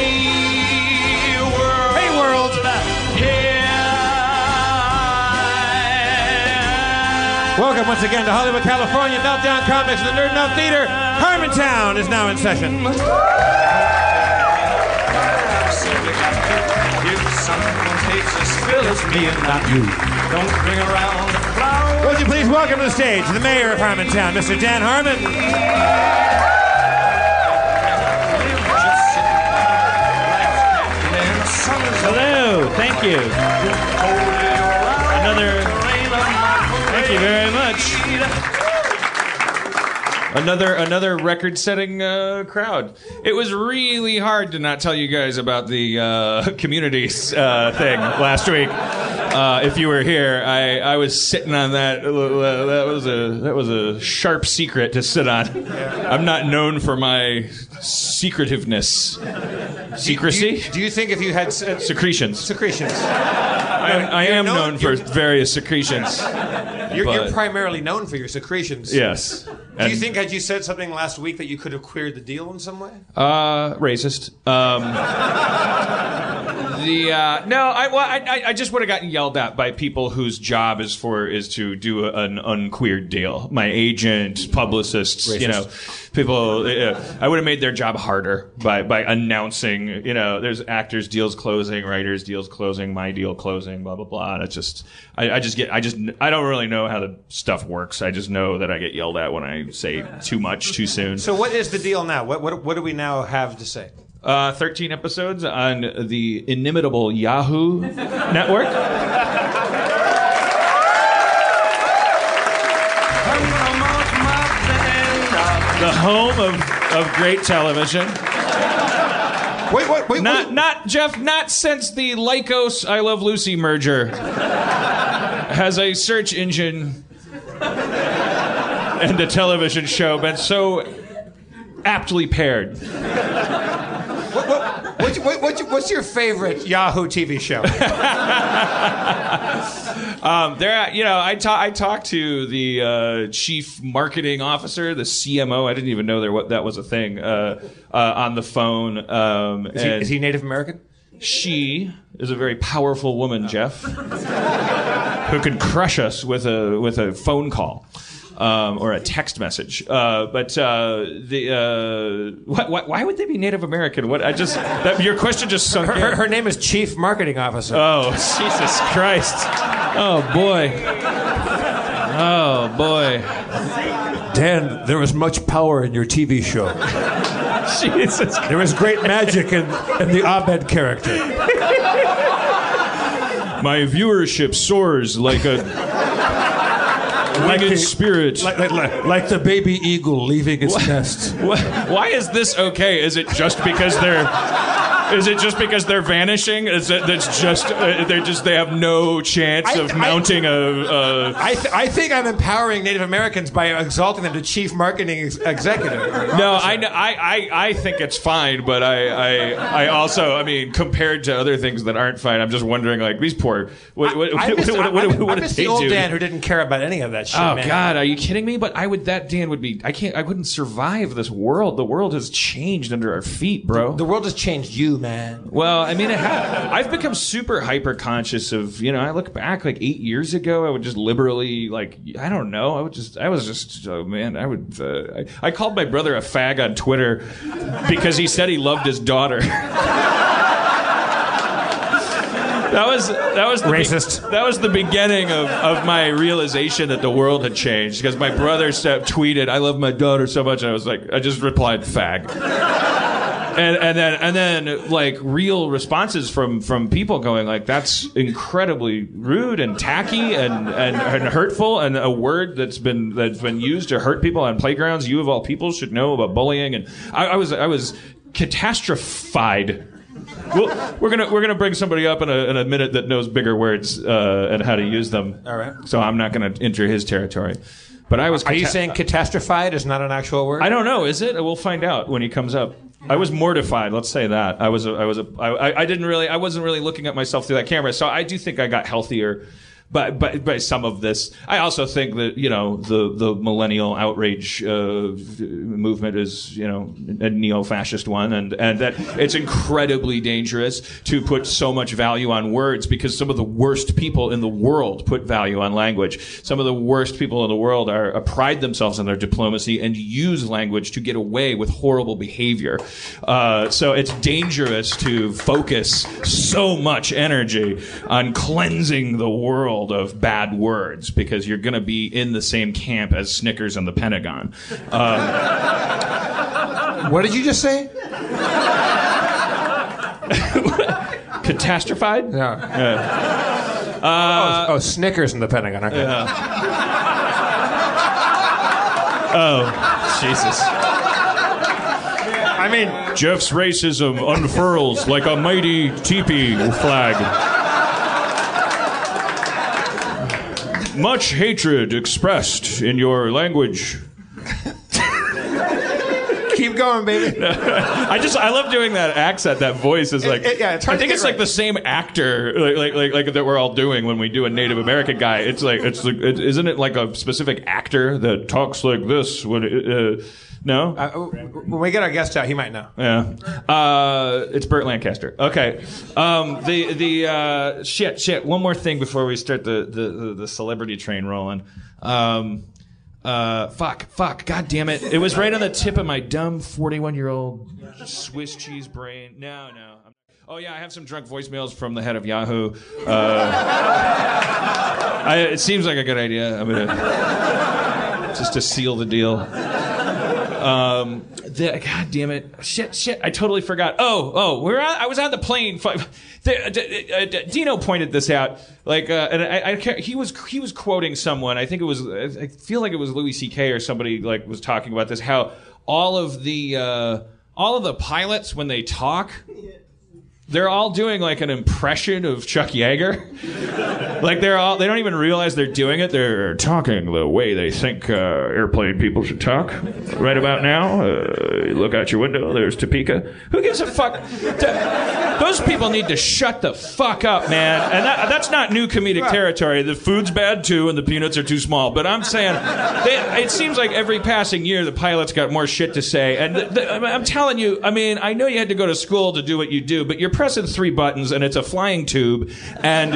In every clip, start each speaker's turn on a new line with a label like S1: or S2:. S1: Hey world.
S2: Hey world.
S1: Here.
S2: Welcome once again to Hollywood, California, Meltdown Comics, and the Nerd Enough Theater. Harmontown is now in session.
S1: If someone takes a spill, it's me and not you. Don't bring around the flower.
S2: Would you please welcome to the stage the mayor of Harmontown, Mr. Dan Harmon.
S1: Just sit back and sun is up.
S3: Hello, thank you. Another,
S1: Rain on my
S3: thank you very much.
S1: parade.
S3: Another, another record-setting uh, crowd. It was really hard to not tell you guys about the uh, communities uh, thing last week. Uh, if you were here, I, I was sitting on that. uh, That was a that was a sharp secret to sit on. I'm not known for my secretiveness, secrecy,
S2: Do you think if you had s- uh,
S3: secretions.
S2: secretions,
S3: I am, I
S2: you're
S3: am
S2: known-
S3: known for various secretions.
S2: you're, you're
S3: But-
S2: primarily known for your secretions?
S3: Yes.
S2: Do you think had you said something last week that you could have cleared the deal in some way?
S3: Uh, racist. Um, the uh, no, I, well, I I- I just would have gotten yelled at by people whose job is for is to do a, an unqueered deal. My agent, publicists, you know, people. Uh, I would have made their job harder by by announcing. You know, there's actors deals closing, writers deals closing, my deal closing, blah blah blah. And it's just I, I just get I just I don't really know how the stuff works. I just know that I get yelled at when I say too much too soon.
S2: So what is the deal now? What what, what do we now have to say?
S3: uh, 13 episodes on the inimitable Yahoo network.
S1: Come on off my bed.
S3: The home of, of great television.
S2: Wait, wait, wait.
S3: Not, not, Jeff, not since the Lycos I Love Lucy merger has a search engine and a television show been so aptly paired.
S2: what, what, what's- what, what's your- what's your favorite Yahoo TV show?
S3: Um, there, you know, I, ta- I talked to the uh, chief marketing officer, the CMO. I didn't even know there what that was a thing uh, uh, on the phone. Um,
S2: Is he-
S3: and
S2: is he Native American?
S3: she is a very powerful woman, Jeff, who could crush us with a with a phone call. Um, or a text message, uh, but uh, the uh, why, why, why would they be Native American? What I just that, your question just sunk
S2: Her,
S3: in.
S2: her, her name is Chief Marketing Officer.
S3: Oh, Jesus Christ. Oh, boy. Oh, boy.
S2: Dan, there was much power in your TV show.
S3: Jesus
S2: There was great magic in, in the Abed character.
S3: My viewership soars like a winged spirit.
S2: Like, like, like, like the baby eagle leaving its nest.
S3: Wh- Why is this okay? Is it just because they're. Is it just because they're vanishing? Is it that's just uh, they're just they have no chance
S2: I-
S3: of
S2: I-
S3: mounting a a
S2: I, th- I think I'm empowering Native Americans by exalting them to chief marketing ex- executive.
S3: No, I, kn- I, I, I think it's fine, but I, I, I also, I mean, compared to other things that aren't fine, I'm just wondering, like, these poor, what, what,
S2: I
S3: what,
S2: missed,
S3: what, what,
S2: I- I-
S3: what, what
S2: I
S3: did
S2: missed
S3: they
S2: the old
S3: do?
S2: Dan who didn't care about any of that shit.
S3: Oh
S2: man.
S3: God, are you kidding me? But I would that Dan would be. I can't. I wouldn't survive this world. The world has changed under our feet, bro.
S2: The world has changed you, man.
S3: Well, I mean, it ha- I've become super hyper conscious of, you know, I look back like eight years ago, I would just liberally, like, I don't know. I would just, I was just, oh man, I would, uh, I, I called my brother a fag on Twitter because he said he loved his daughter. That was that was the be-
S2: Racist.
S3: that was the beginning of, of my realization that the world had changed because my brother st- tweeted, "I love my daughter so much," and I was like, I just replied, "Fag." And, and then and then like real responses from from people going like that's incredibly rude and tacky and, and, and hurtful and a word that's been that's been used to hurt people on playgrounds you of all people should know about bullying and I, I was I was catastrophified well, we're gonna we're gonna bring somebody up in a, in a minute that knows bigger words uh, and how to use them. All
S2: right.
S3: So I'm not gonna enter his territory. But I was.
S2: Are you
S3: cata-
S2: saying catastrophied is not an actual word?
S3: I don't know. Is it? We'll find out when he comes up. I was mortified. Let's say that. I was. A, I was. A, I, I- I didn't really. I wasn't really looking at myself through that camera. So I do think I got healthier. By, by, by some of this, I also think that you know the the millennial outrage uh, movement is you know a neo-fascist one, and and that it's incredibly dangerous to put so much value on words because some of the worst people in the world put value on language. Some of the worst people in the world are uh, pride themselves on their diplomacy and use language to get away with horrible behavior. Uh, so it's dangerous to focus so much energy on cleansing the world of bad words because you're going to be in the same camp as Snickers and the Pentagon. Uh,
S2: What did you just say?
S3: Catastrophized? Uh,
S2: No. oh, oh, Snickers in the Pentagon. Okay.
S3: Jesus.
S2: I mean,
S3: Jeff's racism unfurls like a mighty teepee flag. Much hatred expressed in your language.
S2: keep going, baby.
S3: I just I love doing that accent. That voice is like
S2: it- yeah, it's hard
S3: I
S2: to
S3: think
S2: get
S3: it's like
S2: right.
S3: the same actor like, like like like that we're all doing when we do a Native American guy. It's like it's like, it, isn't it like a specific actor that talks like this when it, uh, no
S2: Uh, when we get our guest out, he might know.
S3: Yeah. Uh, it's Burt Lancaster. Okay. Um, the the uh, shit shit. One more thing before we start the the, the, the celebrity train rolling. Um, uh, fuck fuck. God damn it! It was right on the tip of my dumb forty one year old Swiss cheese brain. No no. Oh yeah, I have some drunk voicemails from the head of Yahoo. Uh, I, it seems like a good idea. I'm gonna just to seal the deal. The, God damn it! Shit, shit! I totally forgot. Oh, oh, we're on, I was on the plane. fu- The, d- uh, d- Dino pointed this out. Like, uh, and I, I can't, he was he was quoting someone. I think it was. I I feel like it was Louis C.K. or somebody like was talking about this. How all of the uh, all of the pilots when they talk, they're all doing like an impression of Chuck Yeager. Like they're all they don't even realize they're doing it. They're talking the way they think uh, airplane people should talk. Right about now, uh, you look out your window. There's Topeka. Who gives a fuck? Th- Those people need to shut the fuck up, man. And that, that's not new comedic territory. The food's bad too, and the peanuts are too small. But I'm saying, they, it seems like every passing year the pilots got more shit to say. And the, the, I'm- I'm telling you, I mean, I know you had to go to school to do what you do, but you're pressing three buttons and it's a flying tube, and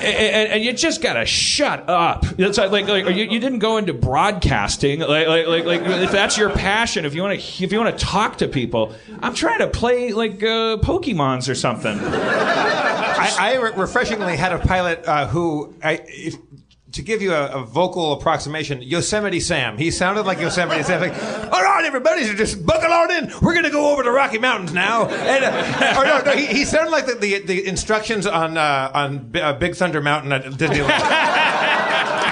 S3: and, and- and you just gotta shut up. It's like, like, like you, you didn't go into broadcasting. Like, like, like, like if that's your passion, if you want to, if you want to talk to people, I'm trying to play like uh, Pokemons or something.
S2: I, I re- refreshingly had a pilot uh, who, I, if, to give you a, a vocal approximation, Yosemite Sam. He sounded like Yosemite Sam. Like, all right, everybody, so just buckle on in. We're going to go over the Rocky Mountains now. And, uh, or no, no, he, he sounded like the, the, the instructions on uh, on B- uh, Big Thunder Mountain at Disneyland.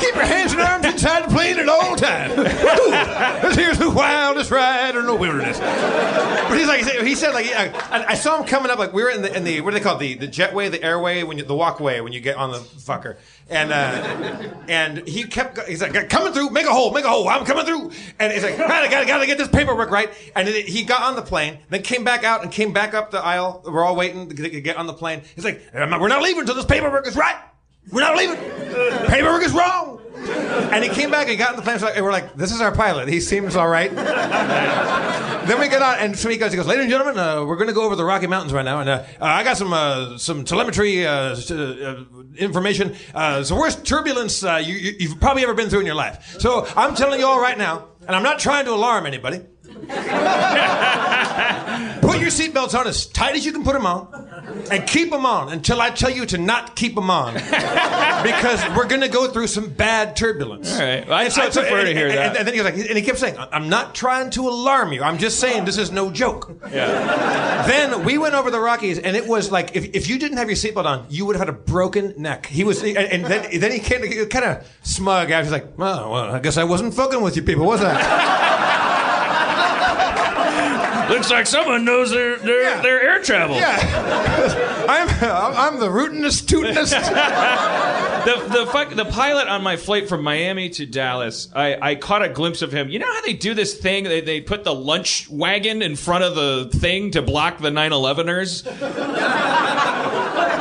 S2: Keep your hands and arms inside the plane at all times. Woo! Here's the wildest ride in the wilderness. But he's like, he said like, yeah, I, I saw him coming up like we were in the in the what do they call it? the the jetway, the airway, when you, the walkway when you get on the fucker, and uh, and he kept he's like coming through, make a hole, make a hole, I'm coming through, and he's like, gotta gotta gotta get this paperwork right, and then he got on the plane, then came back out and came back up the aisle. We're all waiting to get- get on the plane. He's like, "I'm not- we're not leaving until this paperwork is right. We're not leaving. Paperwork is wrong. And he came back and he got on the plane. And we're like, this is our pilot. He seems all right then we get on, and so he goes, he goes, ladies and gentlemen, uh, we're going to go over the Rocky Mountains right now, and uh, uh, I got some uh, some telemetry uh, s- uh, uh, information. Uh, it's the worst turbulence uh, you, you, you've probably ever been through in your life. So I'm telling you all right now, and I'm not trying to alarm anybody. Put Put your seatbelts on as tight as you can put them on, and keep them on until I tell you to not keep them on, because we're gonna go through some bad turbulence.
S3: All right. I-
S2: And
S3: I prefer
S2: and-
S3: to hear
S2: and-
S3: that.
S2: And, then he was like, and he kept saying, "I'm not trying to alarm you. I'm just saying this is no joke."
S3: Yeah.
S2: Then we went over the Rockies, and it was like if, if you didn't have your seatbelt on, you would have had a broken neck. He was, and, and then then he came kind of smug. I was like, "Oh well, I guess I wasn't fucking with you people, was I?"
S4: Looks like someone knows their their,
S2: Yeah.
S4: their air travel.
S2: yeah, I'm I'm the rootinest, tootinest.
S3: the the fuck, the pilot on my flight from Miami to Dallas, I, I caught a glimpse of him. You know how they do this thing? They they put the lunch wagon in front of the thing to block the 9/11ers.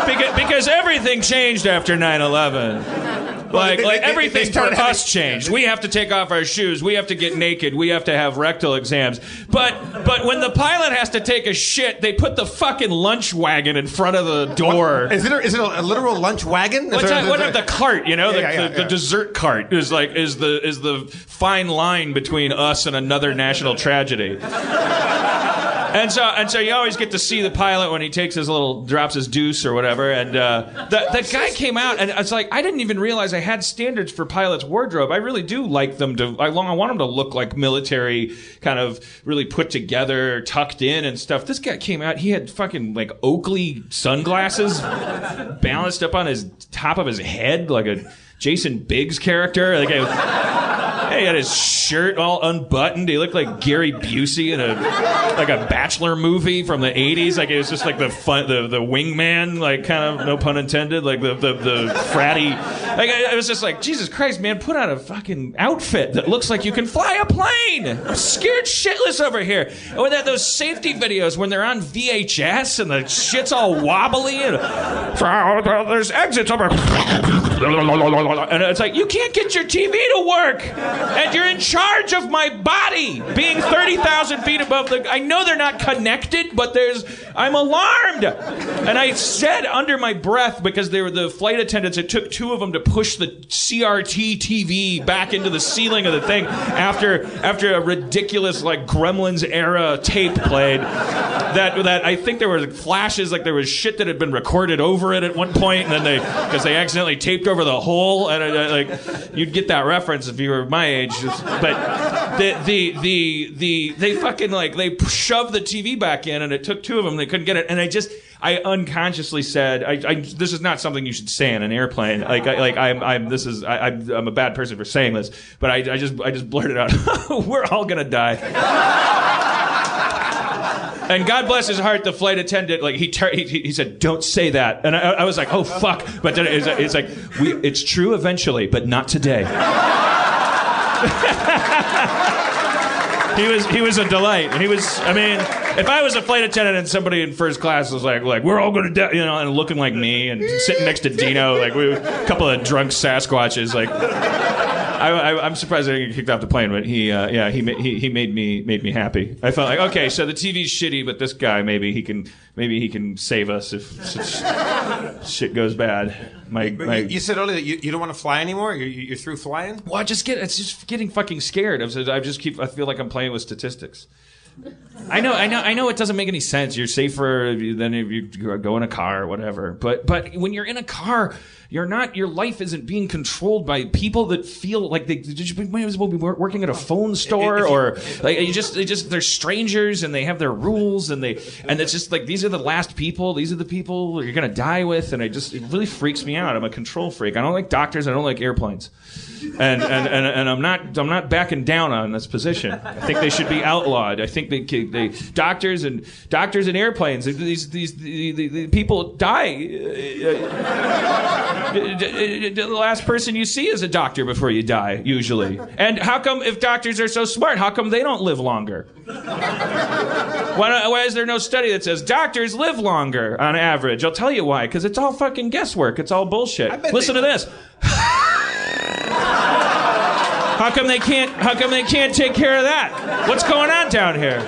S3: because, because everything changed after 9/11. Like,
S2: they- they-
S3: like
S2: they-
S3: everything
S2: they
S3: for
S2: started having-
S3: us changed. We have to take off our shoes. We have to get naked. We have to have rectal exams. But but when the pilot has to take a shit, they put the fucking lunch wagon in front of the door.
S2: Is it a, is it a, a literal lunch wagon? Is
S3: What
S2: there-
S3: time,
S2: is
S3: what
S2: there-
S3: time the cart? You know, the,
S2: Yeah, yeah,
S3: the,
S2: yeah.
S3: the dessert cart is like is the is the fine line between us and another national tragedy. And so, and so you always get to see the pilot when he takes his little drops his deuce or whatever. And uh, the the guy came out, and it's like I didn't even realize I had standards for pilots' wardrobe. I really do like them to. I long I want them to look like military, kind of really put together, tucked in and stuff. This guy came out. He had fucking like Oakley sunglasses balanced up on his top of his head like a Jason Biggs character. Like I, he had his shirt all unbuttoned. He looked like Gary Busey in a like a bachelor movie from the '80s. Like it was just like the fun, the the wingman, like kind of no pun intended, like the the, the fratty. Like I, I was just like Jesus Christ, man, put on a fucking outfit that looks like you can fly a plane. I'm scared shitless over here. And with that, those safety videos when they're on VHS and the shit's all wobbly and there's exits over. And it's like, you can't get your TV to work. And you're in charge of my body being 30,000 feet above the. I know they're not connected, but there's. I'm alarmed. And I said under my breath, because they were the flight attendants, it took two of them to push the CRT TV back into the ceiling of the thing after after a ridiculous, like, Gremlins era tape played. That, that I think there were flashes, like, there was shit that had been recorded over it at one point, and then they. Because they accidentally taped over the hole, and I, I- like you'd get that reference if you were my age. It's- But the, the the the they fucking like they shoved the TV back in, and it took two of them. They couldn't get it, and I just I unconsciously said, I, I this is not something you should say in an airplane. Like I, like I'm I'm this is I, I'm I'm a bad person for saying this, but I, I just I just blurted out, we're all gonna die. And God bless his heart, the flight attendant, like he tur- he, he said, "Don't say that." And I, I was like, "Oh fuck!" But then it's, it's like, we, "It's true eventually, but not today." he was he was a delight. He was, I mean, if I was a flight attendant and somebody in first class was like, "Like we're all going to," die, you know, and looking like me and sitting next to Dino, like we a couple of drunk Sasquatches, like. I, I, I'm surprised I didn't get kicked off the plane, but he, uh, yeah, he, ma- he he made me made me happy. I felt like okay, so the TV's shitty, but this guy maybe he can maybe he can save us if s- shit goes bad. My,
S2: But
S3: my
S2: you, you said earlier that you, you don't want to fly anymore. You're, you- you're through flying.
S3: well, I just get it's just getting fucking scared. I'm just, I just keep I feel like I'm playing with statistics. I know, I know, I know. It doesn't make any sense. You're safer if you- than if you go in a car or whatever. But but when you're in a car, you're not. Your life isn't being controlled by people that feel like they, they just might as well be wor- working at a phone store or like you just they just they're strangers and they have their rules and they and it's just like these are the last people. These are the people you're gonna die with. And I just it really freaks me out. I'm a control freak. I don't like doctors. I don't like airplanes. And, and, and, and I'm not I'm not backing down on this position. I think they should be outlawed. I think they ca- they doctors and doctors and airplanes these these the, the, the people die. Uh, The the last person you see is a doctor before you die usually. And how come if doctors are so smart, how come they don't live longer? Why, don't, why is there no study that says doctors live longer on average? I'll tell you why. Because it's all fucking guesswork. It's all bullshit.
S2: bet
S3: Listen
S2: they-
S3: to this. How come they can't? How come they can't take care of that? What's going on down here?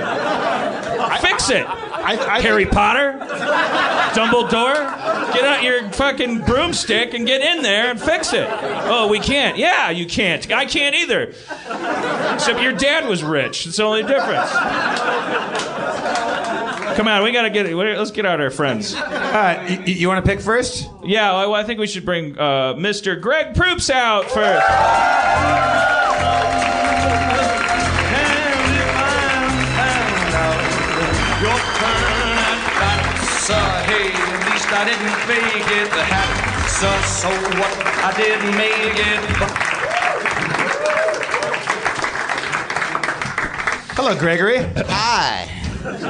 S3: Fix it,
S2: I, I
S3: Harry Potter, Dumbledore. Get out your fucking broomstick and get in there and fix it. Oh, we can't. Yeah, you can't. I can't either. Except your dad was rich. It's the only difference. Come on, we gotta get it. Let's get out our friends.
S2: All right, uh, y- y- you want to pick first?
S3: Yeah, well, I think we should bring uh, Mr. Greg Proops out first.
S1: Your turn at bat, sir. Hey, er at least I didn't fake it. The hat, sir. er So what? Er I didn't make it. But
S2: Hello, Gregory.
S5: Hi.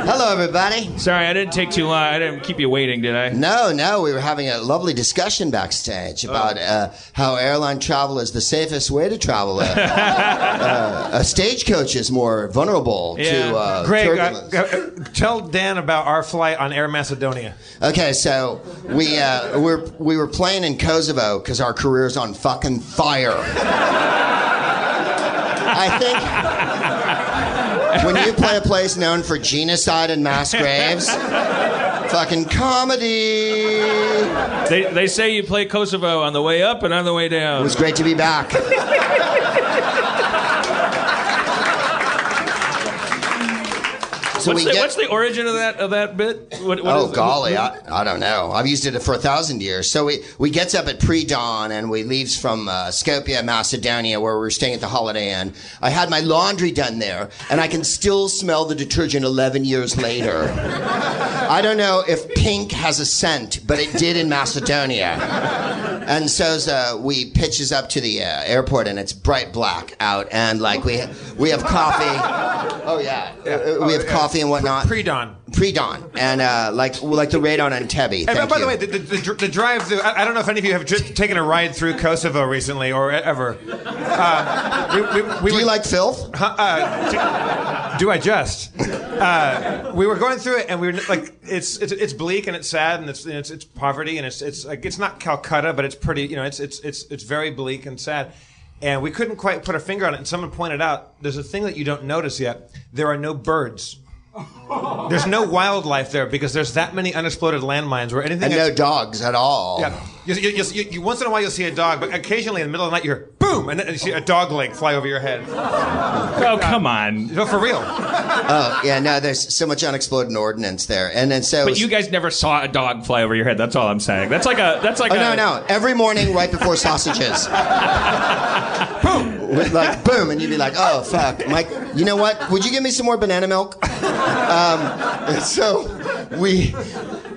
S5: Hello, everybody.
S3: Sorry, I didn't take too long. I didn't keep you waiting, did I?
S5: No, no, we were having a lovely discussion backstage
S2: Oh.
S5: about uh, how airline travel is the safest way to travel. Uh, uh, a stagecoach is more vulnerable
S3: Yeah.
S5: to uh,
S2: Greg, uh,
S5: turbulence.
S2: uh, tell Dan about our flight on Air Macedonia.
S5: Okay, so we uh, we're, we were playing in Kosovo because our career's on fucking fire. I think when you play a place known for genocide and mass graves, fucking comedy. It
S3: They, they say you play Kosovo on the way up and on the way down.
S5: was great to be back. So
S3: what's,
S5: we
S3: the,
S5: get-
S3: what's the origin of that of that bit? What, what
S5: Oh
S3: is-
S5: golly, I, I don't know. I've used it for a thousand years. So we we gets up at pre dawn and we leaves from uh, Skopje, Macedonia, where we were staying at the Holiday Inn. I had my laundry done there, and I can still smell the detergent eleven years later. I don't know if pink has a scent, but it did in Macedonia. And so uh, we pitches up to the uh, airport, and it's bright black out, and like we we have coffee. Oh yeah, Uh, we have coffee and whatnot.
S2: Pre dawn.
S5: Pre-dawn and uh, like like the radon on Tebby.
S2: Hey,
S5: Thank
S2: uh, by
S5: you.
S2: the way, the, the, the, dr- the drive through, I, I don't know if any of you have just taken a ride through Kosovo recently or e- ever. Uh, we, we, we
S5: do
S2: were-
S5: you like filth?
S2: Huh, uh, do, do I just? Uh, we were going through it, and we were like, it's it's, it's bleak and it's sad and it's, and it's it's poverty and it's it's like it's not Calcutta, but it's pretty. You know, it's it's it's it's very bleak and sad. And we couldn't quite put our finger on it. And someone pointed out, there's a thing that you don't notice yet. There are no birds. There's no wildlife there because there's that many unexploded landmines where anything.
S5: And
S2: that's-
S5: no dogs at all.
S2: yeah. You, you, you, you, you- once in a while you'll see a dog, but occasionally in the middle of the night you hear boom, and then you see a dog leg fly over your head.
S3: Oh come on!
S2: No, for real.
S5: Oh yeah, no. There's so much unexploded ordnance there, and then so.
S3: But you guys never saw a dog fly over your head. That's all I'm saying. That's like a that's like
S5: Oh
S3: a,
S5: no no! Every morning, right before sausages, boom, With like boom, and you'd be like, "Oh fuck, Mike! You know what? Would you give me some more banana milk?" And so we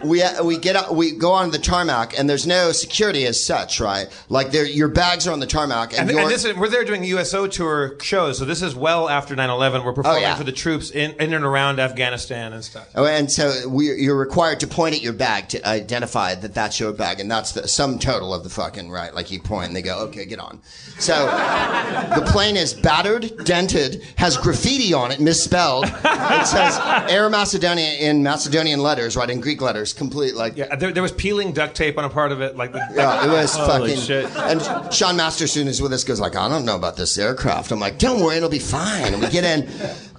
S5: we uh, we get out, we go on the tarmac, and there's no security as such, right? Like there, your bags are on the tarmac, and,
S2: And,
S5: you're
S2: and this is, we're there doing USO tour shows, so this is well after 9/11. We're performing
S5: Oh, yeah.
S2: for the troops in, in and around Afghanistan and stuff.
S5: Oh, and so we, you're required to point at your bag to identify that that's your bag, and that's the sum total of the fucking right. Like you point, and they go, "Okay, get on." So the plane is battered, dented, has graffiti on it, misspelled. It says "Air Macedonia" in Macedonian letters, right in Greek letters, complete like.
S2: Yeah, there, there was peeling duct tape on a part of it, like the,
S5: Yeah, it was
S3: Holy
S5: fucking.
S3: shit.
S5: And Sean Masterson is with us. Goes like, I don't know about this aircraft. I'm like, don't worry, it'll be fine. And we get in,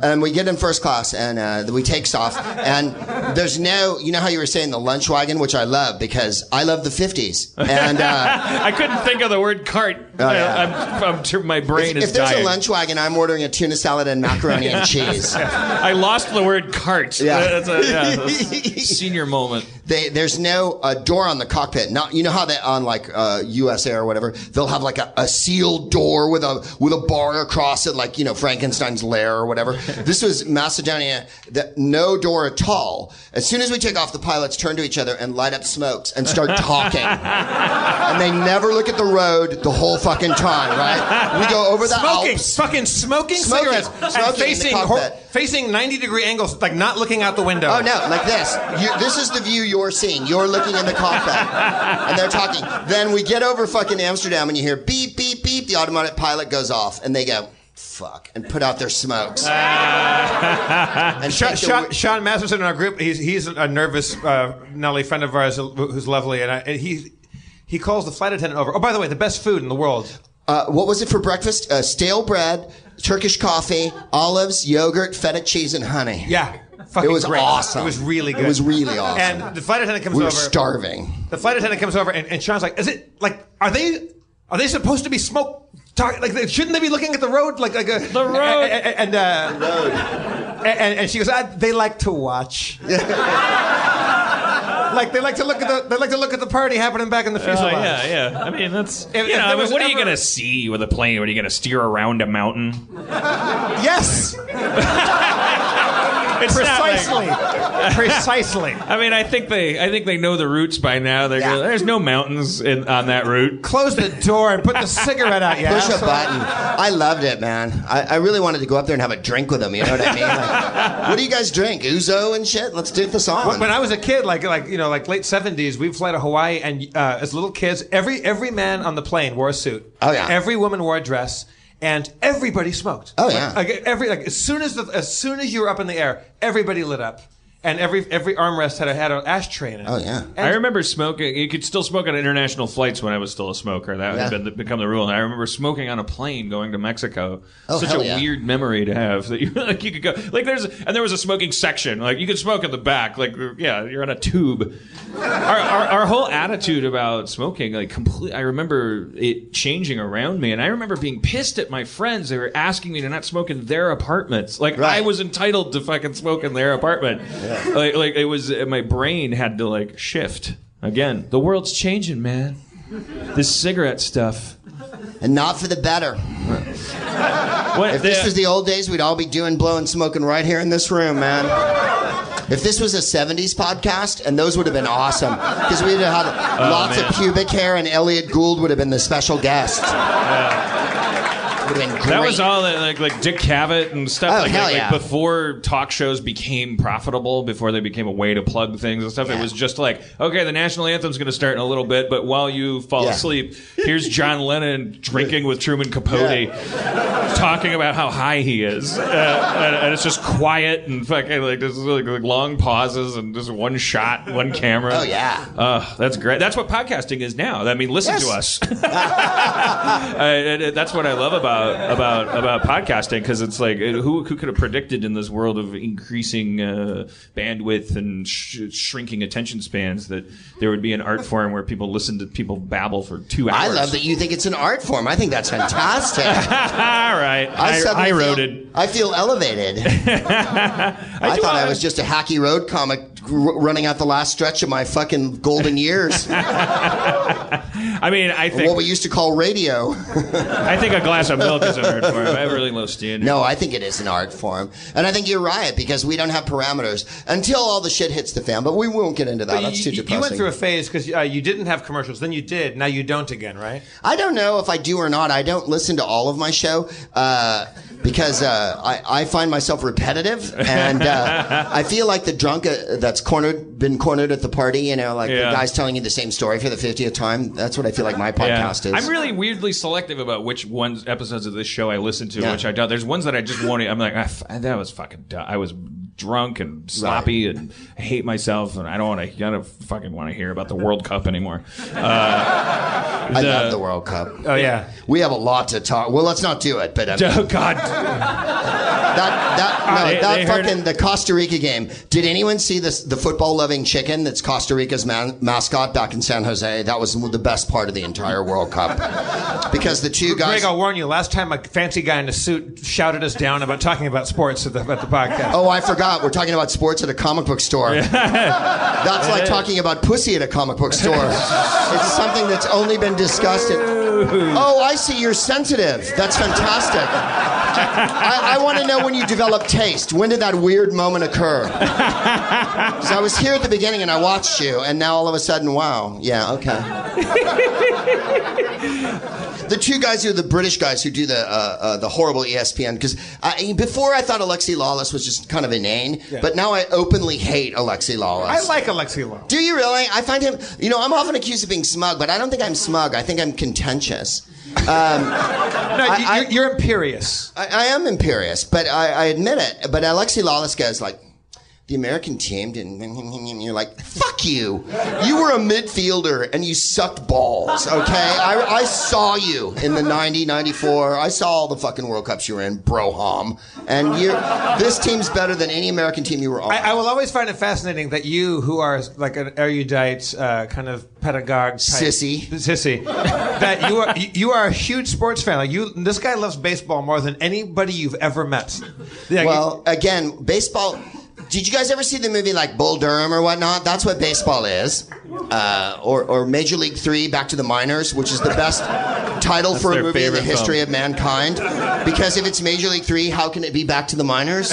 S5: and we get in first class, and uh, we takes off. And there's no, you know how you were saying the lunch wagon, which I love because I love the 50s. And uh,
S3: I couldn't think of the word cart. I,
S5: Oh, yeah.
S3: I'm, I'm, ter- my brain is
S5: if there's
S3: dying.
S5: a lunch wagon, I'm ordering a tuna salad and macaroni and cheese.
S3: I lost the word cart. Uh,
S5: Yeah.
S3: That's a, yeah, that's a senior moment.
S5: They, there's no uh, door on the cockpit. Not you know how they on like uh, U.S. Air or whatever. They'll have like a, a sealed door with a with a bar across it, like you know Frankenstein's lair or whatever. this was Macedonia. That no door at all. As soon as we take off, the pilots turn to each other and light up smokes and start talking. and they never look at the road the whole fucking time. Right? We go over the
S2: smoking,
S5: Alps.
S2: fucking smoking,
S5: Smoking,
S2: cigarettes,
S5: smoking in
S2: and
S5: the
S2: facing
S5: cockpit.
S2: facing 90 degree angles, like not looking out the window.
S5: Oh no, like this. You, this is the view you're seeing. You're looking in the cockpit, and they're talking. Then we get over fucking Amsterdam, and you hear beep, beep, beep. The automatic pilot goes off, and they go fuck and put out their smokes. and
S2: Sean,
S5: take the
S2: Sean,
S5: wi-
S2: Sean Masterson in our group, he's, he's a nervous uh, Nelly friend of ours who's lovely, and, I, and he he calls the flight attendant over. Oh, by the way, the best food in the world.
S5: uh, what was it for breakfast? Uh, stale bread, Turkish coffee, olives, yogurt, feta cheese, and honey.
S2: Yeah,
S5: it
S2: fucking
S5: was
S2: great.
S5: awesome.
S2: It was really good.
S5: It was really awesome.
S2: And the flight attendant comes
S5: we were
S2: over.
S5: starving.
S2: The flight attendant comes over, and, and Sean's like, "Is it like are they are they supposed to be smoke Talk, like, they- shouldn't they be looking at the road? Like, like a, the
S3: road.
S2: And, and, uh, And, and she goes, I, they like to watch. like they like to look at the they like to look at the party happening back in the future.
S3: Oh, yeah, yeah. I mean, that's
S2: If-
S3: you
S2: if
S3: know.
S2: there
S3: I mean,
S2: was
S3: what are you
S2: ever-
S3: gonna see with a plane? What are you gonna steer around a mountain?
S2: Yes,
S3: It's not like-
S2: precisely, precisely.
S3: I mean, I think they, I think they know the routes by now. They're
S5: Yeah.
S3: gonna- there's no mountains in, on that route.
S2: Close the door and put the cigarette out. Yeah,
S5: Push a button. I loved it, man. I, I really wanted to go up there and have a drink with them. You know what I mean? Like, what do you guys drink? Uzo and shit. Let's do this on.
S2: When- When I was a kid, like like you know, like late seventies, we'd fly to Hawaii, and uh, as little kids, every every man on the plane wore a suit.
S5: Oh, yeah.
S2: Every woman wore a dress, and everybody smoked.
S5: Oh, yeah.
S2: Like, like, every like as soon as the, as soon as you were up in the air, everybody lit up, and every every armrest had a, had an ashtray in it.
S5: Oh, yeah.
S2: And-
S3: I remember smoking. You could still smoke on international flights when I was still a smoker. That
S5: Yeah.
S3: had been, become the rule. And I remember smoking on a plane going to Mexico.
S5: Oh,
S3: Such
S5: hell
S3: a
S5: yeah.
S3: weird memory to have that you like. You could go like there's and there was a smoking section. Like you could smoke in the back. Like yeah, you're on a tube. our, our our whole attitude about smoking like complete. I remember it changing around me, and I remember being pissed at my friends. They were asking me to not smoke in their apartments. Like I
S5: Right.
S3: was entitled to fucking smoke in their apartment. Like, like it was, my brain had to like shift again. The world's changing, man. This cigarette stuff.
S5: and not for the better.
S3: What
S5: If this was the old days, we'd all be doing blowing, smoking right here in this room, man. If this was a 70s podcast, and those would have been awesome. Because we'd have had lots
S3: Oh, man.
S5: of pubic hair, and Elliot Gould would have been the special guest. Would have been great.
S3: that was all that, like like Dick Cavett and stuff
S5: Oh,
S3: like,
S5: hell
S3: like,
S5: yeah.
S3: before talk shows became profitable before they became a way to plug things and stuff it
S5: Yeah.
S3: was just like okay the national anthem's going to start in a little bit but while you fall
S5: Yeah.
S3: asleep here's John Lennon drinking with Truman Capote talking about how high he is uh, and, and it's just quiet and fucking like this is like, like long pauses and just one shot one camera
S5: Oh, yeah.
S3: uh, that's great that's what podcasting is now I mean listen to
S5: Yes.
S3: us I, and it- that's what I love about about about podcasting because it's like it- who who could have predicted in this world of increasing uh, bandwidth and sh- shrinking attention spans that there would be an art form where people listen to people babble for two hours.
S5: I love that you think it's an art form. I think that's fantastic. I,
S3: All right, I, I,
S5: suddenly
S3: wrote
S5: feel,
S3: it.
S5: I feel elevated. I,
S3: do
S5: thought I
S3: wanna-
S5: was just a hacky road comic r- running out the last stretch of my fucking golden years,
S3: I mean, I
S5: what
S3: think
S5: we used to call radio.
S3: I think a glass of milk is an art form. I have really low standards.
S5: No, I think it is an art form. And I think you're right because we don't have parameters until all the shit hits the fan, but we won't get into that.
S2: you-
S5: Oh, That's too
S2: you,
S5: depressing.
S2: you went through a phase because uh, you didn't have commercials, then you did. Now you don't again, right?
S5: I don't know if I do or not. I don't listen to all of my show uh, because uh, I, I find myself repetitive, and uh, I feel like the drunk uh, that's cornered, been cornered at the party. You know, like
S3: Yeah.
S5: the guy's telling you the same story for the fiftieth time. That's what I feel like my
S3: Yeah.
S5: podcast is.
S3: I'm really weirdly selective about which ones episodes of this show I listen to,
S5: Yeah.
S3: which I don't. There's ones that I just want to. I'm like, ah, f- that was fucking. Dumb. I was drunk and sloppy and I hate myself and I don't want to. I don't fucking want to hear about the World Cup anymore. Uh,
S5: I love the World Cup.
S2: Oh yeah.
S5: We have a lot to talk. Well, let's not do it. But uh, I mean,
S3: oh God,
S5: that that no,
S3: They-
S5: that
S3: they heard
S5: fucking the Costa Rica game. Did anyone see this? The football loving chicken that's Costa Rica's man, mascot back in San Jose. That was the best part of the entire World Cup because the two guys.
S2: Greg, I'll warn you. Last time, a fancy guy in a suit shouted us down about talking about sports at the, at the podcast.
S5: Oh, I forgot. We're talking about sports at a comic book store. that's like talking about pussy at a comic book store. it's something that's only been discussed. At, oh, I see. You're sensitive. That's fantastic. I, I want to know when you developed taste. When did that weird moment occur? Because I was here at the beginning and I watched you, and now all of a sudden, wow, yeah, okay. the two guys who are the British guys who do the uh, uh, the horrible ESPN. Because before I thought Alexi Lawless was just kind of inane, but now I openly hate Alexi Lawless.
S2: I like Alexi Law.
S5: Do you really? I find him, you know, I'm often accused of being smug, but I don't think I'm smug. I think I'm contentious.
S2: No, you,
S5: I-
S2: you're, you're imperious.
S5: I, I am imperious, but I, I admit it. But Alexi Lawless goes like, the American team didn't. And you're like, fuck you. You were a midfielder and you sucked balls, okay? I, I saw you in the 90, 94. I saw all the fucking World Cups you were in, broham. And you this team's better than any American team you were on.
S2: I, I will always find it fascinating that you, who are like an erudite uh, kind of pedagogue type,
S5: Sissy.
S2: sissy, that you are you you are a huge sports fan. Like you, this guy loves baseball more than anybody you've ever met. Like,
S5: Well, again, baseball. Did you guys ever see the movie like Bull Durham or whatnot? That's what baseball is. Uh, or, or Major League Three, Back to the Minors, which is the best title for a
S3: their
S5: movie in the
S3: favorite
S5: history of mankind. Because if it's Major League Three, how can it be Back to the Minors?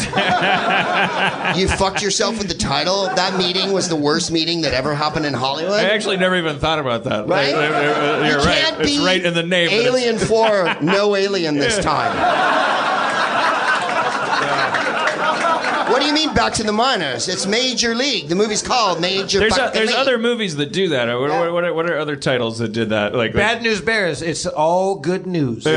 S5: you fucked yourself with the title. That meeting was the worst meeting that ever happened in Hollywood.
S3: I actually never even thought about that.
S5: Right?
S3: Like, uh, uh,
S5: You
S3: You're right.
S5: can't
S3: It's
S5: be
S3: right in the name. but it's-
S5: Alien Four, no alien this time. What do you mean back to the minors? It's Major League. The movie's called Major.
S3: There's, a,
S5: fucking
S3: there's
S5: League.
S3: other movies that do that. What, what, what, are, what are other titles that did that? Like
S2: bad news bears. It's all good news.
S3: There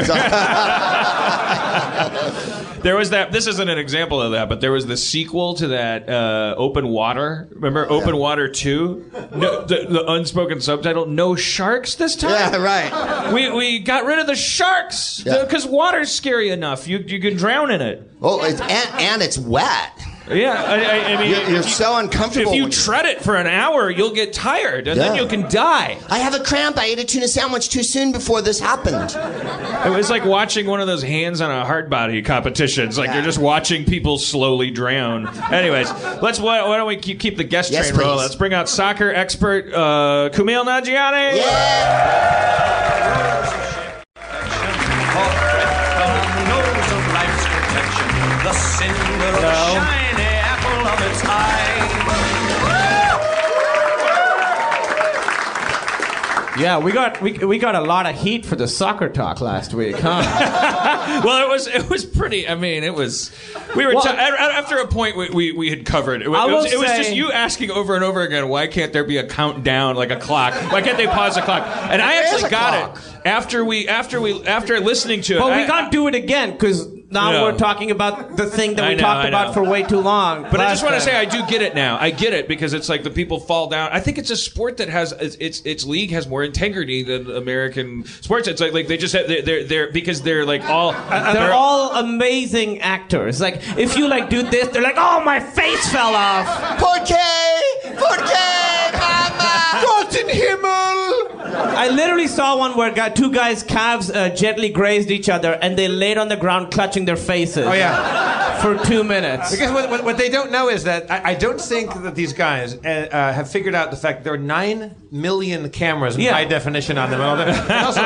S3: was that. This isn't an example of that, but there was the sequel to that uh, Open Water. Remember
S5: Oh,
S3: Open Water Two? No, the, the unspoken subtitle: No sharks this time.
S5: Yeah, right.
S3: We we got rid of the sharks
S5: Yeah.
S3: because water's scary enough. You you can drown in it.
S5: Oh, it's, and, and it's wet.
S3: Yeah, I, I, I mean,
S5: You're, you're
S3: if you-
S5: so uncomfortable.
S3: If you
S5: when-
S3: tread it for an hour, you'll get tired, and then
S5: Yeah.
S3: you can die.
S5: I have a cramp. I ate a tuna sandwich too soon before this happened.
S3: It was like watching one of those hands on a hard body competitions. Like you're just watching people slowly drown. Anyways, let's why, why don't we keep, keep the guest
S5: Yes,
S3: train rolling?
S5: please.
S3: Let's bring out soccer expert uh, Kumail Nanjiani.
S5: Yeah.
S1: Corporate from the nose of life's protection, the cinder of the shiny apple of its eye.
S6: Yeah, we got we, we got a lot of heat for the soccer talk last week, huh?
S3: Well, it was it was pretty. I mean, it was. We were
S6: Well-
S3: ta- a- a- after a point we, we, we had covered. It, was-
S6: I
S3: it
S6: will
S3: was, it was
S6: say-
S3: just you asking over and over again. Why can't there be a countdown like a clock? Why can't they pause the clock? And I
S5: There is
S3: actually
S5: a
S3: got
S5: clock.
S3: it after we after we after listening to it.
S6: but
S3: I-
S6: we can't do it again because now
S3: No.
S6: we're talking about the thing that
S3: I
S6: we
S3: know,
S6: talked
S3: I know.
S6: about for way too long.
S3: But I just want to say
S6: I.
S3: I do get it now. I get it because it's like the people fall down. I think it's a sport that has it's its, its league has more integrity than American sports. It's like like they just have, they're, they're they're because they're like all
S6: They're all amazing actors. Like if you like do this, they're like, "Oh, my face fell off."
S5: Porque, porque, mama.
S2: Gott in Himmel.
S6: I literally saw one where guy, two guys' calves uh, gently grazed each other, and they laid on the ground clutching their faces.
S2: Oh yeah.
S6: for two minutes.
S2: Because what, what, what they don't know is that I, I don't think that these guys uh, uh, have figured out the fact there are nine million cameras in
S6: Yeah.
S2: high definition on them. And all that. And also,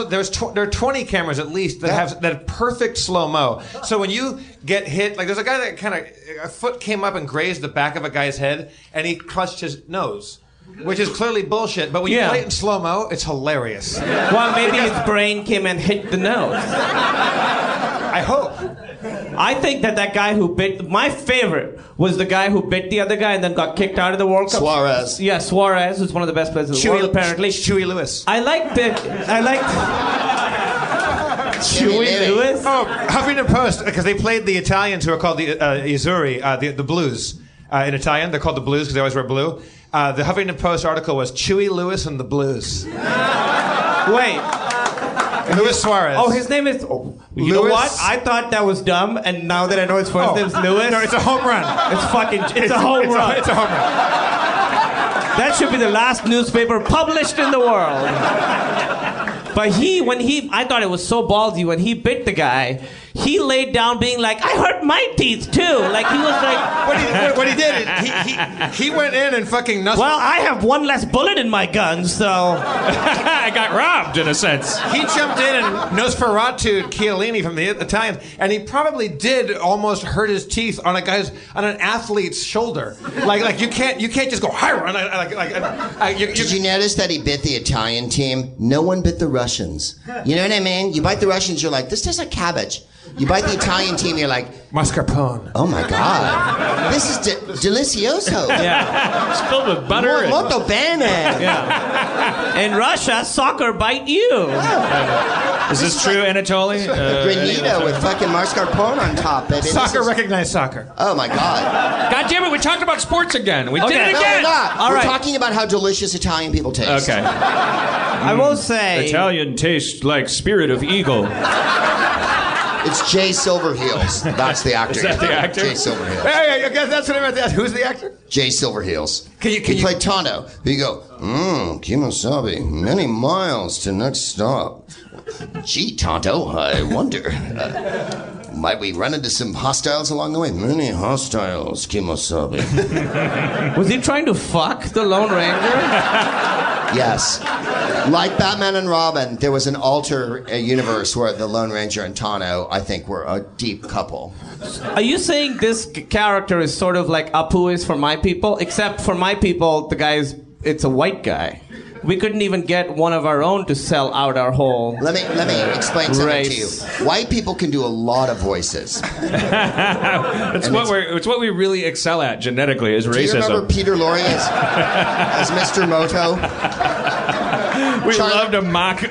S2: also there's tw- there are 20 cameras at least that have that have perfect slow mo. So when you get hit, like there's a guy that kind of a foot came up and grazed the back of a guy's head, and he clutched his nose. Which is clearly bullshit, but when you
S6: Yeah.
S2: play it in slow mo, it's hilarious.
S6: Well, maybe his brain came and hit the nose.
S2: I hope.
S6: I think that that guy who bit my favorite was the guy who bit the other guy and then got kicked out of the World Cup.
S5: Suarez.
S6: Yeah, Suarez was one of the best players in the world. Apparently,
S2: Chewy Lewis.
S6: I liked that. I liked
S5: Jimmy
S6: Lewis.
S2: Oh, Huffington Post, because they played the Italians who are called the uh, Azzurri, uh, the, the Blues. Uh, in Italian, they're called the Blues because they always wear blue. Uh, the Huffington Post article was Chewy Lewis and the Blues.
S6: Wait.
S2: Luis Suarez.
S6: Oh, his name is. Oh, you know
S2: Lewis?
S6: what? I thought that was dumb, and now that I know his first
S2: Oh.
S6: name's Lewis,
S2: No, it's a home run.
S6: it's fucking. It's, a home
S2: it's
S6: run.
S2: A, it's a home run.
S6: that should be the last newspaper published in the world. But he, when he, I thought it was so ballsy when he bit the guy. He laid down, being like, "I hurt my teeth too." Like he was like,
S2: What he, what, what he did, he, he, he went in and fucking nuzzled.
S6: "Well, I have one less bullet in my gun, so."
S3: I got robbed in a sense.
S2: he jumped in and Nosferatu Chiellini from the Italians, and he probably did almost hurt his teeth on a guy's on an athlete's shoulder. Like like you can't you can't just go high run. I- I- Like like I- you-
S5: Did
S2: you-
S5: you notice that he bit the Italian team? No one bit the Russians. You know what I mean? You bite the Russians, you're like, this tastes like cabbage. You bite the Italian team, you're like,
S2: Mascarpone.
S5: oh my god, this is de- delicioso.
S6: Yeah.
S3: It's filled with butter. and-
S5: Molto bene.
S6: In Russia, soccer bite you.
S5: Hmm.
S3: Is this true, Anatoly? Uh,
S5: Granita with fucking mascarpone on top, baby. This
S2: Soccer
S5: is-
S2: recognized soccer.
S5: Oh my god.
S3: God damn it! We talked about sports again. We
S6: Okay.
S3: did it
S5: No,
S3: again.
S5: we're not.
S6: All
S5: we're
S6: right.
S5: talking about how delicious Italian people taste.
S3: Okay.
S6: I will say.
S3: Italian tastes like spirit of eagle.
S5: It's Jay Silverheels. That's the actor.
S3: Is that the actor?
S5: Jay Silverheels.
S2: Hey, I guess that's what I meant to ask. Who's the actor?
S5: Jay Silverheels.
S2: Can you- can
S5: he
S2: you-
S5: played Tonto. You go, mmm, Kimosabi, many miles to next stop. Gee, Tonto, I wonder. uh, might we run into some hostiles along the way? Many hostiles, Kimosabi.
S6: Was he trying to fuck the Lone Ranger?
S5: yes. Like Batman and Robin, there was an alter uh, universe where the Lone Ranger and Tonto, I think, were a deep couple.
S6: Are you saying this c- character is sort of like Apu is for my people? Except for my people, the guy is. It's a white guy. We couldn't even get one of our own to sell out our whole.
S5: Let me let me explain something to you.
S6: Race.
S5: White people can do a lot of voices.
S3: It's what we're. It's what we really excel at genetically is
S5: Do you remember
S3: racism.
S5: Peter Lorre as, as Mr. Moto?
S3: We
S5: Charlie-
S3: love to mock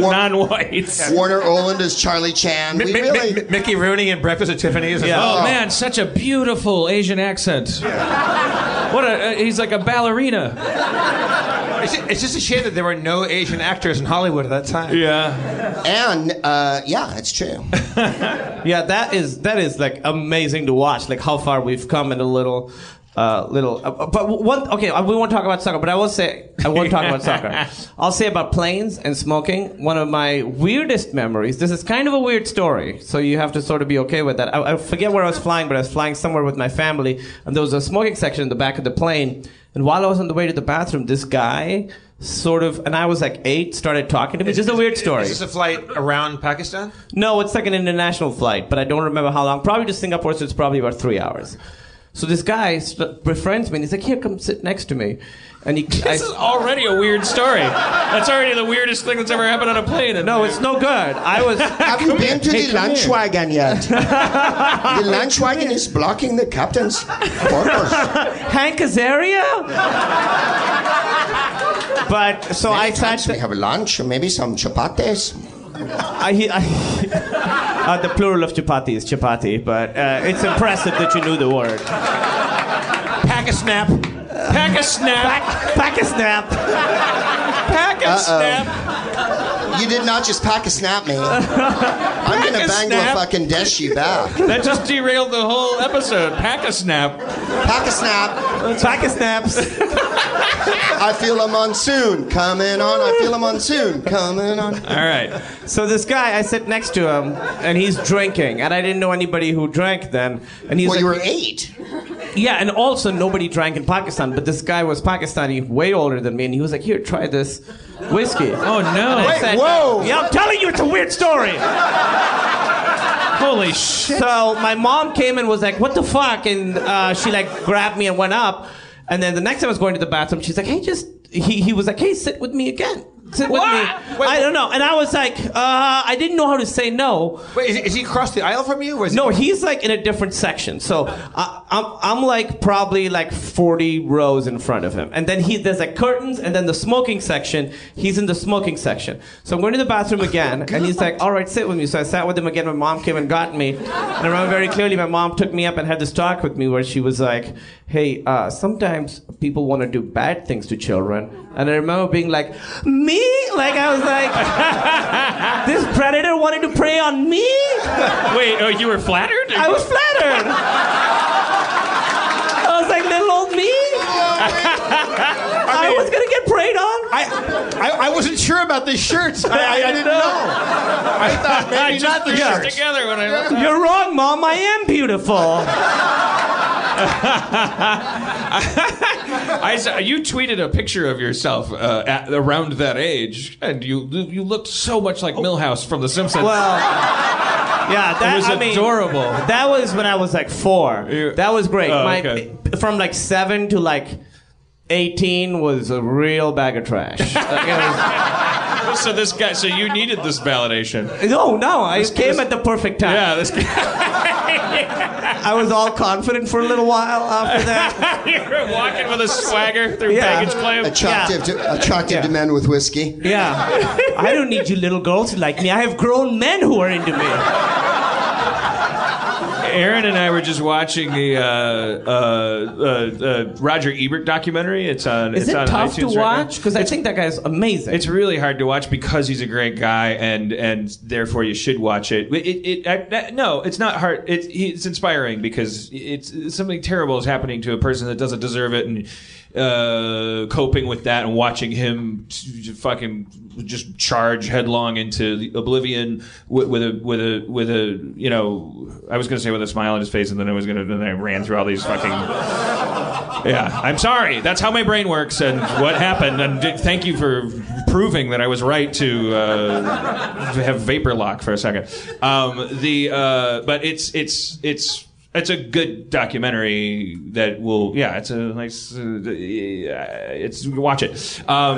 S3: non-whites.
S5: Warner Oland as Charlie Chan. We really
S2: Mickey Rooney and Breakfast at Tiffany's.
S6: Yeah.
S3: Oh man, such a beautiful Asian accent. What a uh, he's like a ballerina.
S2: It's, it's just a shame that there were no Asian actors in Hollywood at that time.
S3: Yeah.
S5: and uh, yeah, it's true.
S6: Yeah, that is that is like amazing to watch. Like how far we've come in a little, uh, little. Uh, but one okay, uh, we won't talk about soccer. But I will say I won't talk about soccer. I'll say about planes and smoking. One of my weirdest memories. This is kind of a weird story, so you have to sort of be okay with that. I, I forget where I was flying, but I was flying somewhere with my family, and there was a smoking section in the back of the plane. And while I was on the way to the bathroom, this guy sort of and I was like eight started talking to me. Just a weird story.
S2: Is this a flight around Pakistan?
S6: No, it's like an international flight, but I don't remember how long. Probably to Singapore, so it's probably about three hours. So this guy st- befriends me, and he's like, "Here, come sit next to me." And he, I,
S3: This is already a weird story. That's already the weirdest thing that's ever happened on a plane. And-
S6: no, it's no good. I was,
S5: Have you been to the Lunchwagon yet? the Lunchwagon is blocking the captain's quarters.
S6: Hank Azaria. but so I sat.
S5: Perhaps we have lunch, or maybe some chapates.
S6: I, he- I, uh, the plural of chapati is chapati, but uh, it's impressive that you knew the word.
S2: Pack a snap.
S3: Pack a snap.
S6: Pack, pack a snap. Pack a snap.
S5: You did not just pack a snap, me. I'm gonna
S3: a
S5: bang
S3: snap.
S5: the fucking dish you back.
S3: That just derailed the whole episode. Pack a snap.
S5: Pack a snap.
S6: Pack a snaps.
S5: I feel a monsoon coming on. I feel a monsoon coming on.
S3: All right.
S6: So this guy, I sit next to him, and he's drinking, and I didn't know anybody who drank then. And he's
S5: Well,
S6: like,
S5: you were eight.
S6: yeah, and also nobody drank in Pakistan, but this guy was Pakistani, way older than me, and he was like, here, try this whiskey.
S3: Oh no.
S6: I said,
S2: whoa.
S6: Yeah, I'm telling you, it's a weird story.
S3: Holy shit.
S6: So my mom came and was like, "What the fuck?" And uh, she like grabbed me and went up. And then the next time I was going to the bathroom, she's like, "Hey, just," he, he was like, "Hey, sit with me again." Sit with me.
S2: Wait,
S6: I don't know. And I was like, uh, I didn't know how to say no.
S2: Wait, is, is he across the aisle from you? Or is
S6: No, he's like in a different section. So I, I'm, I'm like probably like 40 rows in front of him. And then he, there's like curtains and then the smoking section. He's in the smoking section. So I'm going to the bathroom again and he's like, all right, sit with me. So I sat with him again. My mom came and got me. And I remember very clearly my mom took me up and had this talk with me where she was like, hey, uh, sometimes people want to do bad things to children. And I remember being like, me? Like I was like, this predator wanted to prey on me?
S3: Wait. Oh, you were flattered.
S6: I was flattered. I was like, little old me? I was gonna get preyed on.
S2: I, I, I wasn't sure about this shirt. I, I, I didn't know. I thought maybe
S3: I just
S2: not the
S3: threw it
S2: shirt.
S3: together when I.
S6: You're wrong, Mom. I am beautiful.
S3: I saw, you tweeted a picture of yourself uh, at, around that age, and you you looked so much like Millhouse from The Simpsons.
S6: Well, yeah, that
S3: It was
S6: I mean,
S3: adorable.
S6: That was when I was like four.
S3: You-
S6: That was great.
S3: Oh,
S6: My,
S3: okay.
S6: From like seven to like eighteen was a real bag of trash. Like, it was-
S3: so, so this guy, so you needed this validation.
S6: No, no, I came at the perfect time.
S3: Yeah, this guy.
S6: I was all confident for a little while after that.
S3: you were walking with a swagger through
S6: Yeah.
S3: baggage claim.
S5: Attractive, to, attractive to men with whiskey.
S6: Yeah. I don't need you little girls to like me. I have grown men who are into me.
S3: Aaron and I were just watching the uh, uh, uh, uh, Roger Ebert documentary. It's on.
S6: Is
S3: it's
S6: it
S3: on
S6: tough to
S3: iTunes right now.
S6: watch? Because I think that guy's amazing.
S3: It's really hard to watch because he's a great guy, and and therefore you should watch it. It, it, I, that- no, it's not hard. It's it's inspiring because it's, it's something terrible is happening to a person that doesn't deserve it, and uh, coping with that and watching him fucking just charge headlong into the oblivion with, with a with a with a you know I was gonna say with a smile on his face, and then I was gonna then I ran through all these fucking. Yeah, I'm sorry. That's how my brain works and what happened. And d- thank you for proving that I was right to uh, have vapor lock for a second. Um, the uh, but it's it's it's it's a good documentary that will yeah it's a nice uh, it's watch it um,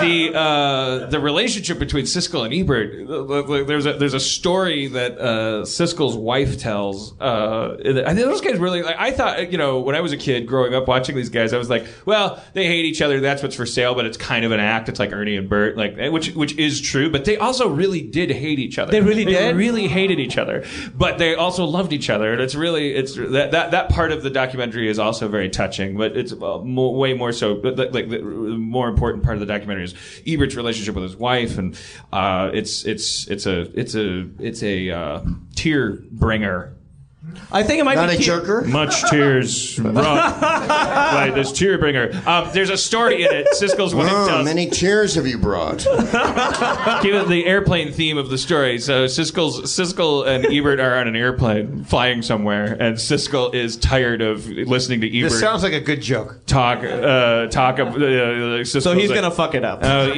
S3: the uh, the relationship between Siskel and Ebert uh, there's a there's a story that uh, Siskel's wife tells uh, I think those guys really like I thought you know when I was a kid growing up watching these guys I was like well they hate each other that's what's for sale but it's kind of an act it's like Ernie and Bert like eh, which which is true but they also really did hate each other
S6: They really did?
S3: really hated each other, but they also loved each other. And it's really it's that that, that part of the documentary is also very touching. But it's uh, mo way more so. But like, like the more important part of the documentary is Ebert's relationship with his wife, and uh, it's it's it's a it's a it's a uh, tear bringer.
S6: I think it might
S5: Not
S6: be
S5: a
S6: cute.
S5: jerker.
S3: Much tears, rough. like this tear bringer. Um, there's a story in it. Siskel's one
S5: Oh,
S3: it does.
S5: many tears have you brought?
S3: Given the airplane theme of the story, so Siskel's, Siskel and Ebert are on an airplane flying somewhere, and Siskel is tired of listening to Ebert
S2: This sounds like a good joke.
S3: talk. Uh, talk. ab- Uh, Siskel's
S6: So he's
S3: like,
S6: gonna fuck it up.
S3: Oh,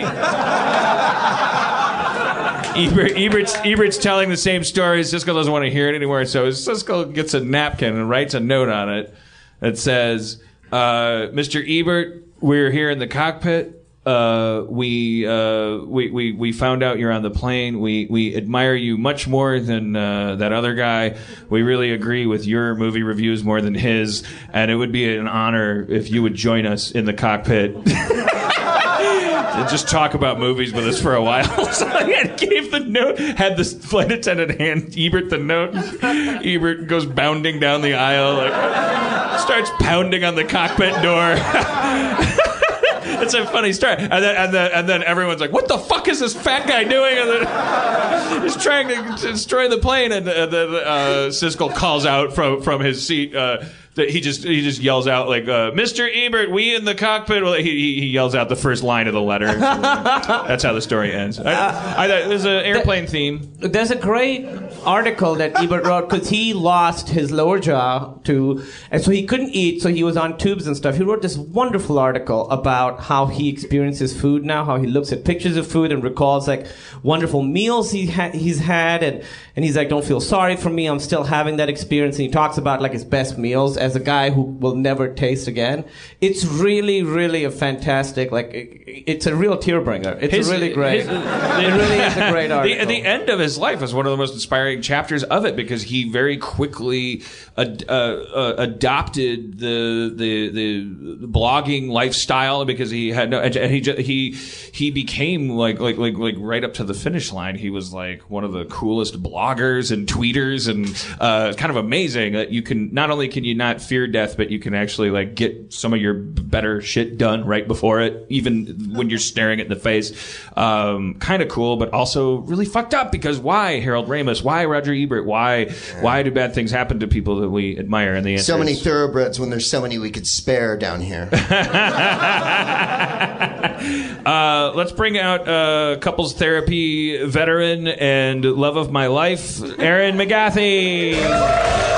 S3: E- Ebert, Ebert's, Ebert's telling the same story. Siskel doesn't want to hear it anymore, so Siskel gets a napkin and writes a note on it that says, uh, "Mr. Ebert, we're here in the cockpit. Uh, we, uh, we we we found out you're on the plane. We we admire you much more than uh, that other guy. We really agree with your movie reviews more than his, and it would be an honor if you would join us in the cockpit." and just talk about movies with us for a while. so I had- gave the note, had the flight attendant hand Ebert the note. Ebert goes bounding down the aisle, like, starts pounding on the cockpit door. It's a funny story, and then, and then and then everyone's like, "What the fuck is this fat guy doing?" And then he's trying to destroy the plane, and uh, then uh, Siskel calls out from from his seat. Uh, that he just he just yells out like, uh, "Mr. Ebert, we in the cockpit." Well, he, he he yells out the first line of the letter. That's how the story ends. I, I, there's an airplane theme.
S6: There's a great article that Ebert wrote because he lost his lower jaw to, and so he couldn't eat, so he was on tubes and stuff. He wrote this wonderful article about how he experiences food now, how he looks at pictures of food and recalls like wonderful meals he ha- he's had, and and he's like, don't feel sorry for me, I'm still having that experience. And he talks about like his best meals as a guy who will never taste again. It's really, really a fantastic like, it- it's a real tear bringer. It's
S3: His-
S6: really great.
S3: his-
S6: it really is a great article.
S3: The, the end of his life is one of the most inspiring chapters of it because he very quickly ad, uh, uh, adopted the, the the blogging lifestyle because he had no and, and he ju- he he became like like like like right up to the finish line he was like one of the coolest bloggers and tweeters and uh, it's kind of amazing that you can not only can you not fear death but you can actually like get some of your better shit done right before it even when you're staring it in the face um, kind of cool but also really fucked up because why Harold Ramis why Roger Ebert why why do bad things happen to people that we admire and the answer
S5: So many
S3: is-
S5: thoroughbreds when there's so many we could spare down here.
S3: Uh, let's bring out uh, couples therapy veteran and love of my life, Aaron McGathy.
S1: I gotta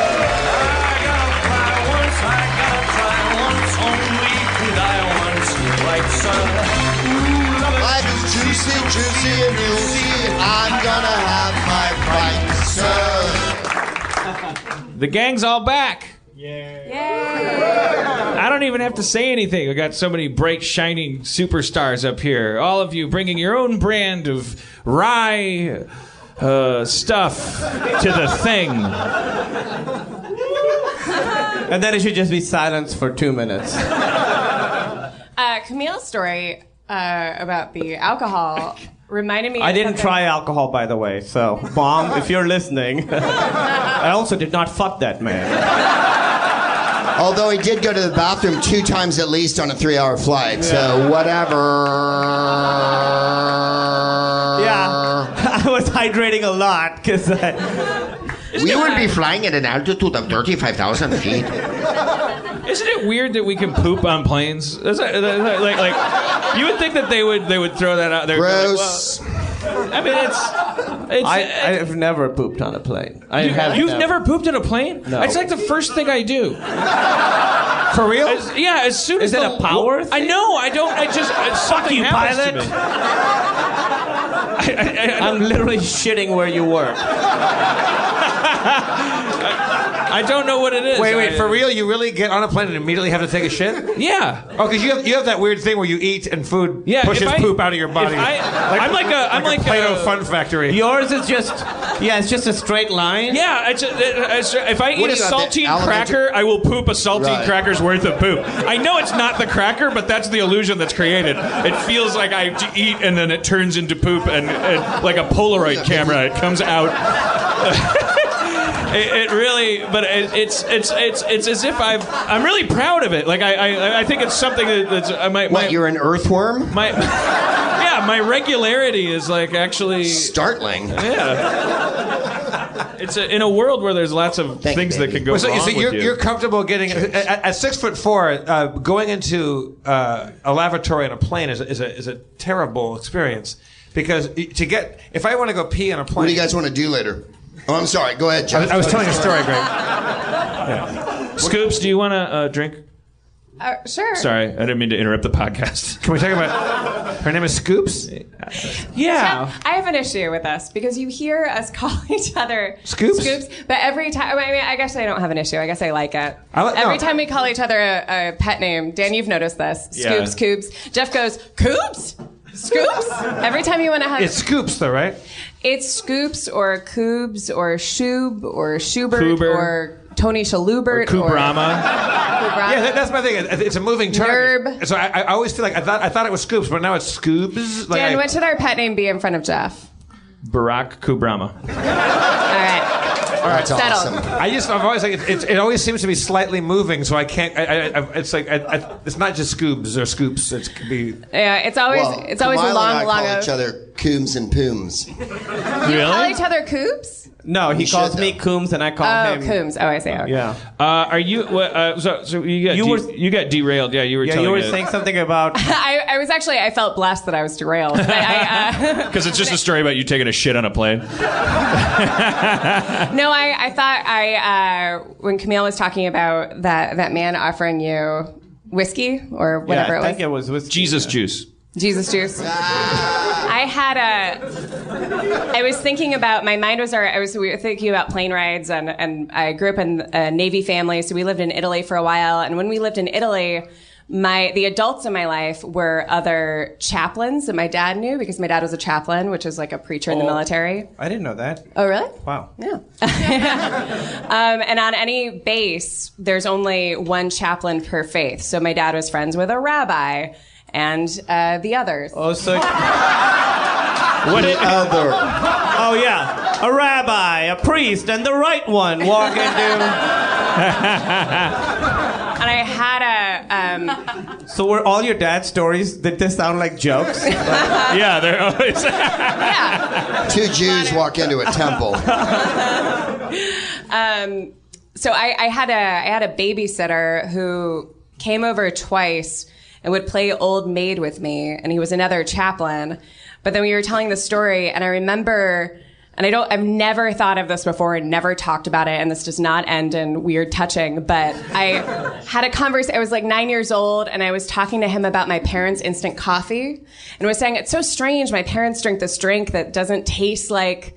S1: fly once, I gotta fly once, only could I once, like sir. Ooh, love it.
S5: Life is juicy, juicy, and juicy. I'm gonna have my bite, sir.
S3: The gang's all back. I don't even have to say anything. We got so many bright, shining superstars up here. All of you bringing your own brand of rye uh, stuff to the thing.
S6: And then it should just be silence for two minutes.
S7: Uh, Camille's story uh, about the alcohol reminded me.
S6: I
S7: of
S6: didn't
S7: something-
S6: try alcohol, by the way. So, mom, if you're listening, I also did not fuck that man.
S5: Although he did go to the bathroom two times at least on a three hour flight, so whatever.
S6: Yeah, I was hydrating a lot because
S5: We would be flying at an altitude of 35,000 feet.
S3: Isn't it weird that we can poop on planes? Is that- is that- like, like, you would think that they would they would throw that out there.
S5: Gross.
S3: I mean, it's. it's
S6: I, I've never pooped on a plane. I
S3: you,
S6: have
S3: have never pooped in a plane?
S6: No.
S3: It's like the first thing I do.
S6: for real.
S3: As- yeah, as soon
S6: Is
S3: as
S6: it
S3: the-
S6: a power
S3: I
S6: thing?
S3: know. I don't. I just. I, Fuck
S6: you, pilot.
S3: I, I, I,
S6: I'm literally shitting where you work.
S3: I don't know what it is.
S2: Wait, wait,
S3: I-
S2: for real? You really get on a plane and immediately have to take a shit? Oh,
S3: Yeah.
S2: because you have you have that weird thing where you eat and food
S3: Yeah,
S2: pushes
S3: if I-
S2: poop out of your body.
S3: if I- I'm like a- I'm like
S2: Play-Doh
S3: a-
S2: Fun Factory.
S6: Yours is just yeah, it's just a straight line.
S3: Yeah, it's, it's, if I eat
S5: What
S3: a
S5: do you got, the
S3: saltine
S5: elementary-
S3: cracker, I will poop a saltine
S5: Right.
S3: cracker's worth of poop. I know it's not the cracker, but that's the illusion that's created. It feels like I d- eat and then it turns into poop, and, and like a Polaroid camera, it comes out. It, it really, but it, it's it's it's it's as if I've I'm really proud of it. Like I I, I think it's something that, that's I might
S5: What,
S3: my,
S5: you're an earthworm?
S3: my yeah my regularity is like actually
S5: Startling.
S3: It's a, in a world where there's lots of
S5: Thank you,
S3: things that
S5: baby.
S3: can go
S2: Well, so,
S3: wrong
S2: so you're,
S3: with you.
S2: are comfortable getting at, at six foot four, uh, going into uh, a lavatory on a plane is a, is a, is a terrible experience because y- to get if I want to go pee on a plane,
S5: What do you guys want to do later? Oh, I'm sorry. Go ahead,
S2: I
S5: Jeff.
S2: was, I was telling a story, Greg.
S3: Scoops, do you want to uh, drink?
S7: Uh, sure.
S3: Sorry, I didn't mean to interrupt the podcast.
S2: Can we talk about her name is Scoops?
S6: yeah.
S7: I have an issue with us because you hear us call each other
S2: Scoops?
S7: Scoops, but every time, I mean, I guess I don't have an issue. I guess I like it.
S2: I like-
S7: every
S2: no.
S7: time we call each other a, a pet name, Dan, you've noticed this.
S3: Yeah.
S7: Scoops, Coops. Jeff goes, Coops? Scoops? every time you want to have
S2: It's Scoops though, right?
S7: It's Scoops or Coobs or Shoob or Schubert
S3: Coober.
S7: or Tony Shalhoubert
S3: Kubrama.
S7: Kubrama.
S2: Yeah, that, that's my thing. It- It's a moving target.
S7: Nerb.
S2: So I, I always feel like I thought I thought it was Scoops, but now it's Scoobs. Like
S7: Dan,
S2: I-
S7: what should our pet name be in front of Jeff?
S3: Barack Kubrama.
S7: All right.
S5: That's
S7: Settled.
S5: awesome.
S2: I just I've always like it, it, it always seems to be slightly moving, so I can't. I, I, I, it's like I, I, it's not just Scoobs or Scoops. It could be.
S7: Yeah, it's always
S5: Well,
S7: it's always
S5: Kumail
S7: a long,
S5: and I
S7: long.
S5: call
S7: o-
S5: each other Coombs and Pooms.
S7: Call
S3: Really?
S7: each other Coops?
S6: No, he
S5: should,
S6: calls me
S5: though.
S6: Coombs and I call
S7: Oh,
S6: him.
S7: Coombs. Oh, I see. Okay.
S6: Yeah.
S3: Uh, are you? What, uh, so, so you got
S6: You
S3: you, de-
S6: were-
S3: you got derailed. Yeah, you were.
S6: Yeah,
S3: telling
S6: you were
S3: it.
S6: saying something about
S7: I, I was actually I felt blessed that I was derailed. But I,
S3: because it's just a story about you taking a shit on a plane.
S7: uh, no, I, I thought I uh, when Camille was talking about that that man offering you whiskey or
S6: yeah,
S7: whatever
S6: I think
S7: it
S6: it
S7: was,
S6: was with
S3: Jesus juice.
S7: Jesus juice. I had a. I was thinking about my mind was already. I was we were thinking about plane rides, and and I grew up in a Navy family, so we lived in Italy for a while. And when we lived in Italy, my the adults in my life were other chaplains that my dad knew because my dad was a chaplain, which is like a preacher in the military.
S6: I didn't know that.
S7: Oh, really?
S6: Wow.
S7: Yeah. um, and on any base, there's only one chaplain per faith. So my dad was friends with a rabbi and uh, the others.
S6: Oh, so
S3: What? Did,
S5: Other.
S6: oh yeah, a rabbi, a priest, and the right one walk into.
S7: And I had a. Um,
S6: So were all your dad's stories? Did they sound like jokes?
S3: yeah, they're always.
S5: Two Jews walk into a temple.
S7: um, so I, I had a I had a babysitter who came over twice and would play old maid with me, and he was another chaplain. But then we were telling the story, and I remember. And I don't, I've never thought of this before and never talked about it. And this does not end in weird touching, but I had a conversation. I was like nine years old and I was talking to him about my parents' instant coffee and was saying, it's so strange. My parents drink this drink that doesn't taste like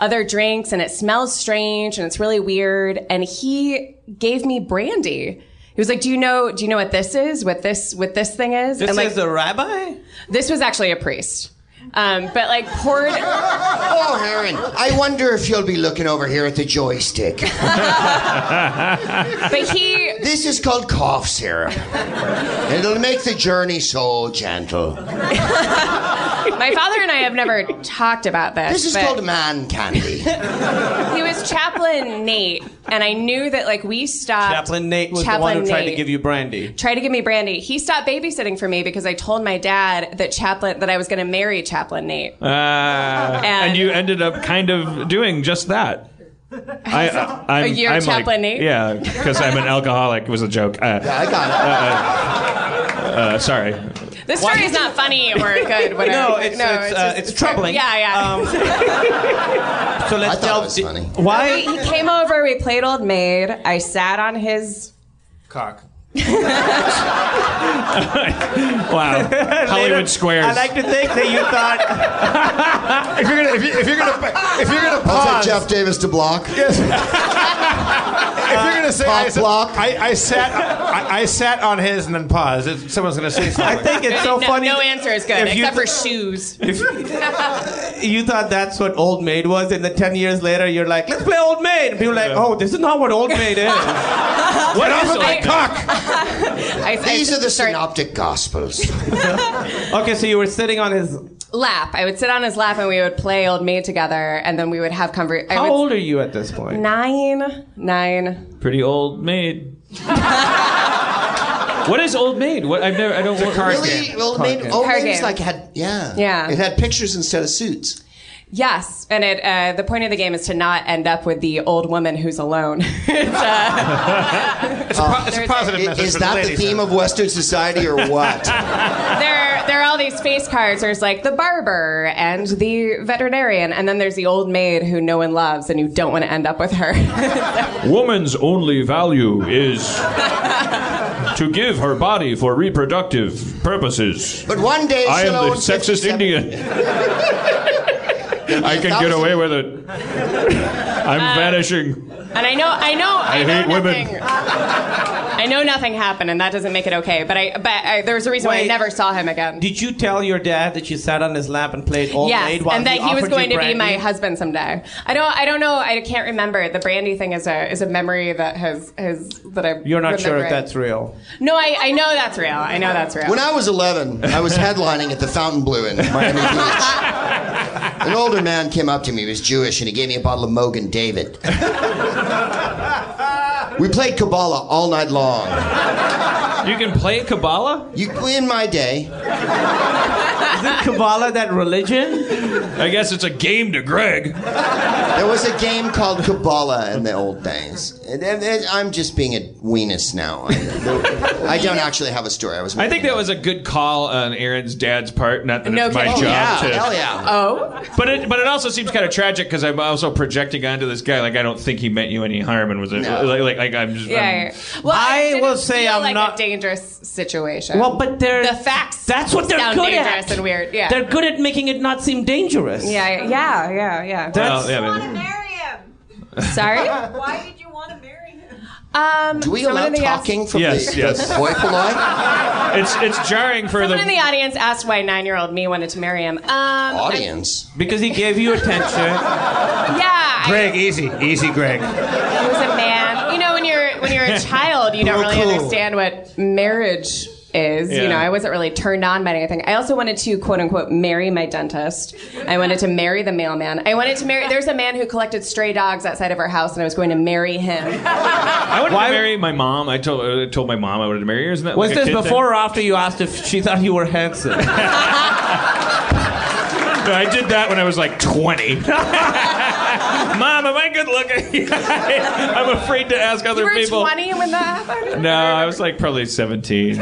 S7: other drinks and it smells strange and it's really weird. And he gave me brandy. He was like, "Do you know? Do you know what this is? What this? What this thing is?"
S6: This
S7: and like,
S6: is a rabbi?
S7: this was actually a priest, um, but like poured.
S5: Oh, Heron, I wonder if you'll be looking over here at the joystick.
S7: but he
S5: This is called cough syrup. It'll make the journey so gentle.
S7: My father and I have never talked about this.
S5: This is
S7: but
S5: called man candy.
S7: He was Chaplain Nate, and I knew that like we stopped.
S6: Chaplain Nate was the
S7: Uh, Chaplain
S6: one who tried to
S7: Nate
S6: give you brandy.
S7: tried to give me brandy. He stopped babysitting for me because I told my dad that Chaplain that I was going to marry Chaplain Nate.
S3: Uh, and,
S7: And-
S3: you ended up kind of doing just that. I, I, I'm,
S7: You're
S3: I'm
S7: Chaplain
S3: like,
S7: Nate?
S3: Yeah, because I'm an alcoholic. It was a joke. Uh,
S5: I got it.
S3: uh, sorry.
S7: This story is not funny or good. Whatever.
S6: No, it's, it's, uh,
S7: just-
S6: it's troubling.
S7: Yeah, yeah.
S6: Um, so
S5: I thought
S6: let's
S5: it
S6: delve.
S5: was
S6: di-
S5: funny.
S7: He-
S6: Why?
S7: he came over. We played Old Maid. I sat on his.
S2: Cock.
S3: Wow. Hollywood Squares.
S6: I like to think that you thought
S2: If you're gonna, if, you, if you're gonna, if you're gonna
S5: I'll
S2: pause,
S5: take Jeff Davis to block.
S2: if you're gonna say,
S5: Pop
S2: I, sat-
S5: block.
S2: I, I sat, I, I sat on his and then paused. If someone's gonna say something.
S6: I think it's so
S7: no,
S6: funny.
S7: no answer is good
S6: if you
S7: except for
S6: th-
S7: shoes.
S6: If you thought that's what old maid was, and then ten years later you're like, let's play old maid. And people are like, oh, this is not what old maid is.
S3: what is
S7: off of my
S3: it?
S2: cock.
S7: I, I
S5: These are the
S7: start-
S5: synoptic gospels.
S6: okay, so you were sitting on his.
S7: lap. I would sit on his lap and we would play Old Maid together, and then we would have conver I
S6: How
S7: would,
S6: old are you at this point?
S7: Nine, nine.
S3: Pretty old maid. what is old maid? What I've never. I don't. It's
S5: Really? Well, made,
S6: game.
S5: old
S7: Card
S5: names
S7: game.
S5: like had yeah.
S7: Yeah.
S5: It had pictures instead of suits.
S7: Yes, and it. Uh, the point of the game is to not end up with the old woman who's alone. it's, uh,
S2: It's a, po- it's a positive
S5: I-
S2: message.
S5: Is
S2: for
S5: that the
S2: ladies.
S5: theme of Western society or what?
S7: there, there are all these face cards. There's like the barber and the veterinarian, and then there's the old maid who no one loves, and you don't want to end up with her.
S3: Woman's only value is to give her body for reproductive purposes.
S5: But one day
S3: I am
S5: she'll
S3: the
S5: own
S3: sexist
S5: 57
S3: Indian. I can get away with it. I'm vanishing.
S7: and I know, I know, I,
S3: I
S7: know
S3: hate women.
S7: nothing. I know nothing happened, and that doesn't make it okay. But I, but I, there was a reason why I
S6: Wait.
S7: never saw him again.
S6: Did you tell your dad that you sat on his lap and played old
S7: Yes,
S6: maid while
S7: and that he, was
S6: offered
S7: going
S6: you
S7: to be my
S6: brandy?
S7: husband someday. I don't. I don't know. I can't remember. The brandy thing is a is a memory that has has that I.
S6: You're not sure
S7: remember
S6: if
S7: it.
S6: that's real.
S7: No, I, I know that's real. I know that's real.
S5: When I was 11, I was headlining at the Fountain Blue in Miami Beach. An older man came up to me, he was Jewish, and he gave me a bottle of Mogan David. We played Kabbalah all night long.
S3: You can play Kabbalah?
S5: You, in my day,
S6: Isn't Kabbalah that religion?
S3: I guess it's a game to Greg.
S5: there was a game called Kabbalah in the old days. And, and- and I'm just being a weenus now. I, I don't actually have a story. I was.
S3: I think that was a good call on Aaron's dad's part. Not that
S7: No
S3: it's my
S7: kidding.
S3: job
S5: yeah,
S3: to.
S5: hell yeah.
S7: oh,
S3: But it, but it also seems kind of tragic because I'm also projecting onto this guy. Like I don't think he meant you any harm, and was it
S5: No.
S3: like, like like I'm just
S7: yeah.
S3: I'm-
S7: yeah. Well,
S6: I
S7: didn't
S6: will say
S7: feel
S6: I'm
S7: like
S6: not-
S7: a dangerous situation.
S6: Well, but they're
S7: the facts.
S6: That's what they're
S7: sound
S6: good
S7: dangerous
S6: at.
S7: and weird. Yeah.
S6: They're good at making it not seem dangerous.
S7: yeah, yeah, yeah, yeah.
S6: That's-
S3: Well, yeah, but-
S8: marry him?
S7: Sorry.
S8: Why did you want to marry him?
S7: Um,
S5: Do we
S7: someone
S5: allow
S7: in the
S5: talking from
S3: Yes,
S5: the,
S3: yes.
S5: the boy polite?
S3: It's it's jarring for
S7: Someone
S3: the.
S7: in the audience asked why nine-year-old me wanted to marry him. Um,
S5: Audience.
S6: Because he gave you attention.
S7: I- yeah, I-
S2: Greg, easy, easy, Greg. Uh,
S7: He was a man. You know, when you're when you're a child, you don't
S2: Real
S7: really
S2: cool.
S7: understand what marriage is. You
S3: Yeah.
S7: know, I wasn't really turned on by anything. I also wanted to quote unquote marry my dentist. I wanted to marry the mailman. I wanted to marry. There's a man who collected stray dogs outside of our house, and I was going to marry him.
S3: I wanted to marry my mom. I told I told my mom I wanted to marry her. Isn't that
S6: Was
S3: like a
S6: this
S3: kid
S6: before
S3: thing?
S6: or after you asked if she thought you were handsome?
S3: No, I did that when I was like 20. mom, am I good looking? I'm afraid to ask other
S7: You were
S3: people.
S7: 20 when that happened.
S3: No, I was like probably 17.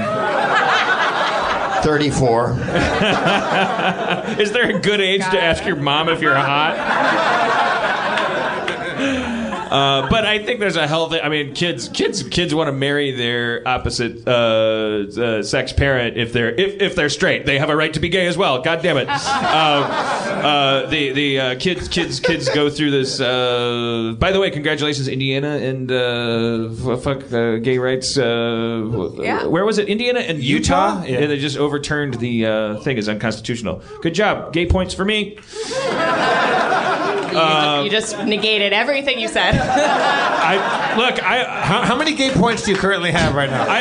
S5: 34.
S3: Is there a good age to ask your mom if you're hot? Uh, but I think there's a healthy. I mean, kids, kids, kids want to marry their opposite uh, uh, sex parent if they're if, if they're straight. They have a right to be gay as well. God damn it. Um, uh, the the uh, kids kids kids go through this. Uh, by the way, congratulations, Indiana and uh, f- fuck uh, gay rights. Uh,
S7: Yeah.
S3: Where was it? Indiana and Utah. Yeah, they just overturned the uh, thing as unconstitutional. Good job. Gay points for me.
S7: You,
S3: uh,
S7: you just negated everything you said.
S3: I look. I
S2: How, how many gay points do you currently have right now?
S3: I,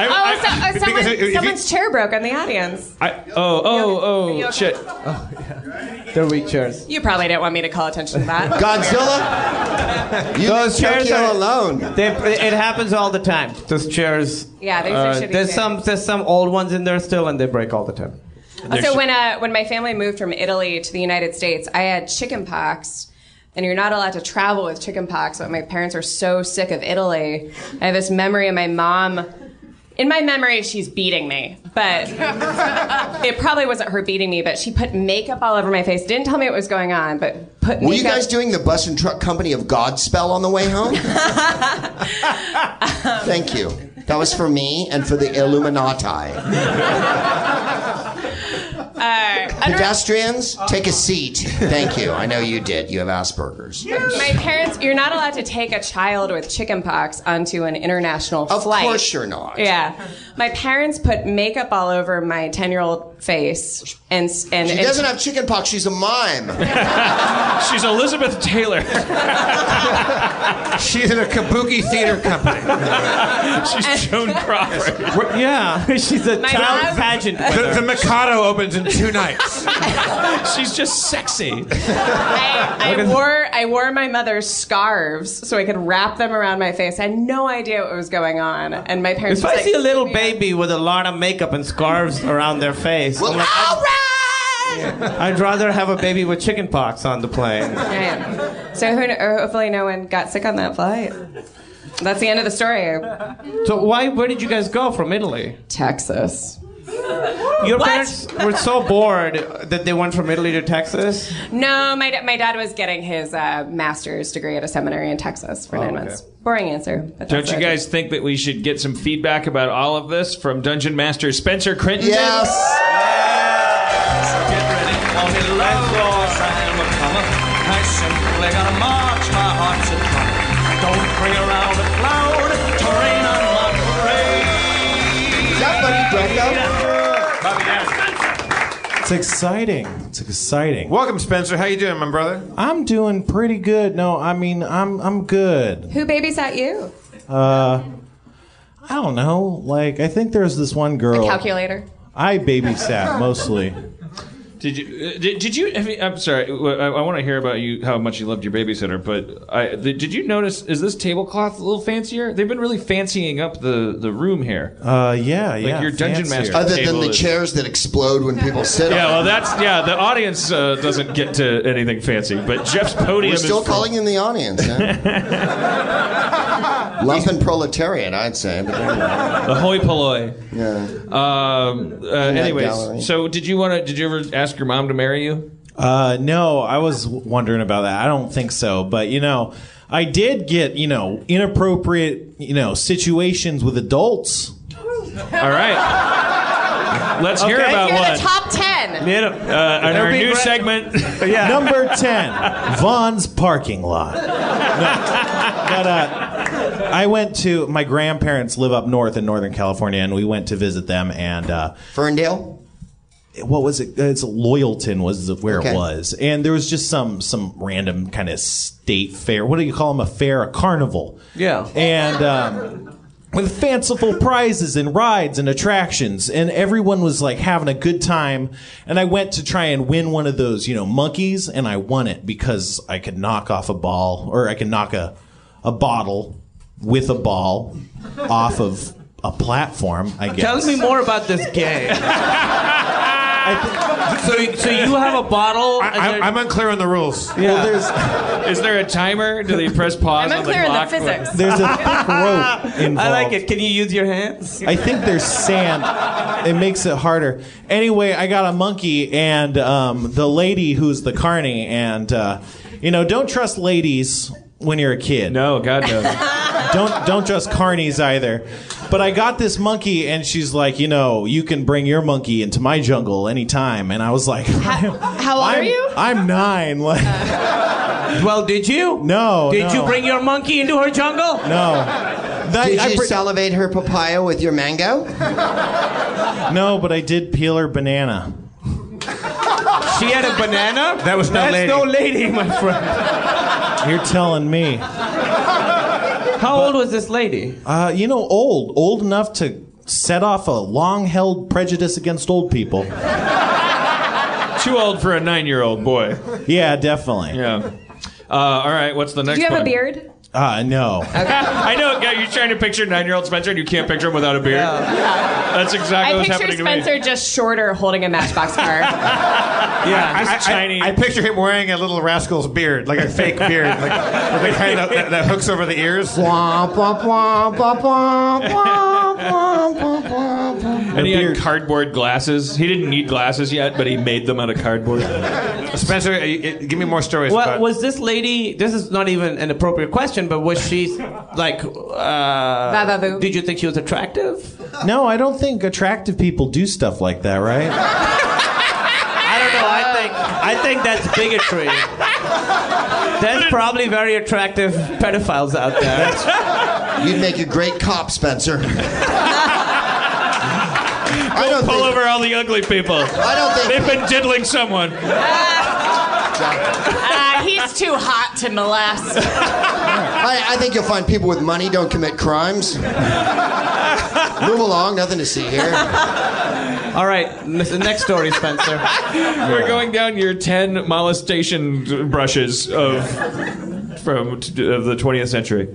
S3: I,
S7: Oh, so,
S3: I-
S7: oh someone,
S2: because if you-
S7: someone's chair broke in the audience.
S3: I- oh, oh,
S7: Are you
S3: oh,
S7: okay?
S3: shit.
S6: They're weak chairs.
S7: You probably didn't want me to call attention to that.
S5: Godzilla? You
S6: Those
S5: leave
S6: chairs
S5: Tokyo
S6: are-
S5: alone.
S6: They, it happens all the time. Those chairs.
S7: Yeah, these are
S6: uh,
S7: shitty
S6: There's
S7: chairs.
S6: some there's some old ones in there still, and they break all the time.
S7: Also, when uh, when my family moved from Italy to the United States, I had chicken pox. And you're not allowed to travel with chicken pox, but my parents were so sick of Italy. I have this memory of my mom. In my memory, she's beating me, but it probably wasn't her beating me, but she put makeup all over my face. Didn't tell me what was going on, but put makeup.
S5: Were you guys doing the bus and truck company of Godspell on the way home? Thank you. That was for me and for the Illuminati. Pedestrians, take a seat. Thank you. I know you did. You have Asperger's.
S7: my parents, you're not allowed to take a child with chicken pox onto an international
S5: Of
S7: flight.
S5: course you're not.
S7: Yeah, my parents put makeup all over my ten-year-old face, and s- and
S5: She
S7: and-
S5: doesn't have chicken pox. She's a mime.
S3: She's Elizabeth Taylor.
S2: She's in a kabuki theater company.
S3: She's Joan Crawford.
S6: Yeah, she's a child
S7: love-
S6: pageant.
S2: The, the Mikado opens in two nights.
S3: She's just sexy.
S7: I, I wore I wore my mother's scarves so I could wrap them around my face. I had no idea what was going on, and my parents.
S6: If I
S7: just,
S6: see a
S7: like,
S6: little
S7: picked me up.
S6: baby with a lot of makeup and scarves around their face,
S5: Well,
S6: I'm like,
S5: all right.
S6: I'd rather have a baby with chicken pox on the plane.
S7: Yeah. So who, kn- or hopefully no one got sick on that flight. That's the end of the story.
S6: So why? Where did you guys go from Italy?
S7: Texas.
S6: Your
S7: What?
S6: parents were so bored that they went from Italy to Texas.
S7: No, my da- my dad was getting his uh, master's degree at a seminary in Texas for nine
S6: okay.
S7: months. Boring answer. But
S3: Don't
S7: that's
S3: you
S7: it.
S3: guys think that we should get some feedback about all of this from Dungeon Master Spencer Crittenden?
S5: Yes.
S1: Get ready for me, Lord. I'm a comer. I simply gotta march. My heart's a drummer. Don't bring around a cloud. Terrain on my parade.
S5: Is that Buddy Greco?
S9: It's exciting. It's exciting.
S2: Welcome, Spencer. How you doing, my brother?
S9: I'm doing pretty good. No, I mean I'm I'm good. Uh,
S7: Who babysat you?
S9: I don't know. Like I think there's this one girl.
S7: Calculator.
S9: I babysat mostly.
S3: Did you? uh, Did, did you? Have you I'm sorry. I, I want to hear about you how much you loved your babysitter. But I, did did you notice? Is this tablecloth a little fancier? They've been really fancying up the, the room here.
S9: Uh, yeah, yeah.
S3: your dungeon
S9: fancier.
S3: master.
S5: Other than
S3: Table
S5: the
S3: is-
S5: chairs that explode when people sit
S3: Yeah,
S5: on
S3: well,
S5: them.
S3: that's yeah. The audience uh, doesn't get to anything fancy, but Jeff's podium
S5: We're still
S3: is
S5: calling in the audience. Huh? Lumpen proletariat, I'd say. But anyway.
S3: ahoy polloi.
S5: yeah.
S3: Um, uh,
S5: gallery.
S3: anyways, so did you want to? Did you ever ask your mom to marry you?
S9: Uh, no, I was w- wondering about that. I don't think so, but you know, I did get you know inappropriate you know situations with adults.
S3: All right, let's hear
S6: Okay.
S3: about
S7: You're
S3: one.
S7: the top ten.
S3: uh, and our
S6: They're being
S3: new
S6: re-
S3: segment.
S9: Yeah. Number ten, Vaughn's parking lot. No. But uh, I went to my grandparents live up north in Northern California, and we went to visit them. And uh,
S5: Ferndale?
S9: what was it? It's Loyalton was the, where
S5: Okay.
S9: it was, and there was just some some random kind of state fair. What do you call them? A fair, a carnival.
S6: Yeah.
S9: and. Um, with fanciful prizes and rides and attractions, and everyone was like having a good time. And I went to try and win one of those, you know, monkeys, and I won it because I could knock off a ball, or I could knock a, a bottle with a ball off of a platform. I guess.
S6: Tell me more about this game. so, so you have a bottle.
S2: I, I'm unclear on the rules.
S9: Well, there's
S3: Is there a timer? Do they press pause?
S7: I'm
S3: on
S7: unclear on
S3: clock?
S7: the physics.
S9: there's a thick rope involved.
S6: I like it. Can you use your hands?
S9: I think there's sand. It makes it harder. Anyway, I got a monkey and um, the lady who's the carny, and uh, you know, don't trust ladies when you're a kid.
S3: No, God
S9: no. don't don't trust carnies either. But I got this monkey, and she's like, you know, you can bring your monkey into my jungle anytime. And I was like,
S6: How old are you?
S9: I'm nine. Like,
S6: well, did you?
S9: No.
S6: Did
S9: no.
S6: you bring your monkey into her jungle?
S9: No. That-
S5: Did
S9: I
S5: you
S9: pre-
S5: salivate her papaya with your mango?
S9: No, but I did peel her banana.
S6: She had a banana?
S9: That was no
S6: That's
S9: lady.
S6: no lady, my friend.
S9: You're telling me.
S6: How old was this lady?
S9: Uh, you know, old, old enough to set off a long-held prejudice against old people.
S3: Too old for a nine-year-old boy.
S9: Yeah, definitely.
S3: Yeah. Uh, all right. What's the next?
S7: Do you have
S3: one?
S7: a beard?
S9: Uh, no.
S3: I know. Yeah, you're trying to picture nine-year-old Spencer, and you can't picture him without a beard. That's exactly
S7: I
S3: what's
S7: picture
S3: happening
S7: Spencer just shorter holding a matchbox car.
S3: to me. Yeah,
S2: I,
S3: just
S2: I-
S3: tiny.
S2: I picture him wearing a little rascal's beard, like a fake beard, like with the kind of, that, that hooks over the ears.
S5: Womp, womp, womp, womp, womp, womp, womp, womp, womp, womp.
S3: and he
S9: beard.
S3: had cardboard glasses. He didn't need glasses yet, but he made them out of cardboard.
S2: Spencer, uh, y- y- give me more stories.
S6: What
S2: about,
S6: was this lady? This is not even an appropriate question, but was she like? Uh,
S7: Vavavoom.
S6: did you think she was attractive?
S9: No, I don't think attractive people do stuff like that, right?
S6: I don't know. I think I think that's bigotry. That's probably very attractive pedophiles out there.
S5: You'd make a great cop, Spencer. I don't
S3: Pull
S5: think-
S3: over all the ugly people.
S5: I don't think
S3: They've been diddling someone.
S7: uh, he's too hot to molest.
S5: I, I think you'll find people with money don't commit crimes. Move along, nothing to see here.
S6: All right, n- next story, Spencer.
S3: We're going down your ten molestation brushes of from t- of the 20th century.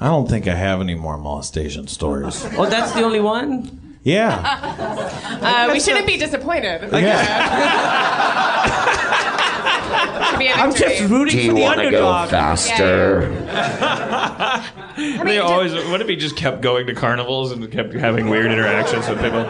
S9: I don't think I have any more molestation stories.
S6: Oh, that's the only one.
S9: Yeah.
S7: Uh, we shouldn't be disappointed.
S9: Yeah.
S7: Could uh, be a
S6: I'm just
S7: victory.
S6: rooting for the underdog.
S7: faster?
S3: they
S7: mean,
S3: always what if he just kept going to carnivals and kept having weird interactions with people?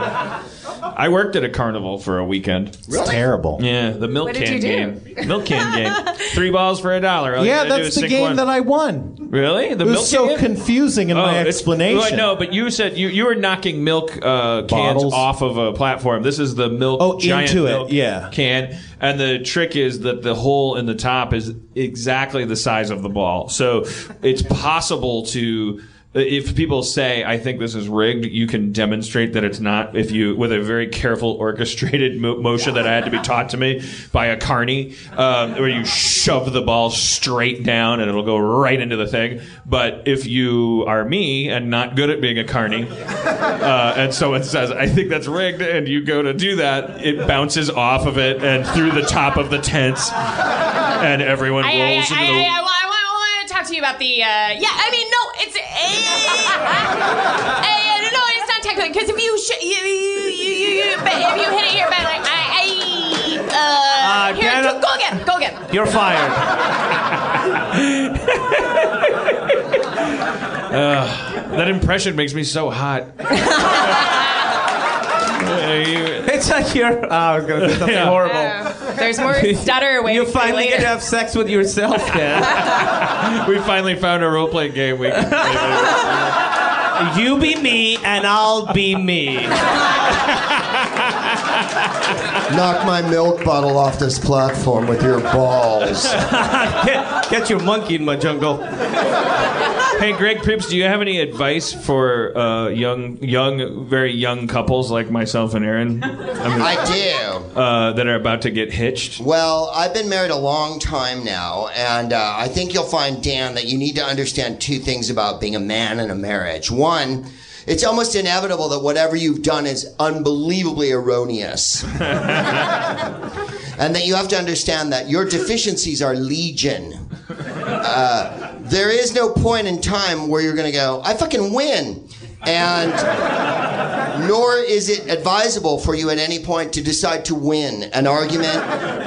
S3: I worked at a carnival for a weekend.
S9: It's terrible.
S3: Yeah, the milk
S7: What did
S3: can
S7: you do?
S3: game. Milk can game. Three balls for a dollar. All you
S9: Yeah,
S3: gotta do is
S9: that's the
S3: sink
S9: game
S3: one.
S9: that I won.
S3: really the
S9: It
S3: milk
S9: was so
S3: can game.
S9: confusing in
S3: Oh,
S9: my
S3: it's-
S9: explanation.
S3: Well, no, but you said you, you were knocking milk uh, cans
S9: Bottles.
S3: off of a platform. This is the milk
S9: Oh,
S3: giant
S9: into it,
S3: milk
S9: yeah.
S3: can, and the trick is that the hole in the top is exactly the size of the ball, so it's possible to. If people say, "I think this is rigged," you can demonstrate that it's not. If you, with a very careful, orchestrated mo- motion that I had to be taught to me by a carny, um, where you shove the ball straight down and it'll go right into the thing. But if you are me and not good at being a carny, uh, and someone says, I think that's rigged, and you go to do that, it bounces off of it and through the top of the tents, and everyone
S7: I, I, I, I, I,
S3: rolls into the.
S7: I, wa- I wa- I want to talk to you about the. Uh, yeah, I mean, no, it's. eh, eh, no, no, it's not technically because if you, sh- you, you, you, you, you- but if you hit it here, but like, I, I uh,
S6: Ah,
S7: here,
S6: damn
S7: go,
S6: it.
S7: go again, go again.
S6: You're fired.
S3: that impression makes me so hot. Uh, you-
S6: It's like you're. Oh, I was gonna say something
S3: Yeah.
S6: horrible.
S7: Uh, There's more stutter away.
S6: You finally
S7: later.
S6: get to have sex with yourself, Dan.
S3: we finally found a role playing game we can play.
S6: you be me, and I'll be me.
S5: Knock my milk bottle off this platform with your balls.
S6: get, get your monkey in my jungle.
S3: hey, Greg Proops, do you have any advice for uh, young, young, very young couples like myself and Aaron I mean,
S5: I do.
S3: uh, that are about to get hitched?
S5: Well, I've been married a long time now, and uh, I think you'll find, Dan, that you need to understand two things about being a man in a marriage. One, it's almost inevitable that whatever you've done is unbelievably erroneous. and that you have to understand that your deficiencies are legion. Uh, there is no point in time where you're going to go, I fucking win. And nor is it advisable for you at any point to decide to win an argument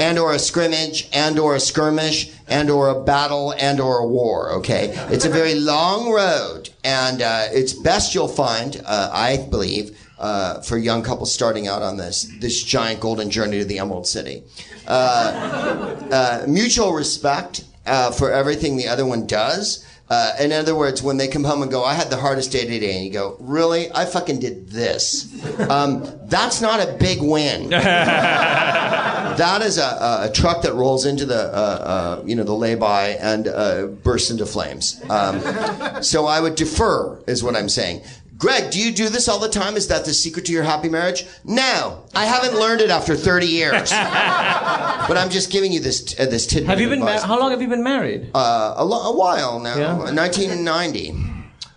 S5: and or a scrimmage and or a skirmish and or a battle and or a war okay it's a very long road and uh, it's best you'll find uh, i believe uh, for young couples starting out on this this giant golden journey to the emerald city uh, uh, mutual respect uh, for everything the other one does. Uh, in other words, when they come home and go, I had the hardest day today, and you go, Really? I fucking did this. Um, that's not a big win. that is a, a, a truck that rolls into the uh, uh, you know the lay-by and uh, bursts into flames. Um, so I would defer, is what I'm saying. Greg, do you do this all the time? Is that the secret to your happy marriage? No, I haven't learned it after 30 years. but I'm just giving you this uh, this tidbit.
S6: Have you
S5: of
S6: been?
S5: advice.
S6: Ma- how long have you been married?
S5: Uh, a, lo- a while now, Uh,
S6: Yeah.
S5: 1990.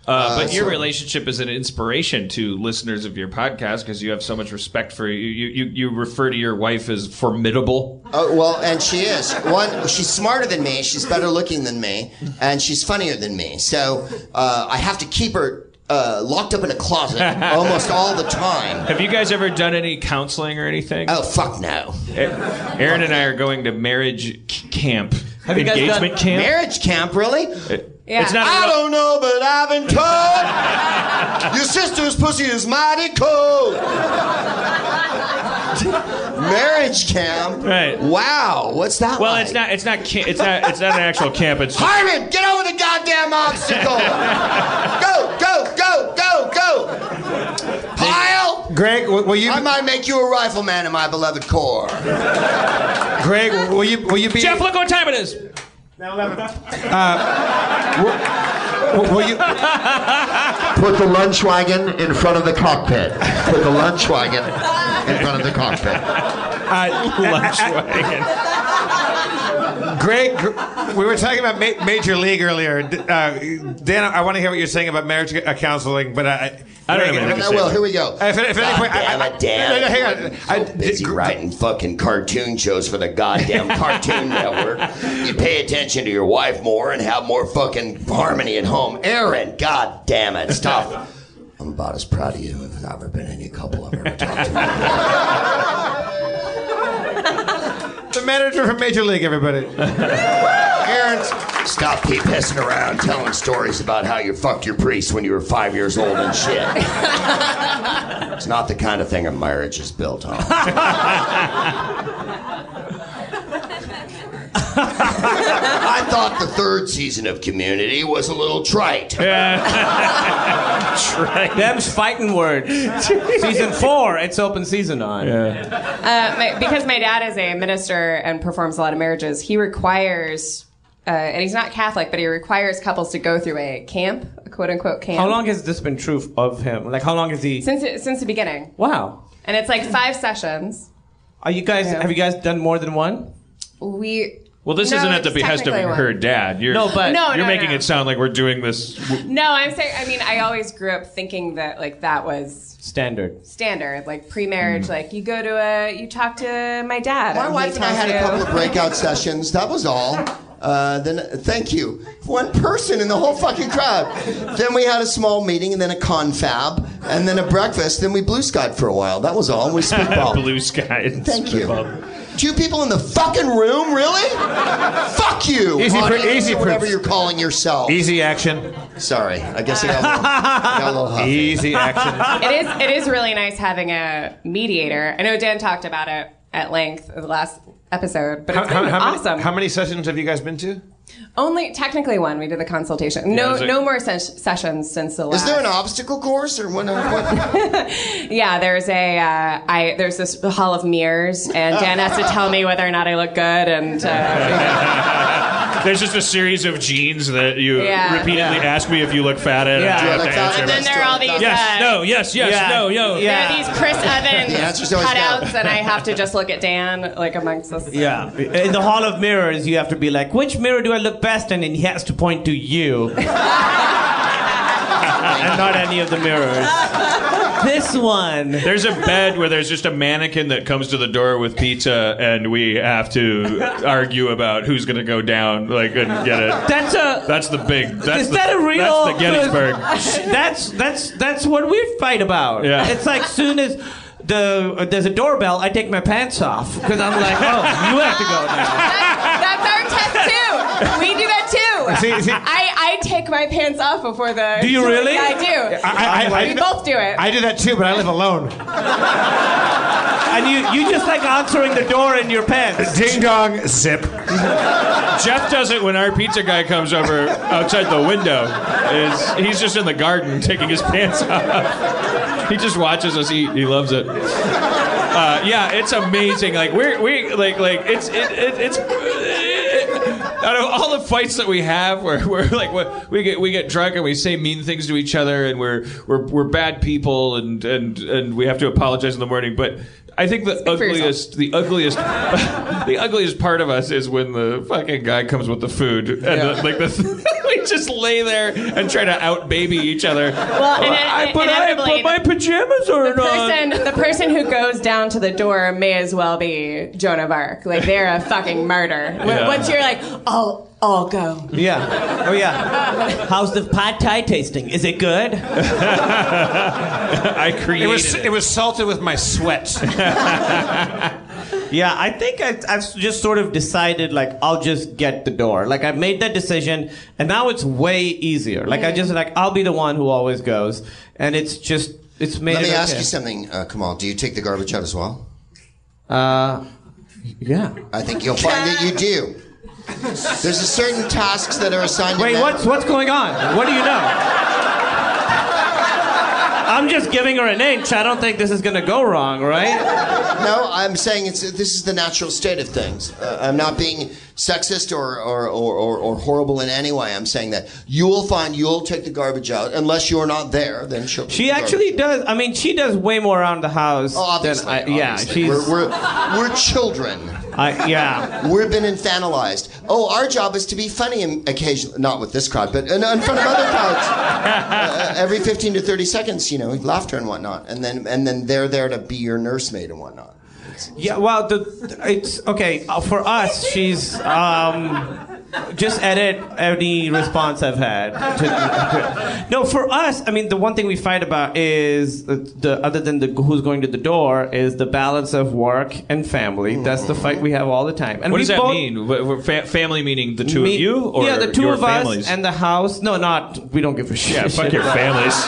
S3: Uh, but your
S5: so-
S3: relationship is an inspiration to listeners of your podcast because you have so much respect for you. You, you. you refer to your wife as formidable.
S5: Oh, well, and she is. One, she's smarter than me, she's better looking than me, and she's funnier than me. So uh, I have to keep her uh, locked up in a closet almost all the time.
S3: Have you guys ever done any counseling or anything?
S5: Oh, fuck no.
S3: Aaron and I are going to marriage c- camp.
S5: Have you guys
S3: Engagement
S5: done-
S3: camp?
S5: Marriage camp, really?
S3: Yeah. It's not
S5: I
S3: real-
S5: don't know, but I've been told your sister's pussy is mighty cold. Marriage camp.
S3: Right.
S5: Wow, what's that
S3: Well,
S5: like?
S3: it's not. It's not. Ca- it's not. It's not an actual camp. It's just,
S5: Hyman, get over the goddamn obstacle. go, go, go, go, go. Pyle,
S2: Greg, will will you?
S5: I might make you a rifleman in my beloved corps.
S2: Greg, will you? Will you be?
S3: Jeff, look what time it is.
S2: Will you?
S5: Put the lunch wagon in front of the cockpit. Put the lunch wagon in front of the cockpit.
S3: Lunchwagon.
S2: Greg, gr- we were talking about ma- Major League earlier. D- Uh, Dan, I want to hear what you're saying about marriage c- uh, counseling, but I,
S3: I don't know, man.
S2: If,
S5: Well, here we go.
S2: if at any point, I, I,
S5: Goddammit, Dan.
S2: No, no, hang on. I,
S5: so busy writing fucking cartoon shows for the goddamn Cartoon Network. You pay attention to your wife more and have more fucking harmony at home. Aaron, god damn it, stop. I'm about as proud of you as I've ever been any couple I've ever talked to.
S2: the manager from Major League, everybody.
S5: Aaron, stop keep pissing around telling stories about how you fucked your priest when you were five years old and shit. it's not the kind of thing a marriage is built on. I thought the third season of Community was a little trite.
S6: Them's fighting words. season four. It's open season on.
S7: Uh, my, because my dad is a minister and performs a lot of marriages, he requires, uh, and he's not Catholic, but he requires couples to go through a camp, a quote unquote camp.
S6: How long has this been true f- of him? Like how long has he?
S7: Since it- since the beginning,
S6: Wow.
S7: and it's like five sessions.
S6: Are you guys?
S7: Yeah.
S6: Have you guys done more than one?
S7: We
S3: Well, this
S7: No,
S3: isn't at the
S7: it's
S3: behest of
S7: technically one.
S3: her dad. You're,
S6: No, but-
S7: No,
S3: you're
S7: no,
S3: making
S7: no.
S3: it sound like we're doing this.
S7: no, I'm saying. I mean, I always grew up thinking that like that was
S6: Standard.
S7: standard, like
S3: Mm.
S7: pre-marriage, like you go to a, you talk to my dad.
S5: My
S7: he
S5: wife and I
S7: tells
S5: had a
S7: you-
S5: couple of breakout sessions. That was all. Uh, then thank you, one person in the whole fucking crowd. Then we had a small meeting, and then a confab, and then a breakfast. Then we blue skied for a while. That was all. We speakball.
S3: Blue sky.
S5: Thank you. Two people in the fucking room, really? Fuck you,
S2: Easy pr-
S5: audience,
S2: easy
S5: or whatever
S2: proofs.
S5: you're calling yourself.
S2: Easy action.
S5: Sorry, I guess I got a little, I got a little huffy.
S2: Easy action.
S7: It is. It is really nice having a mediator. I know Dan talked about it at length in the last episode, but it's been
S2: many-
S7: awesome.
S2: how many sessions have you guys been to?
S7: Only technically one. We did the consultation. No,
S3: it's like-
S7: no more ses- sessions since the last.
S5: Is there an obstacle course or what? what?
S7: Yeah, there's a. Uh, I there's this hall of mirrors, and Dan has to tell me whether or not I look good, and uh,
S3: There's just a series of genes that you
S7: Yeah.
S3: repeatedly ask me if you look fat at.
S6: Yeah.
S3: and I
S6: Do I
S3: have
S5: look
S3: to
S5: fat?
S3: answer
S7: and
S3: that.
S7: then there are all these.
S3: Yes,
S7: uh,
S3: no, yes, yes,
S6: Yeah.
S3: no, yo.
S6: Yeah.
S7: There are these Chris Evans
S5: The answer's always
S7: cutouts,
S5: no.
S7: and I have to just look at Dan like amongst us.
S6: Yeah. In the Hall of Mirrors, you have to be like, which mirror do I look best in? And he has to point to you. and not any of the mirrors. This one.
S3: There's a bed where there's just a mannequin that comes to the door with pizza, and we have to argue about who's gonna go down, like, and get it.
S6: That's a.
S3: That's the big. That's
S6: is
S3: the,
S6: that a real?
S3: That's the Gettysburg.
S6: that's that's that's what we fight about.
S3: Yeah.
S6: It's like soon as the uh, there's a doorbell, I take my pants off because I'm like, oh, you have to go now.
S7: That's our test too. We do that too. do.
S2: See- see-
S7: I, I take my pants off before the.
S2: Do you
S7: Yeah,
S2: really?
S7: I do.
S2: I- I- I-
S7: we both do it.
S2: I do that too, but I live alone.
S6: and you, you just like answering the door in your pants.
S2: Ding dong, zip.
S3: Jeff does it when our pizza guy comes over outside the window. Is he's just in the garden taking his pants off. He just watches us eat. He loves it. Uh, yeah, it's amazing. Like we're we like like it's it, it, it's. uh, out of all the fights that we have, where we're like we're- we get we get drunk and we say mean things to each other, and we're we're we're bad people, and and and we have to apologize in the morning. But I think the
S7: for yourself.
S3: ugliest, the ugliest, the ugliest part of us is when the fucking guy comes with the food, and the, like the. We just lay there and try to out baby each other.
S7: Well, and-
S3: I,
S7: and-
S3: but I,
S7: inevitably-
S3: but my pajamas are
S7: the
S3: on.
S7: person, the person who goes down to the door may as well be Joan of Arc. Like they're a fucking martyr. When-
S6: Yeah.
S7: Once you're like, I'll, I'll go.
S6: Yeah. Oh yeah. How's the pad thai tasting? Is it good?
S3: I created
S2: It was it. was salted with my sweat.
S10: Uh,
S6: Yeah, I think I, I've just sort of decided like I'll just get the door. Like I've made that decision, and now it's way easier. Like I just like I'll be the one who always goes, and it's just it's made.
S5: Let me
S6: it
S5: ask
S6: okay.
S5: you something, uh, Kamal. Do you take the garbage out as well?
S6: Uh, yeah.
S5: I think you'll find that you do. There's a certain tasks that are assigned. to
S6: Wait,
S5: men.
S6: what's what's going on? What do you know? I'm just giving her an inch. I don't think this is gonna go wrong, right?
S5: No, I'm saying it's this is the natural state of things. Uh, I'm not being sexist or or, or, or or horrible in any way. I'm saying that you'll find you'll take the garbage out unless you're not there. Then she'll. take
S6: She
S5: the garbage.
S6: actually does. I mean, she does way more around the house
S5: Oh,
S6: than
S5: obviously,
S6: I. Yeah,
S5: obviously.
S6: she's.
S5: We're, we're we're children.
S6: I, yeah.
S5: We've been infantilized. Oh, our job is to be funny in- occasionally, not with this crowd, but in, in front of other crowds. Uh, every 15 to 30 seconds, you know, laughter and whatnot, and then and then they're there to be your nursemaid and whatnot.
S6: Yeah, well, the, it's okay uh, for us. She's um, just edit any response I've had. To- no, for us, I mean, the one thing we fight about is the, the other than the who's going to the door is the balance of work and family. That's the fight we have all the time. And
S3: What
S6: we
S3: does that
S6: both-
S3: mean? What- what- fa- family meaning the two
S6: me-
S3: of you, or
S6: yeah, the two
S3: your
S6: of
S3: families?
S6: us and the house. No, not we don't give a shit.
S3: yeah, fuck your
S6: about-
S3: families.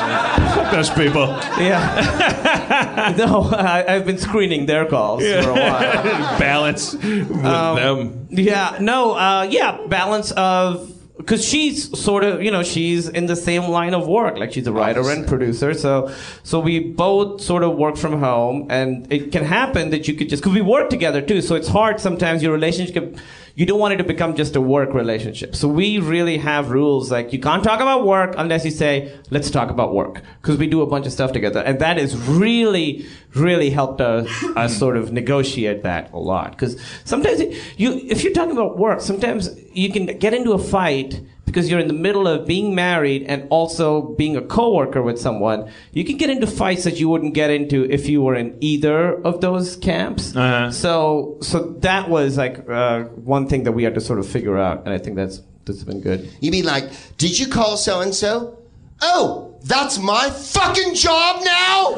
S3: fuck those people.
S6: Yeah. no, I, I've been screening their calls for a while.
S3: Balance with them.
S6: Yeah, no, uh, yeah, balance of because she's sort of you know she's in the same line of work like she's a writer and producer so so we both sort of work from home and it can happen that you could just because we work together too so it's hard sometimes your relationship you don't want it to become just a work relationship so we really have rules like you can't talk about work unless you say let's talk about work because we do a bunch of stuff together and that has really really helped us, us sort of negotiate that a lot because sometimes it- you if you're talking about work sometimes you can get into a fight because you're in the middle of being married and also being a coworker with someone, you can get into fights that you wouldn't get into if you were in either of those camps. So, so that was like uh, one thing that we had to sort of figure out, and I think that's that's been good.
S5: You mean like, did you call so and so? Oh, that's my fucking job now?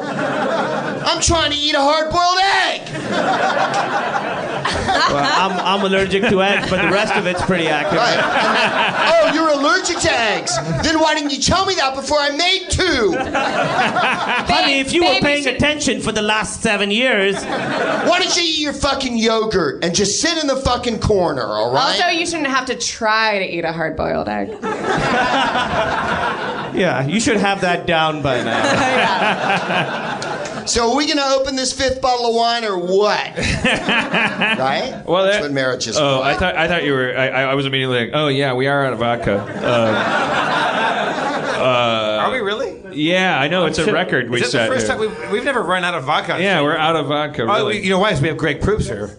S5: I'm trying to eat a hard boiled egg.
S6: I'm, I'm allergic to eggs, but the rest of it's pretty accurate.
S5: Right. And then, oh, you're allergic to eggs. Then why didn't you tell me that before I made two?
S6: Honey, if you were
S7: Baby
S6: paying
S7: should-
S6: attention for the last seven years,
S5: Why don't you eat your fucking yogurt and just sit in the fucking corner, all right?
S7: Also, you shouldn't have to try to eat a hard boiled egg.
S6: yeah, you should have that down by now.
S5: so are we going to open this fifth bottle of wine or what? right?
S3: Well,
S5: That's
S3: that-
S5: what marriage is
S3: Oh,
S5: for.
S3: I thought I thought you were. I, I I was immediately like, oh yeah, we are out of vodka. Uh,
S2: Are we really?
S3: yeah, I know it's a record we
S2: Is that
S3: set.
S2: the first
S3: here.
S2: time we've, we've never run out of vodka? on
S3: yeah,
S2: stage.
S3: we're out of vodka.
S2: Oh,
S3: Really.
S2: we- you know why? Because we have Greg Proops here.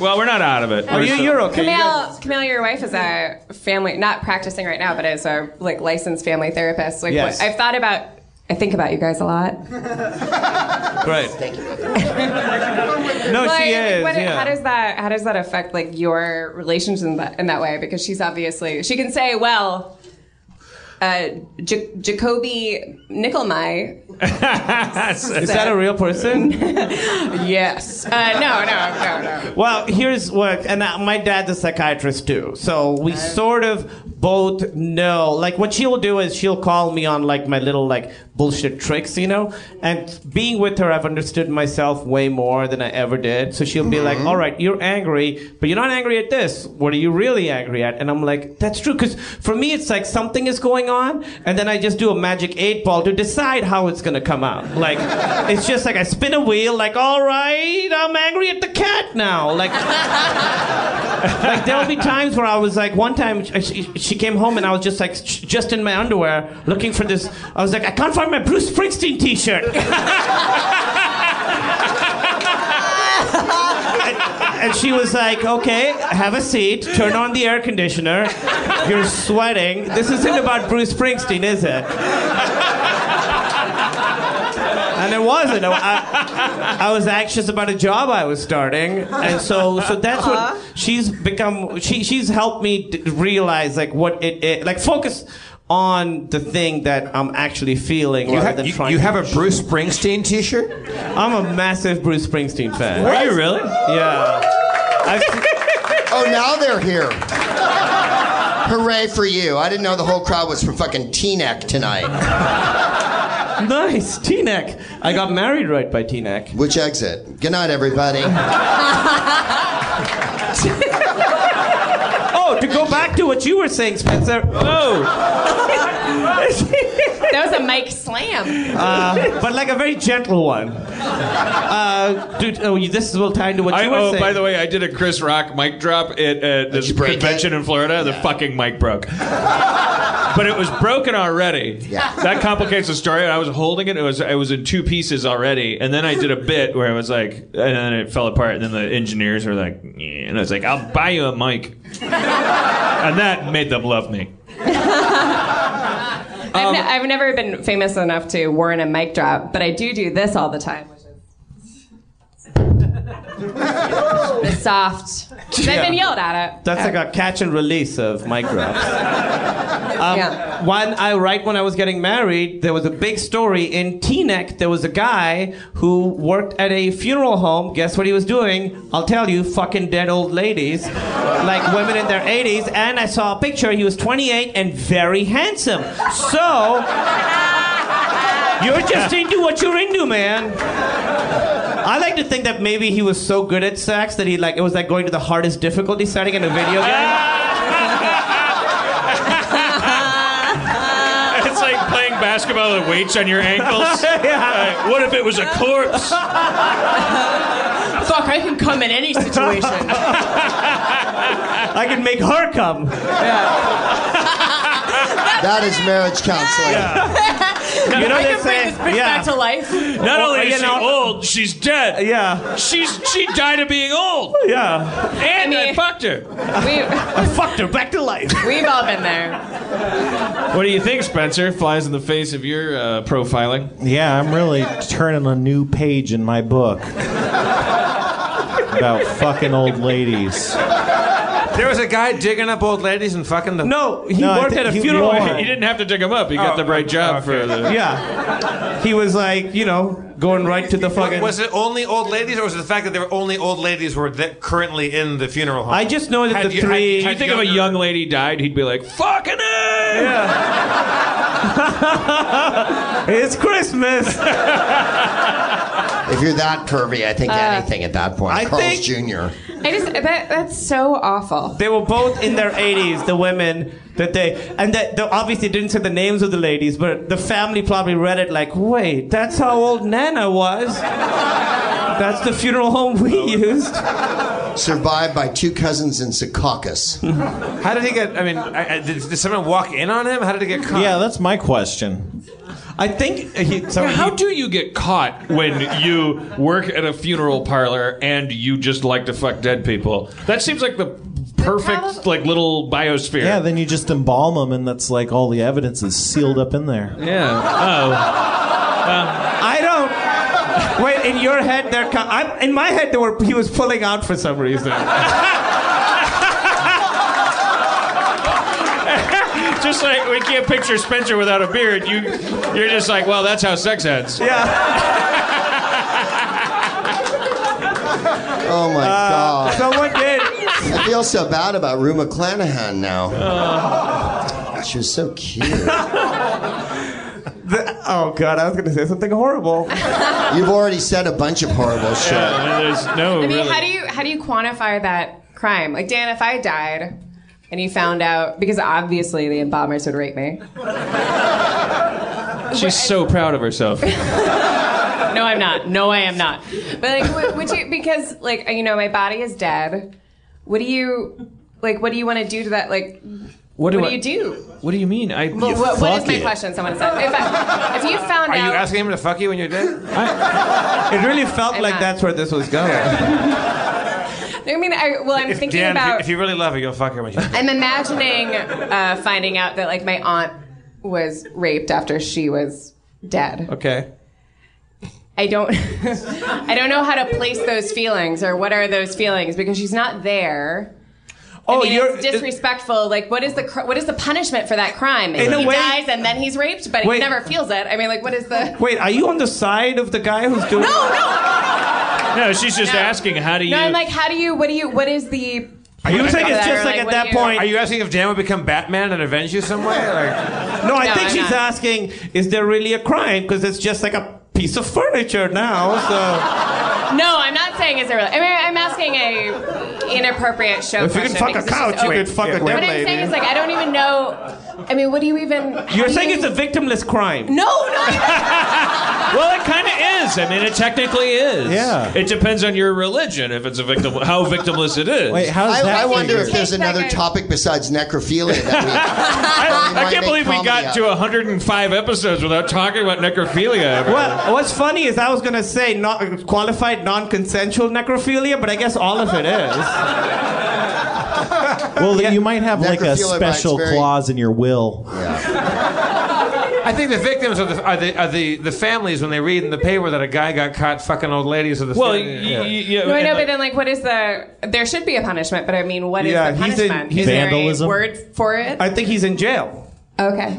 S3: well, we're not out of it.
S6: Oh,
S3: We're
S6: you,
S3: still-
S6: you're okay. You got-
S7: Camille, Camille, your wife is a family, not practicing right now, but is a like licensed family therapist. Like,
S6: Yes.
S7: what, I've thought about, I think about you guys a lot.
S6: Right.
S5: Thank you.
S6: No,
S7: Like,
S6: she is.
S7: what-
S6: yeah.
S7: How does that how does that affect like your relations in that in that way? Because she's obviously she can say, well, uh, J- Jacoby Nickelmy.
S6: is that a real person?
S7: Yes. Uh, no, no, no, no.
S6: well, here's what, and uh, my dad's a psychiatrist too, so we sort of both know. Like what she will do is she'll call me on like my little like bullshit tricks, you know. And being with her, I've understood myself way more than I ever did. So she'll be like, "All right, you're angry, but you're not angry at this. What are you really angry at?" And I'm like, "That's true." Because for me, it's like something is going on, and then I just do a magic eight ball to decide how it's gonna come out. Like it's just like I spin a wheel. Like, all right, I'm angry at the cat now. Like like there'll be times where I was like, one time she, she came home and I was just like, sh- just in my underwear, looking for this. I was like, I can't find my Bruce Springsteen T-shirt. and, and she was like, okay, have a seat, turn on the air conditioner. You're sweating. This isn't about Bruce Springsteen, is it? and it wasn't. I, I was anxious about a job I was starting, and so so that's what she's become. She she's helped me d- realize like what it, it like focus on the thing that I'm actually feeling rather than trying.
S10: you
S6: to-
S10: have a Bruce Springsteen T-shirt?
S6: I'm a massive Bruce Springsteen fan.
S10: What? Are you
S6: really? Yeah. I've
S5: oh, now they're here. Hooray for you. I didn't know the whole crowd was from fucking Teaneck tonight.
S6: Nice, Teaneck. I got married right by Teaneck.
S5: Which exit? Good night, everybody.
S6: Oh, to go back to what you were saying, Spencer. Oh.
S7: that was a mic slam.
S6: Uh, but like a very gentle one. Uh, dude, oh, you- this will tie into what
S3: I,
S6: you were
S3: oh,
S6: saying.
S3: by the way, I did a Chris Rock mic drop at, at this
S5: break
S3: convention in Florida. The fucking mic broke. But it was broken already.
S5: Yeah.
S3: That complicates the story. I was holding it. It was it was in two pieces already, and then I did a bit where I was like, and then it fell apart. And then the engineers were like, "Yeah," and I was like, "I'll buy you a mic," and that made them love me.
S7: I've, ne- I've never been famous enough to warrant a mic drop, but I do do this all the time. which is- The soft. 'Cause I've been yelled at it.
S6: That's like a catch and release of mic drops. Um,
S7: yeah.
S6: One, I right when I was getting married, there was a big story in Teaneck. There was a guy who worked at a funeral home. Guess what he was doing? I'll tell you, fucking dead old ladies, like women in their 80s. And I saw a picture. He was 28 and very handsome. So. You're just into what you're into, man. I like to think that maybe he was so good at sex that he like it was like going to the hardest difficulty setting in a video game.
S3: It's like playing basketball with weights on your ankles.
S6: Yeah.
S4: What if it was a corpse?
S7: Fuck, I can come in any situation.
S6: I could make her come.
S5: That is marriage counseling.
S6: You know
S7: I
S6: they
S7: can bring
S6: say-
S7: this bitch
S6: yeah.
S7: back to life.
S4: Not
S6: Well,
S4: only
S6: you
S4: is she
S6: know-
S4: old, she's dead.
S6: Yeah,
S4: She's she died of being old,
S6: yeah.
S4: and I,
S7: mean-
S4: fucked her.
S7: We,
S6: I fucked her back to life.
S7: we've all been there.
S3: What do you think, Spencer? Flies in the face of your uh, profiling.
S9: Yeah, I'm really turning a new page in my book about fucking old ladies.
S10: There was a guy digging up old ladies and fucking them.
S6: No, he
S9: No, I
S6: worked
S9: think
S6: at a
S9: he-
S6: funeral
S9: you are.
S3: He
S6: home.
S3: didn't have to dig him up. He got
S10: Oh,
S3: the right job for the.
S6: Yeah, he was like, you know, going right to the fucking.
S2: Was it only old ladies, or was it the fact that there were only old ladies were that currently in the funeral home?
S6: I just know that
S2: Had
S6: the
S2: you- had-
S6: three.
S2: had
S3: You think if a young lady died, he'd be like, "Fucking it!"
S6: it's Christmas.
S5: If you're that curvy, I think anything at that point.
S6: I
S5: Carl's
S6: think-
S5: Jr.
S7: I just, that, that's so awful.
S6: They were both in their 80s, the women that they, and that they obviously didn't say the names of the ladies, but the family probably read it like, wait, that's how old Nana was. That's the funeral home we used.
S5: Survived by two cousins in Secaucus.
S10: How did he get? I mean, I, I, did, did someone walk in on him? How did he get caught?
S9: Yeah, that's my question.
S6: I think he, sorry,
S3: How
S6: he-
S3: do you get caught when you work at a funeral parlor and you just like to fuck dead people? That seems like the perfect
S7: probab-
S3: like little biosphere.
S9: Yeah, then you just embalm them, and that's like all the evidence is sealed up in there.
S3: yeah.
S6: I don't. Wait, in your head, they're. Co- I'm, in my head, they were. He was pulling out for some reason.
S3: Oh, just like we can't picture Spencer without a beard. You, you're just like, well, that's how sex ends.
S6: Yeah.
S5: Oh my God. Oh
S6: Someone did.
S5: feel so bad about Rue McClanahan now. She was so cute.
S6: oh God, I was going to say something horrible.
S5: You've already said a bunch of horrible shit.
S3: there's no.
S7: I mean, how do you how do you quantify that crime? Like Dan, if I died and you found out because obviously the embalmers would rape me.
S3: She's so proud of herself.
S7: No, I'm not. No, I am not. But like, would, would you because like you know my body is dead. What do you like? What do you want to do to that? Like,
S3: What do
S7: what
S3: I-
S7: do you do?
S3: What do you mean? I.
S7: Well, what, what is my question? Someone said. If, I, if you found
S10: Are
S7: out,
S10: you asking him to fuck you when you're dead?
S6: it really felt like that's where this was going.
S7: I mean, I, well, I'm
S10: if,
S7: thinking
S10: Dan, if you-
S7: about.
S10: if you really love her, you'll fuck her when she's dead.
S7: I'm imagining uh, finding out that like my aunt was raped after she was dead.
S6: Okay.
S7: I don't I don't know how to place those feelings or what are those feelings because she's not there.
S6: Oh,
S7: I mean,
S6: you're-
S7: it's disrespectful. Like, what is the cr- what is the punishment for that crime?
S6: In a
S7: he
S6: way-
S7: dies and then he's raped, but
S6: Wait.
S7: he never feels it. I mean, like, what is the?
S6: Wait, are you on the side of the guy who's doing? No,
S3: No, she's just
S7: No.
S3: asking. How do you?
S7: No, I'm like, how do you? What do you? What is the?
S10: Are
S6: you saying it's
S7: Or,
S6: just like,
S7: like,
S6: at
S7: what
S6: that
S7: do you-
S6: point?
S10: Are you asking if Dan would become Batman and avenge you some way? Like,
S6: No, I
S7: No,
S6: think
S7: I'm
S6: she's
S7: not.
S6: asking, is there really a crime? Because it's just like a piece of furniture now. So
S7: No, I'm not saying it's a. Real, I mean, I'm asking a inappropriate show.
S6: if you can
S7: question
S6: fuck a
S7: because it's just
S6: couch, you
S7: over-
S6: could fuck a
S7: What
S6: dead
S7: I'm saying
S6: lady.
S7: is like, I don't even know. I mean, what do you even? how
S6: You're
S7: do
S6: saying
S7: you-
S6: it's a victimless crime.
S7: No, no.
S3: Well, it kind of is. I mean, it technically is.
S9: Yeah.
S3: It depends on your religion if it's a victim, how victimless it is.
S9: Wait, how's that?
S5: I, I wonder
S9: figure?
S5: if there's another topic besides necrophilia that we. that we
S3: I
S5: might
S3: can't
S5: make
S3: believe we
S5: comedy
S3: got
S5: out
S3: to
S5: of.
S3: 105 episodes without talking about necrophilia. ever.
S6: Well, what's funny is I was gonna say not qualified non-consensual necrophilia, but I guess all of it is.
S9: Well, you might have like a
S5: Necrophilia by
S9: special
S5: experience.
S9: clause in your will.
S10: I think the victims are the are the, are the the families when they read in the paper that a guy got caught fucking old ladies with the.
S3: Well, y-
S10: yeah.
S3: y- y- yeah,
S7: No, I
S3: and
S7: know,
S3: like-
S7: but then like, what is the? There should be a punishment, but I mean, what is
S6: Yeah,
S7: the
S6: he's in-
S7: punishment?
S6: he's
S7: is there
S9: vandalism.
S7: a word for it?
S6: I think he's in jail.
S7: okay.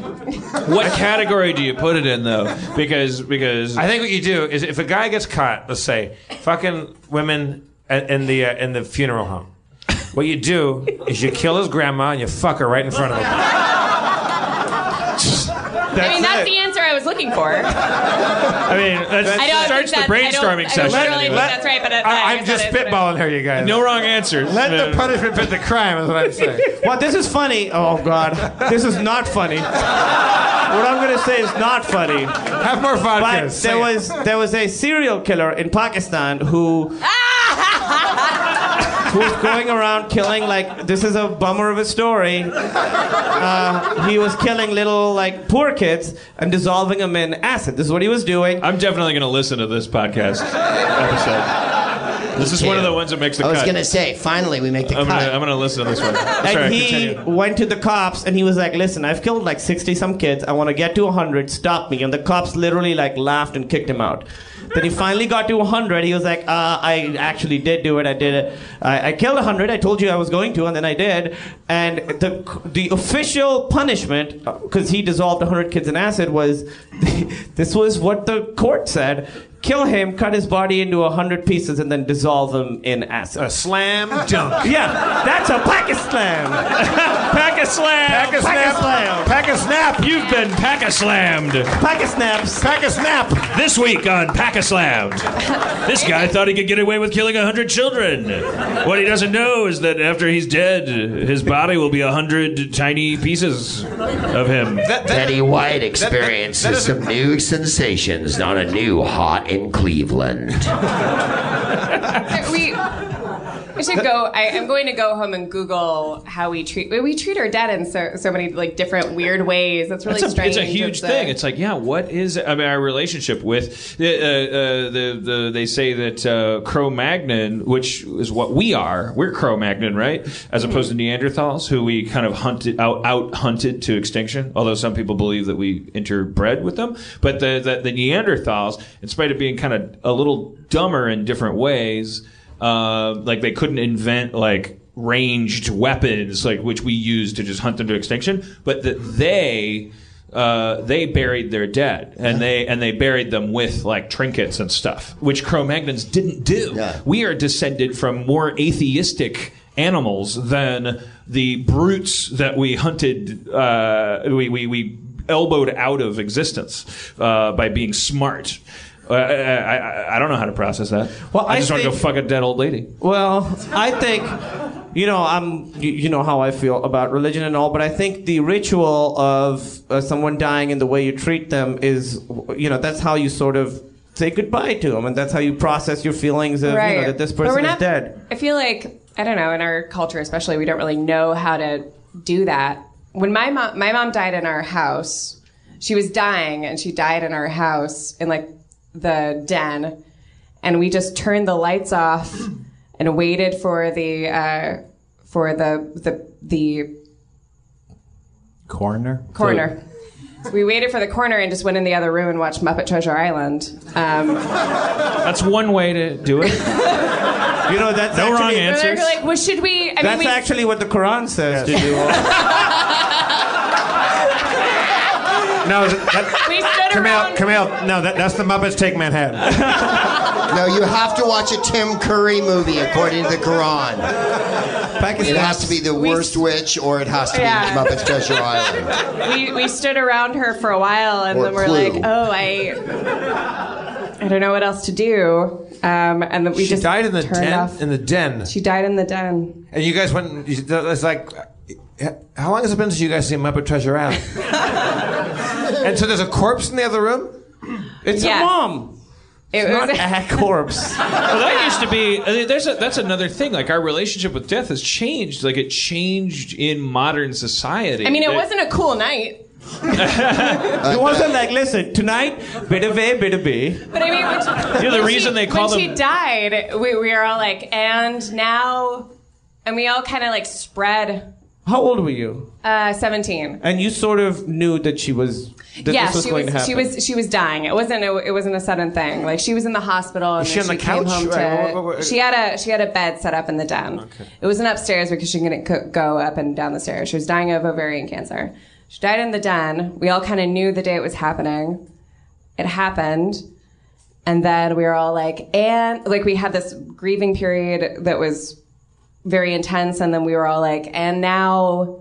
S3: what category do you put it in, though? Because because
S10: I think what you do is if a guy gets caught, let's say fucking women at, in the uh, in the funeral home. What you do is you kill his grandma and you fuck her right in front of him.
S7: I mean, that's
S6: it.
S7: the answer I was looking for. I
S3: I mean that's,
S7: don't think
S3: starts the
S7: that's- I don't-
S3: brainstorming
S7: I don't
S3: session.
S7: really
S3: anyway.
S7: think that's right, but uh, I
S10: I,
S7: guess
S10: I'm just
S7: that is what it-
S10: spitballing her, you guys.
S3: no wrong answers.
S10: let
S3: Uh,
S10: the punishment fit the crime is what I'm saying.
S6: Well, this is funny. Oh God, this is not funny. What I'm gonna say is not funny.
S10: Have more vodka.
S6: But
S10: say
S6: there
S10: it.
S6: was there was a serial killer in Pakistan who who's going around killing like this is a bummer of a story. Uh, he was killing little like poor kids and dissolving them in acid. This is what he was doing.
S3: I'm definitely going to listen to this podcast episode. This is one of the ones that makes the
S5: I was
S3: cut.
S5: gonna say, finally we make the
S3: I'm
S5: cut.
S3: gonna, I'm gonna listen to this one. Sorry,
S6: and he
S3: continue.
S6: went to the cops and he was like, "Listen, I've killed like 60 some kids. I want to get to 100. Stop me!" And the cops literally like laughed and kicked him out. Then he finally got to 100. He was like, uh, "I actually did do it. I did it. I, I killed 100. I told you I was going to, and then I did." And the the official punishment, because he dissolved 100 kids in acid, was this was what the court said. Kill him, cut his body into a hundred pieces, and then dissolve him in acid.
S10: a slam dunk.
S6: Yeah, that's a Pakistan.
S3: Pack a slam.
S10: Pack a snap. Pack a snap.
S3: You've been pack a slammed.
S6: Pack of snaps.
S10: Pack a snap.
S3: This week on Pack a Slammed, this guy thought he could get away with killing a hundred children. What he doesn't know is that after he's dead, his body will be a hundred tiny pieces of him.
S5: Betty White experiences some new sensations on a new hot in Cleveland.
S7: we we should go. I, am going to go home and Google how we treat we treat our dead in so so many like different weird ways. That's really
S3: It's a,
S7: strange.
S3: it's a huge
S7: It's a-
S3: thing. It's like, yeah, what is? I mean, our relationship with uh, uh, the the they say that uh, Cro-Magnon, which is what we are, we're Cro-Magnon, right? As
S7: Hmm.
S3: opposed to Neanderthals, who we kind of hunted out out hunted to extinction. Although some people believe that we interbred with them, but the the, the Neanderthals, in spite of being kind of a little dumber in different ways, uh, like they couldn't invent like ranged weapons like which we use to just hunt them to extinction but that they uh, they buried their dead and they and they buried them with like trinkets and stuff which cro-magnons didn't do
S5: Yeah.
S3: we are descended from more atheistic animals than the brutes that we hunted, uh, we, we, we elbowed out of existence uh, by being smart. Uh, I, I, I- I don't know how to process that. Well, I,
S6: I
S3: just want to go
S6: think-
S3: fuck a dead old lady.
S6: Well, I think you know I'm you, you know how I feel about religion and all, but I think the ritual of uh, someone dying and the way you treat them is you know that's how you sort of say goodbye to them, and that's how you process your feelings of you know that this
S7: But we're
S6: person
S7: not-
S6: is dead.
S7: I feel like I don't know in our culture, especially, we don't really know how to do that. When my mom, my mom died in our house, she was dying, and she died in our house in like the den, and we just turned the lights off and waited for the uh, for the the the
S9: Coroner.
S7: Corner. So we waited for the corner and just went in the other room and watched Muppet Treasure Island. Um,
S3: That's one way to do it.
S6: you know that's
S3: no wrong
S6: actually-
S7: and they're
S3: answers.
S7: like, well, should we? I mean,
S6: that's
S7: we,
S6: actually what the Quran says to do.
S10: No, that,
S7: we stood
S10: come
S7: around.
S10: out, come out. No, that, that's the Muppets Take Manhattan.
S5: No, you have to watch a Tim Curry movie according to the Quran. It has to be the worst witch, or it has to be
S7: Yeah.
S5: Muppets Treasure Island.
S7: we, we stood around her for a while and
S5: Or
S7: then we're
S5: Clue.
S7: like, oh, I I don't know what else to do. Um, and then we
S10: she
S7: just
S10: died in the
S7: turned
S10: den.
S7: off.
S10: In the den.
S7: She died in the den.
S10: And you guys went. you- It's like, how long has it been since you guys seen Muppet Treasure Island? and so there's a corpse in the other room.
S6: It's
S7: Yes.
S6: a mom.
S7: It
S6: It's not
S7: was
S6: a corpse.
S3: Well, that used to be. I mean, There's a, that's another thing. Like our relationship with death has changed. Like it changed in modern society.
S7: I mean, it
S3: That-
S7: wasn't a cool night,
S6: It wasn't like, listen, tonight, bit of A, bit of B.
S7: but I mean, when she,
S3: You're the
S7: when
S3: reason
S7: she-
S3: they call
S7: when
S3: them-
S7: she died, we, we were all like, and now, and we all kind of like spread.
S6: How old were you?
S7: Uh, Seventeen.
S6: And you sort of knew that she was that
S7: yeah,
S6: this was
S7: she
S6: going
S7: was.
S6: to happen.
S7: She was. She was dying. It wasn't. A, it wasn't a sudden thing. Like she was in the hospital. And
S10: Was she
S7: then
S10: on the
S7: came
S10: couch?
S7: home to-
S10: Uh, what- what-
S7: she had a. She had a bed set up in the den. It wasn't upstairs because she couldn't co- go up and down the stairs. She was dying of ovarian cancer. She died in the den. We all kind of knew the day it was happening. It happened. And then we were all like, and like we had this grieving period that was very intense. And then we were all like, and now,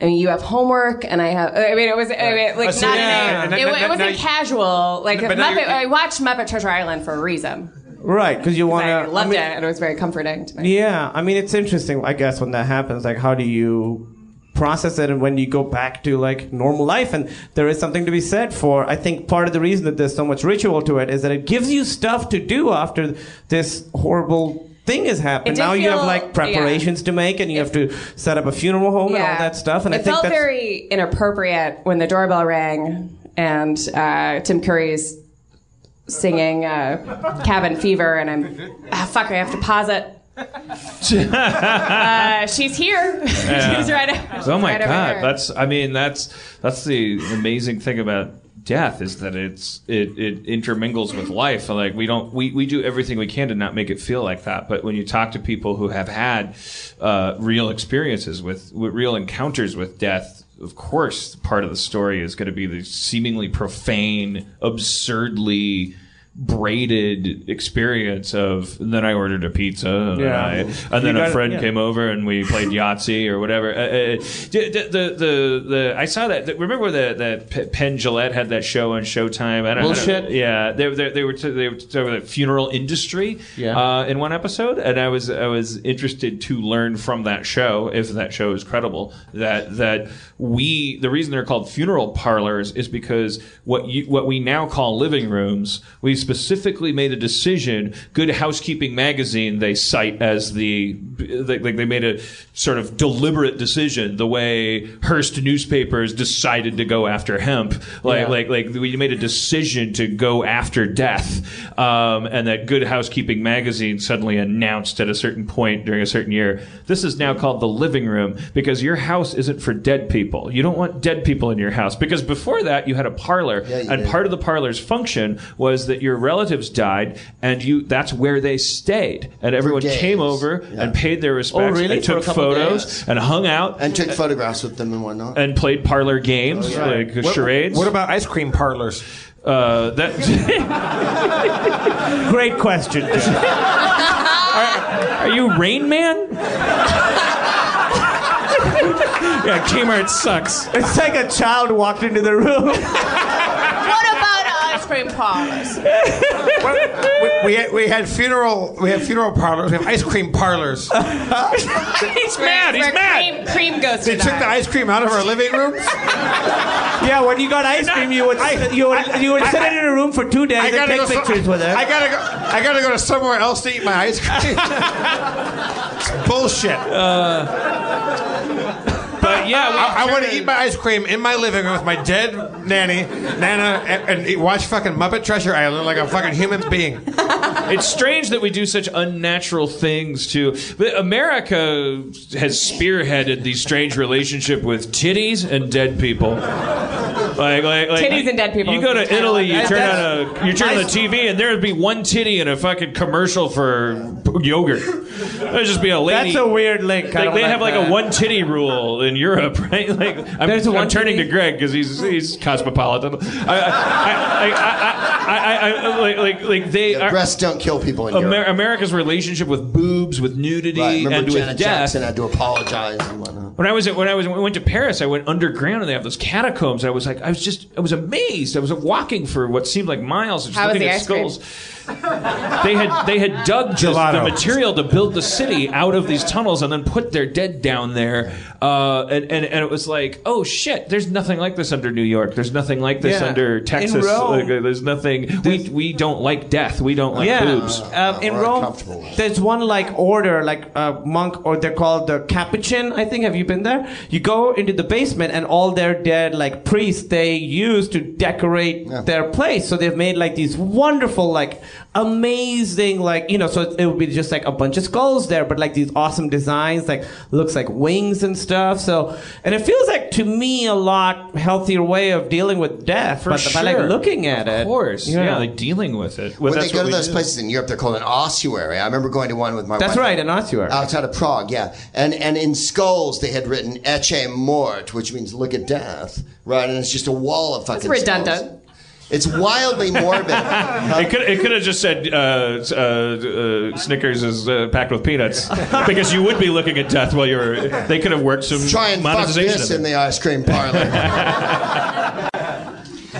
S7: I mean, you have homework and I have, I mean, it was, I mean, like
S10: Oh, so
S7: not,
S10: yeah. And
S7: in a,
S10: then- then-
S7: it, it
S10: then-
S7: wasn't
S10: now you-
S7: casual. Like
S10: But now
S7: Muppet,
S10: you're-
S7: I watched Muppet Treasure Island for a reason.
S6: right, because you want
S7: I
S6: to.
S7: loved it and it was very comforting to me.
S6: Yeah, I mean, it's interesting, I guess, when that happens. Like, how do you process it and when you go back to like normal life? And there is something to be said for, I think, part of the reason that there's so much ritual to it is that it gives you stuff to do after this horrible thing has happened.
S7: did
S6: Now you have
S7: feel-
S6: like preparations to make and you have to set up a funeral home and all that stuff. And
S7: it
S6: I think
S7: felt
S6: that's.
S7: very inappropriate when the doorbell rang and uh, Tim Curry's singing uh, "Cabin Fever," and I'm ah, fuck. I have to pause it. uh, she's here. she's right.
S3: Oh my
S7: right over
S3: god,
S7: there.
S3: that's I mean that's that's the amazing thing about death is that it's it, it intermingles with life. Like we don't we, we do everything we can to not make it feel like that. But when you talk to people who have had uh, real experiences with, with real encounters with death, of course, part of the story is going to be the seemingly profane, absurdly braided experience of then I ordered a pizza and,
S6: Yeah.
S3: I,
S6: You
S3: and then
S6: gotta-
S3: a friend
S6: yeah.
S3: came over and we played Yahtzee or whatever. Uh, uh, the, the, the, the, the, I saw that. that- Remember that that P- Penn Gillette had that show on Showtime. I don't, I
S6: Bullshit.
S3: don't, yeah, they, they, they were t- they were talking about the funeral industry.
S6: Yeah.
S3: Uh, in one episode, and I was I was interested to learn from that show, if that show is credible, that that we the reason they're called funeral parlors is because what you what we now call living rooms, we specifically made a decision. Good Housekeeping magazine they cite as the like like they made a sort of deliberate decision the way Hearst newspapers decided to go after hemp, like
S6: Yeah.
S3: like like like we made a decision to go after death, um, and that Good Housekeeping magazine suddenly announced at a certain point during a certain year, this is now called the living room because your house isn't for dead people. You don't want dead people in your house because before that you had a parlor,
S5: you
S3: and
S5: did.
S3: part of the parlor's function was that your relatives died and you that's where they stayed, and everyone
S5: days.
S3: came over
S5: Yeah.
S3: and paid their respects
S6: Oh, really?
S3: and
S6: For a
S3: took
S6: couple
S3: photos
S6: days?
S3: and hung out.
S5: And took photographs with them and whatnot.
S3: and played parlor games,
S6: Oh,
S3: like charades.
S10: What about ice cream parlors?
S3: uh, that?
S6: Great question. Jeff.
S3: Are, are you Rain Man? yeah, Kmart sucks.
S6: It's like a child walked into the room.
S11: What about ice cream parlors?
S2: We had, we had funeral we had funeral parlors. We have ice cream parlors.
S3: He's mad. He's mad.
S7: Cream, cream goes
S2: They
S7: to
S2: took the ice cream out of our living rooms.
S6: yeah, when you got ice cream, you would you would you would sit in a room for two days
S2: I
S6: and
S2: gotta
S6: take
S2: go. so-
S6: pictures with it.
S2: I gotta go. I gotta go to somewhere else to eat my ice cream. it's bullshit.
S3: but Oh, yeah,
S2: I, want to eat my ice cream in my living room with my dead nanny, nana, and, and eat, watch fucking Muppet Treasure Island like a fucking human being.
S3: it's strange that we do such unnatural things to but america has spearheaded the strange relationship with titties and dead people like, like, like
S7: Titties and dead people.
S3: You go to Italy, you
S7: That-
S3: turn
S7: that's-
S3: on a, you turn on the
S7: I-
S3: TV, and there would be one titty in a fucking commercial for yogurt. There'd just be a lady.
S6: That's a weird link.
S3: Like,
S6: I don't
S3: they
S6: like
S3: have like
S6: that.
S3: a one titty rule in Europe, right? Like I'm,
S6: There's a
S3: I'm
S6: one
S3: turning
S6: titty?
S3: to Greg because he's he's cosmopolitan. I, I, I, I, I, I, I like, like like they are.
S5: Breasts don't kill people in
S3: Amer-
S5: Europe.
S3: America's relationship with boobs, with nudity,
S5: Right. Remember
S3: and with
S5: Janet
S3: death.
S5: Jackson had to apologize and whatnot.
S3: When I was when I was when I went to Paris, I went underground and they have those catacombs. I was like, I was just I was amazed. I was walking for what seemed like miles, just
S7: How was
S3: looking
S7: the
S3: at
S7: ice cream?
S3: skulls. They had they had dug just the
S10: Gelato.
S3: material to build the city out of these tunnels and then put their dead down there. Uh, and, and and it was like, oh shit, there's nothing like this under New York. There's nothing like this
S6: Yeah.
S3: under
S6: In
S3: Texas.
S6: Rome-
S3: Like, uh, there's nothing. we we don't like death. We don't like
S6: yeah,
S3: boobs.
S6: Um, in
S5: Or
S6: Rome,
S5: uncomfortable.
S6: there's one like order, like uh, monk, or they're called the Capuchin. I think. Have you been there? You go into the basement, and all their dead like priests they use to decorate their place. So they've made like these wonderful, like amazing, like you know. So it would be just like a bunch of skulls there, but like these awesome designs, like looks like wings and stuff. So and it feels like to me a lot healthier way of dealing with death,
S3: For
S6: but by like
S3: sure.
S6: looking at it.
S3: Of course, yeah. like dealing with it. Well,
S5: when they
S3: that's
S5: go
S3: what
S5: to
S3: we
S5: those
S3: do.
S5: places in Europe, they're called an ossuary. I remember going to one with my
S6: That's
S5: wife.
S6: right, an ossuary.
S5: Outside of Prague, yeah. And and in skulls they had written Ecce Mort, which means look at death, right? And it's just a wall of fucking
S7: redundant.
S5: skulls. It's wildly morbid. Huh?
S3: It could it could have just said uh, uh, uh, Snickers is uh, packed with peanuts because you would be looking at death while you're. They could have worked some
S5: Try and fuck
S3: monetization.
S5: this
S3: of it.
S5: in the ice cream parlor.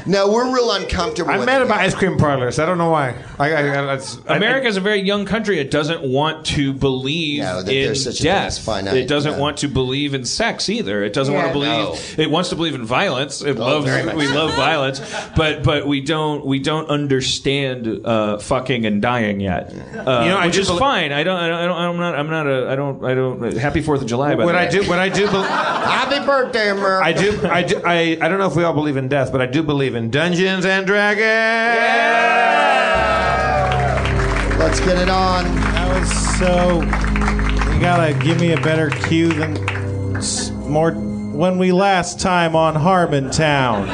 S5: no, we're real uncomfortable.
S2: I'm
S5: with
S2: mad
S5: it.
S2: about ice cream parlors. I don't know why. I, I, I, it's- I-
S3: America is a very young country. It doesn't want to believe
S5: No, that
S3: in
S5: there's such a thing as
S3: death.
S5: finite,
S3: it doesn't
S5: yeah.
S3: want to believe in sex either. It doesn't want
S7: Yeah.
S3: to believe. It wants to believe in violence.
S10: Oh,
S3: It loves.
S5: very much
S3: We
S5: so.
S3: love violence, but but we don't we don't understand uh, fucking and dying yet, uh,
S10: You know, I
S3: which
S10: do
S3: is
S10: bel-
S3: fine. I don't. I don't. I don't- I'm not. I'm not a. I don't. I don't. Happy Fourth of July. By
S10: What
S3: the way.
S10: I do, what I do, bel
S5: Happy birthday, America.
S10: I do, I do, I, I don't know if we all believe in death, but I do believe in Dungeons and Dragons.
S5: Let's get it on.
S9: That was so. You gotta give me a better cue than s- more. When we last time on Harmontown,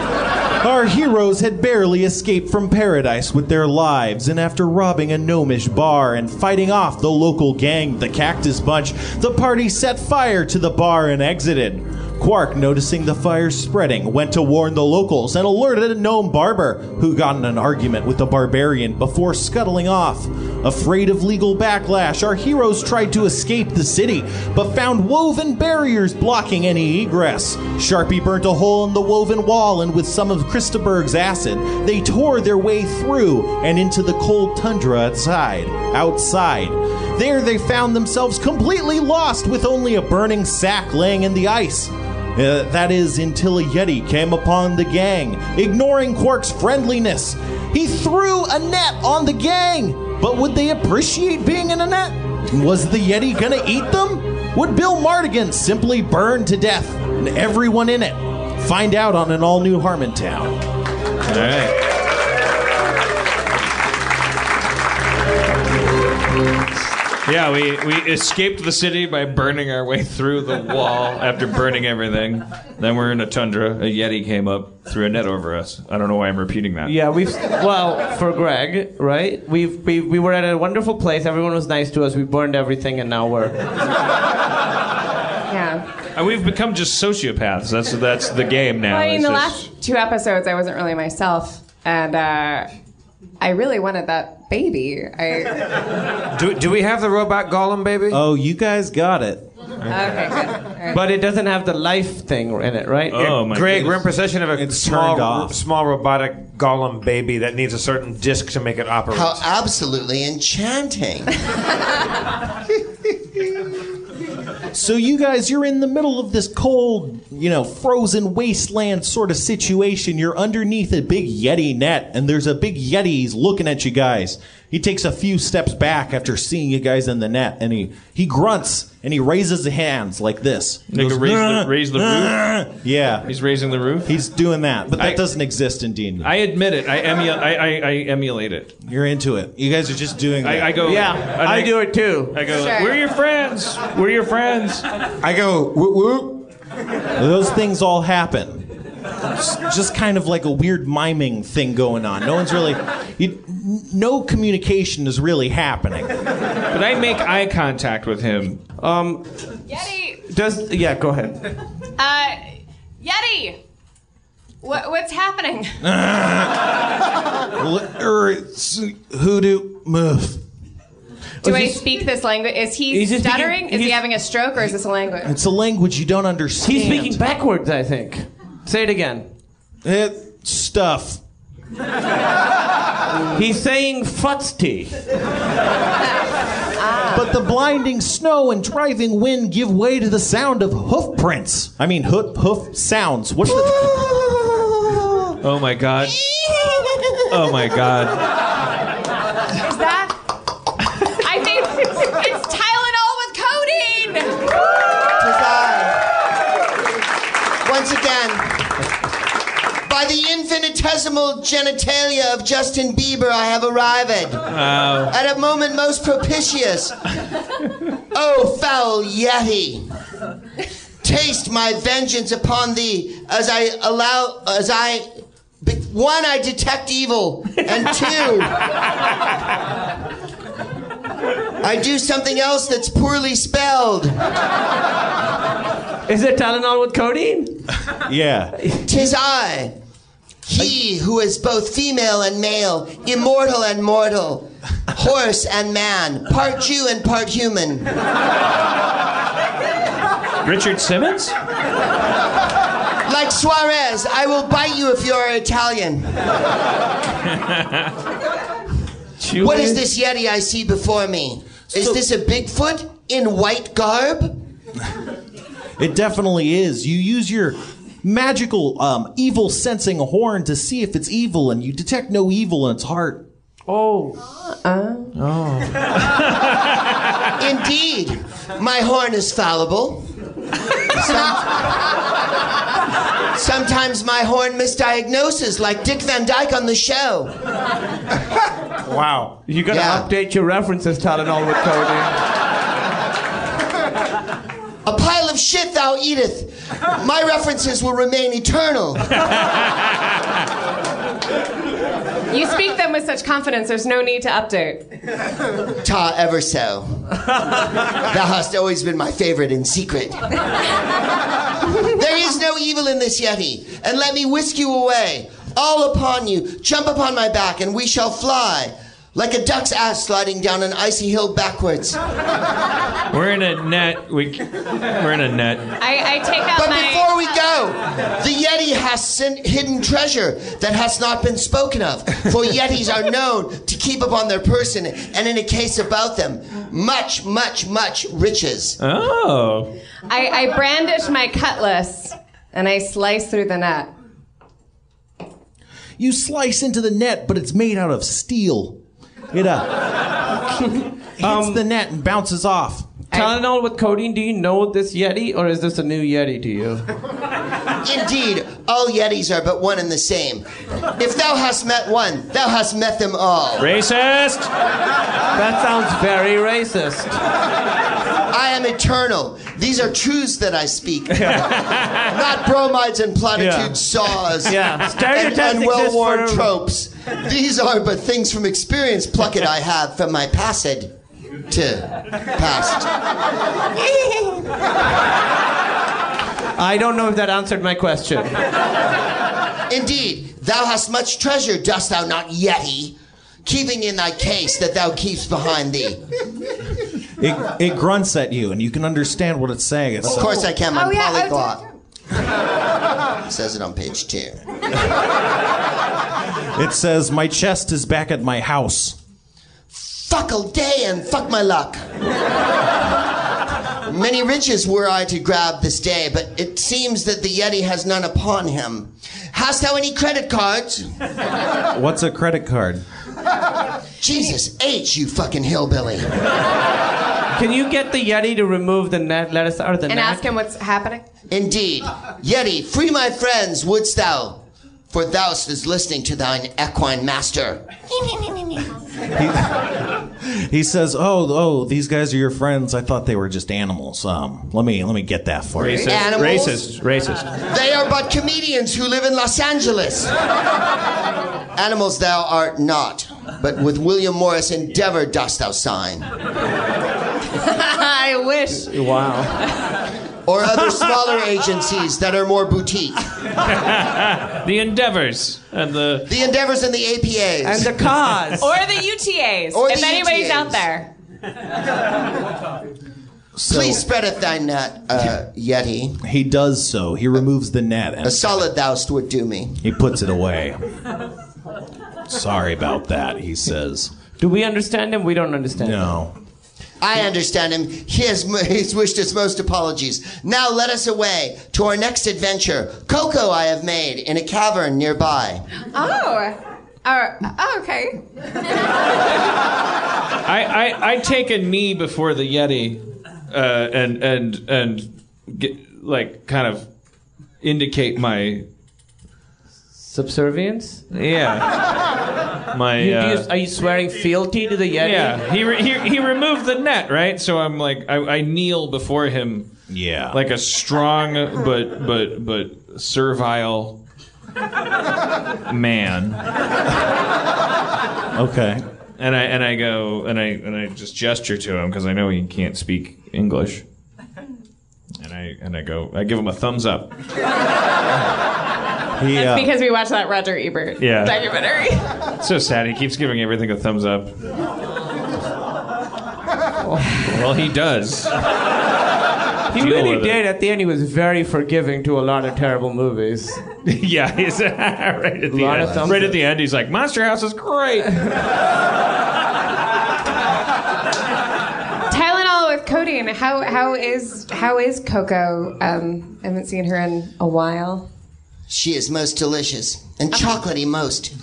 S9: our heroes had barely escaped from paradise with their lives, and after robbing a gnomish bar and fighting off the local gang, the Cactus Bunch, the party set fire to the bar and exited. Quark, noticing the fire spreading, went to warn the locals and alerted a gnome barber, who got in an argument with the barbarian before scuttling off. Afraid of legal backlash, our heroes tried to escape the city, but found woven barriers blocking any egress. Sharpie burnt a hole in the woven wall, and with some of Christaberg's acid, they tore their way through and into the cold tundra outside. Outside, there they found themselves completely lost, with only a burning sack laying in the ice. Uh, that is until a Yeti came upon the gang. Ignoring Quark's friendliness, he threw a net on the gang. But would they appreciate being in a net? Was the Yeti gonna eat them? Would Bill Mardigan simply burn to death and everyone in it? Find out on an all new Harmontown.
S3: All right. Yeah, we, we escaped the city by burning our way through the wall after burning everything. Then we're in a tundra. A Yeti came up, threw a net over us. I don't know why I'm repeating that.
S6: Yeah, we've well for Greg, right? We've we, we were at a wonderful place. Everyone was nice to us. We burned everything, and now we're
S7: Yeah.
S3: And we've become just sociopaths. That's that's the game now.
S7: Well, I mean,
S3: It's
S7: the
S3: just-
S7: last two episodes, I wasn't really myself, and uh, I really wanted that baby. I,
S10: Do, do we have the robot golem baby?
S6: Oh, you guys got it.
S7: okay, good. All right.
S6: But it doesn't have the life thing in it, right?
S10: Yeah,
S9: oh
S2: Um,
S10: Greg, we're in possession of a small,
S6: turned off.
S10: small robotic golem baby that needs a certain disc to make it operate.
S5: How absolutely enchanting.
S9: So you guys, you're in the middle of this cold, you know, frozen wasteland sort of situation. You're underneath a big Yeti net, and there's a big Yeti he's looking at you guys. He takes a few steps back after seeing you guys in the net, and he he grunts and he raises the hands like this. He
S3: Like
S9: goes,
S3: raise the,
S9: "Nah,
S3: raise the
S9: nah."
S3: roof.
S9: Yeah,
S3: he's raising the roof.
S9: He's doing that, but that
S3: I-
S9: doesn't exist in D&D.
S3: I admit it. I, emu- I, I, I emulate it.
S9: You're into it. You guys are just doing. That.
S3: I, I go. and
S6: it too.
S3: I go.
S4: Sure.
S3: We're your friends. We're your friends.
S9: I go whoop whoop. Those things all happen. It's just kind of like a weird miming thing going on. No one's really, you, n- no communication is really happening.
S3: But I make eye contact with him.
S6: Um,
S11: Yeti.
S6: does yeah? Go ahead.
S11: Uh, Yeti. What, what's happening?
S9: L- er, it's hoodoo move.
S7: Do
S9: Is
S7: I
S9: he-
S7: speak this language? Is he
S9: He's just speaking-
S7: stuttering? is he
S9: he's-
S7: having a stroke or is this a language?
S9: It's a language you don't understand.
S6: He's speaking backwards, I think. Say it again.
S9: It, stuff.
S6: He's saying futzty.
S9: But the blinding snow and driving wind give way to the sound of hoof prints. I mean, hoof, hoof sounds. What's the.
S3: Oh my god. Oh my god.
S11: Is that? I think it's Tylenol with codeine.
S5: Once again, by the infinitesimal genitalia of Justin Bieber, I have arrived
S3: Wow.
S5: at a moment most propitious. Oh, foul Yeti! Taste my vengeance upon thee as I allow, as I. be- One, I detect evil, and two, I do something else that's poorly spelled.
S6: Is it Tylenol with codeine?
S9: Yeah.
S5: Tis I, he who is both female and male, immortal and mortal, horse and man, part Jew and part human.
S3: Richard Simmons?
S5: Like Suarez, I will bite you if you are Italian. What is this Yeti I see before me? Is this a Bigfoot in white garb?
S9: It definitely is. You use your magical um, evil sensing horn to see if it's evil, and you detect no evil in its heart.
S6: Oh.
S5: Indeed, my horn is fallible. Some- sometimes my horn misdiagnoses, like Dick Van Dyke on the show.
S6: Wow. You gotta
S5: Yeah.
S6: update your references, Tylenol with codeine.
S5: A pile of shit thou eateth. My references will remain eternal.
S7: You speak them with such confidence, there's no need to update.
S5: Ta ever so. Thou hast always been my favorite in secret. There is no evil in this Yeti, and let me whisk you away. All upon you, jump upon my back, and we shall fly. Like a duck's ass sliding down an icy hill backwards.
S3: We're in a net. We, c- we're in a net.
S11: I, I take out
S5: But
S11: my.
S5: before we go, the Yeti has sin- hidden treasure that has not been spoken of. For Yetis are known to keep upon their person and in a case about them much, much, much riches.
S3: Oh.
S7: I, I brandish my cutlass and I slice through the net.
S9: You slice into the net, but it's made out of steel. It uh, hits the net and bounces off.
S6: Tylenol with codeine. Do you know this Yeti, or is this a new Yeti to you?
S5: Indeed, all Yetis are but one and the same. If thou hast met one, thou hast met them all.
S3: Racist.
S6: That sounds very racist.
S5: I am eternal. These are truths that I speak, not bromides and platitude
S6: Yeah.
S5: saws
S6: Yeah.
S5: and
S6: Stereotypes
S5: unwell
S6: exist
S5: worn
S6: for a-
S5: tropes. These are but things from experience plucked I have from my passed to past.
S6: I don't know if that answered my question.
S5: Indeed, thou hast much treasure, dost thou not, Yeti? keeping in thy case that thou keepest behind thee.
S9: It, it grunts at you, and you can understand what it's saying. It's
S5: Of course I can. I'm
S11: Oh, yeah, oh,
S5: polyglot. Says it on page two.
S9: It says, "My chest is back at my house."
S5: Fuck all day and fuck my luck. Many riches were I to grab this day, but it seems that the Yeti has none upon him. Hast thou any credit cards?
S9: What's a credit card?
S5: Jesus H, you fucking hillbilly.
S6: Can you get the Yeti to remove the net, let us out of the
S7: and
S6: net?
S7: ask him what's happening.
S5: Indeed. Yeti, free my friends, wouldst thou? For thou is listening to thine equine master.
S9: He says, "Oh, oh, these guys are your friends. I thought they were just animals. Um, let me let me get that for you."
S5: Racist, Animals? racist,
S9: racist.
S5: They are but comedians who live in Los Angeles. Animals thou art not, but with William Morris endeavor dost thou sign.
S7: I wish.
S6: Wow.
S5: Or other smaller agencies that are more boutique.
S4: the endeavors and the
S5: The endeavors and the APAs.
S6: And the cause.
S7: Or the UTAs.
S5: Or
S7: if
S5: the
S7: anybody's
S5: UTAs.
S7: out there.
S5: Please spreadeth thy net, uh, Yeti.
S9: He does so. He removes the net and
S5: A solid thou'st would do me.
S9: he puts it away. Sorry about that, he says.
S6: Do we understand him? We don't understand
S9: No.
S5: I understand him. He has, he has wished us most apologies. Now let us away to our next adventure. Cocoa I have made in a cavern nearby.
S7: Oh. Or, oh, okay.
S3: I, I, I take a knee before the Yeti, uh, and and and get, like kind of indicate my
S6: subservience.
S3: Yeah, my.
S6: You- do you-
S3: uh,
S6: are you swearing fealty to the Yeti?
S3: yeah, he, re- he he removed the net, right? So I'm like, I, I kneel before him,
S9: Yeah.
S3: like a strong but but but servile man,
S9: Okay.
S3: and I and I go and I and I just gesture to him because I know he can't speak English, and I and I go, I give him a thumbs up.
S9: He, uh,
S7: Because we watched that Roger Ebert
S3: Yeah.
S7: documentary.
S3: So sad. He keeps giving everything a thumbs up. well, he does.
S6: He
S3: Deal
S6: really
S3: with it.
S6: did. At the end, he was very forgiving to a lot of terrible movies.
S3: yeah, he's right at the
S6: Lot
S3: end.
S6: of thumbs
S3: right at the end, he's like, "Monster House is great."
S7: Tylenol with codeine. How how is how is Coco? Um, I haven't seen her in a while.
S5: She is most delicious and chocolatey most.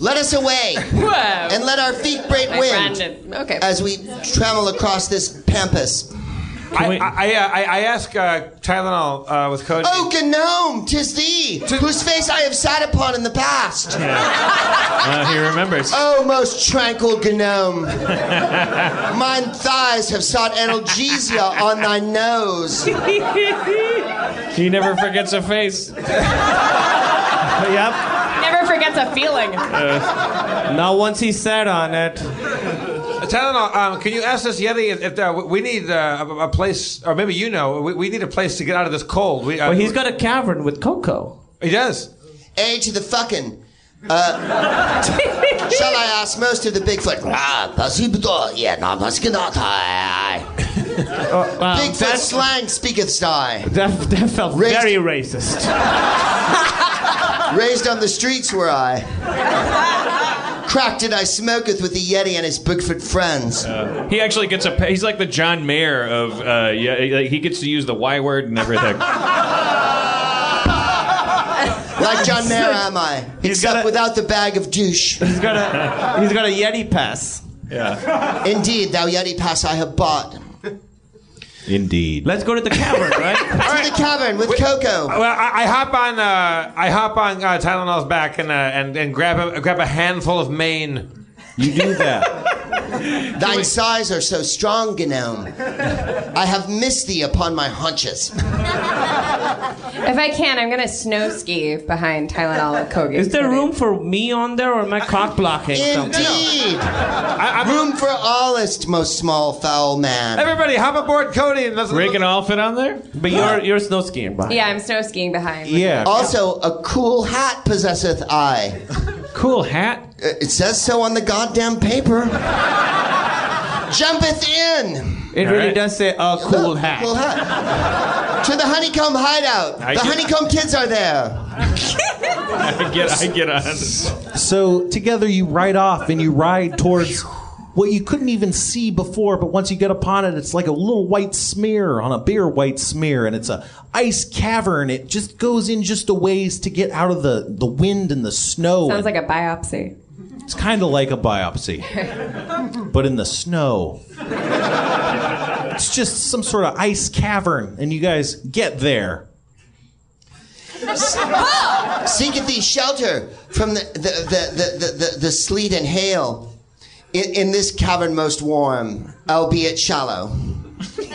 S5: Let us away
S7: Whoa.
S5: and let our feet break wind
S7: Okay.
S5: as we trammel across this pampas.
S10: I, I, I, I- I ask uh, Tylenol uh, with
S2: Oh,
S10: code.
S5: O gnome, tis thee, whose face I have sat upon in the past.
S3: Uh, he remembers.
S5: Oh, most tranquil gnome, mine thighs have sought analgesia on thy nose.
S3: He never forgets a face.
S9: yep.
S7: Never forgets a feeling.
S6: Now, once he sat on it,
S10: Tylenol, um, can you ask this Yeti if, if uh, we need uh, a, a place, or maybe you know, we, we need a place to get out of this cold. We, uh,
S6: well, he's got a cavern with Coco.
S10: He does.
S5: A to the fucking. Uh, shall I ask most of the Bigfoot? Ah, possible, yeah, no, must not I.
S6: Wow.
S5: Bigfoot slang speaketh die.
S6: That, that felt
S5: Raised-
S6: very racist.
S5: Raised on the streets were I. Crack did I smoketh with the Yeti and his Bigfoot friends.
S3: He actually gets a. pa- He's like the John Mayer of. Uh, yeah, he- he gets to use the Y word and everything.
S5: like John Mayer am I, except
S6: gotta-
S5: without the bag of douche.
S6: He's got a he's got a Yeti pass.
S5: Indeed, thou Yeti pass I have bought.
S9: Indeed.
S6: Let's go to the cavern, right?
S5: To the cavern with Coco.
S10: Well, I, I hop on, uh, I hop on uh, Tylenol's back and, uh, and and grab a, grab a handful of mane.
S9: You do that.
S5: Thine sighs are so strong, Gnome. I have missed thee upon my haunches.
S7: If I can, I'm gonna snow ski behind Tylenol with Coco.
S6: Is there room for me on there, or am I cock blocking something?
S5: Indeed.
S10: I, I'm,
S5: Room for allest, most small foul man.
S10: everybody, hop aboard Cody and let's.
S3: Rick and all fit on there.
S6: But you're you're snow skiing, behind.
S7: Yeah, I'm snow skiing behind.
S9: Yeah.
S5: Also, a cool hat possesseth I.
S10: cool hat.
S5: It says so on the goddamn paper. Jumpeth in. Oh,
S6: It really does say a cool hat.
S5: Cool hat. to the honeycomb hideout.
S6: I
S5: the
S6: get-
S5: honeycomb kids are there.
S3: I get, I get on.
S9: So together you ride off and you ride towards what you couldn't even see before, but once you get upon it, it's like a little white smear on a beer white smear, and it's a ice cavern. It just goes in just a ways to get out of the, the wind and the snow.
S7: Sounds like a biopsy.
S9: it's kind of like a biopsy, but in the snow. It's just some sort of ice cavern, and you guys get there.
S5: Seeketh thee shelter from the, the, the, the, the, the, the sleet and hail in, in this cavern most warm, albeit shallow.
S10: I,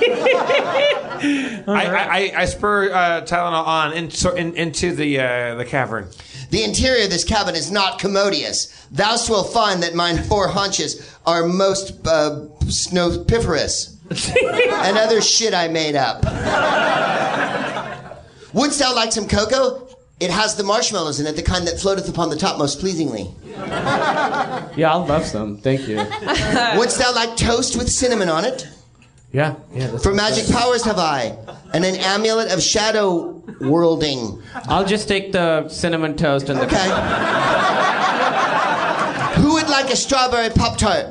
S10: I, I, I spur uh, Tylenol on into, in, into the uh, the cavern.
S5: The interior of this cabin is not commodious. Thou shalt find that mine four haunches are most uh, snowpiferous, and other shit I made up. Wouldst thou like some cocoa? It has the marshmallows in it, the kind that floateth upon the top most pleasingly.
S6: Yeah, I'll love some. Thank you.
S5: Wouldst thou like toast with cinnamon on it?
S6: Yeah, yeah.
S5: For magic powers have I, and an amulet of shadow worlding.
S6: I'll just take the cinnamon toast and the.
S5: Who would like a strawberry pop tart?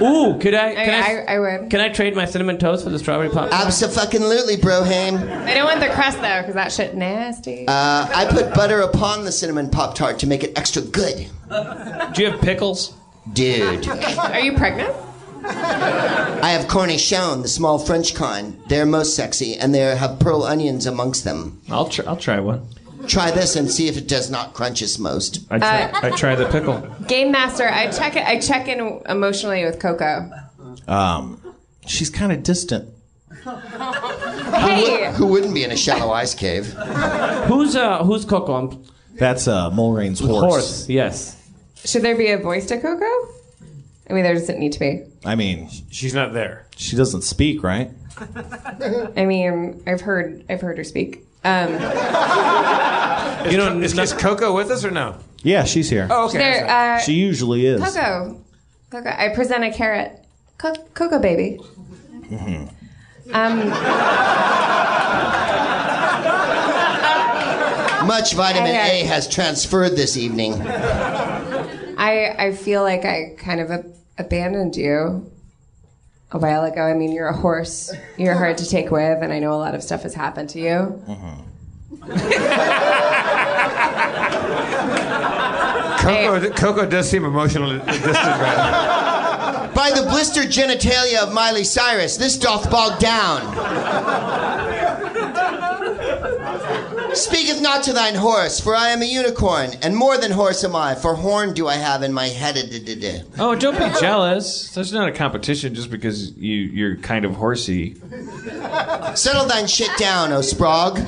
S6: Ooh, could I? Can I,
S7: I, I would.
S6: can I trade my cinnamon toast for the strawberry pop?
S5: Absolutely, broham.
S7: I don't want the crust though, because that shit nasty.
S5: Uh, I put butter upon the cinnamon pop tart to make it extra good.
S3: Do you have pickles?
S5: Dude,
S7: Are you pregnant?
S5: I have cornichon, the small French kind. They're most sexy, and they have pearl onions amongst them.
S3: I'll try, I'll try one.
S5: Try this and see if it does not crunches most.
S3: I
S7: try- Uh, I
S3: try the pickle.
S7: Game master, I check it. I check in emotionally with Coco.
S9: Um, she's kind of distant.
S7: Hey,
S5: Who wouldn't be in a shallow ice cave?
S6: Who's uh who's Coco? I'm-
S9: That's uh, Mulrain's horse.
S6: Horse, yes.
S7: should there be a voice to Coco? I mean, there doesn't need to be.
S9: I mean,
S10: she's not there.
S9: She doesn't speak, right?
S7: I mean, I've heard, I've heard her speak. Um,
S10: You know, is, is Coco with us or no?
S9: Yeah, she's here.
S10: Oh,
S7: there, uh,
S9: she usually is.
S7: Coco, Coco, I present a carrot. Co- Coco, baby.
S9: Mhm.
S7: Um,
S5: Much vitamin
S7: Hey,
S5: A has transferred this evening.
S7: I I feel like I kind of ab- abandoned you a while ago. I mean, you're a horse. You're hard to take with, and I know a lot of stuff has happened to you.
S10: Coco, Coco does seem emotionally distant right now.
S5: By the blistered genitalia of Miley Cyrus, this doth bog down. Speaketh not to thine horse, for I am a unicorn, and more than horse am I, for horn do I have in my head.
S3: Oh, don't be jealous. That's not a competition just because you, you're kind of horsey.
S5: Settle thine shit down, O Sprog.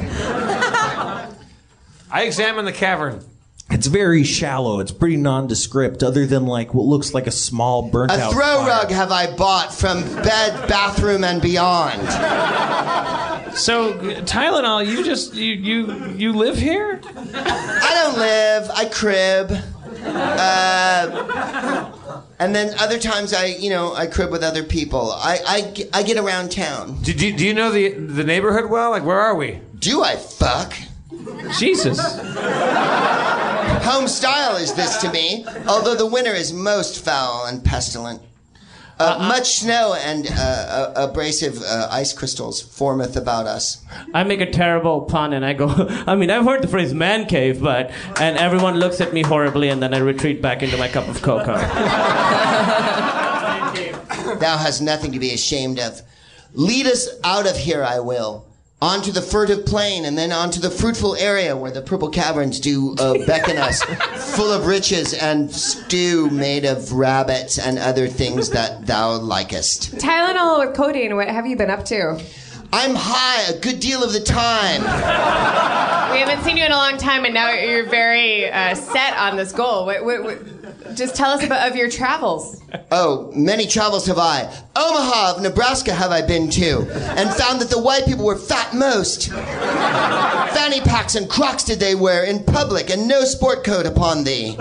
S10: I examine the cavern.
S9: It's very shallow. It's pretty nondescript, other than like what looks like a small burnt
S5: A
S9: out.
S5: throw
S9: fire.
S5: rug have I bought from bed, bathroom, and beyond.
S3: So Tylenol, you just you you you live here?
S5: I don't live. I crib. Uh, and then other times I, you know, I crib with other people. I, I, g- I get around town.
S10: Do, do, do you know the the neighborhood well? Like, where are we?
S5: Do I fuck?
S3: Jesus.
S5: Home style is this to me, although the winter is most foul and pestilent. Uh, much snow and uh, uh, abrasive uh, ice crystals formeth about us.
S6: I make a terrible pun and I go, I mean, I've heard the phrase man cave, but, and everyone looks at me horribly and then I retreat back into my cup of cocoa.
S5: Thou hast nothing to be ashamed of. Lead us out of here, I will, onto the furtive plain, and then onto the fruitful area where the purple caverns do uh, beckon us, full of riches and stew made of rabbits and other things that thou likest.
S7: Tylenol with codeine. What have you been up to?
S5: I'm high a good deal of the time.
S7: We haven't seen you in a long time, and now you're very uh, set on this goal. What, what, what, just tell us about of your travels.
S5: Oh, many travels have I. Omaha of Nebraska have I been to, and found that the white people were fat most. Fanny packs and crocs did they wear in public, and no sport coat upon thee.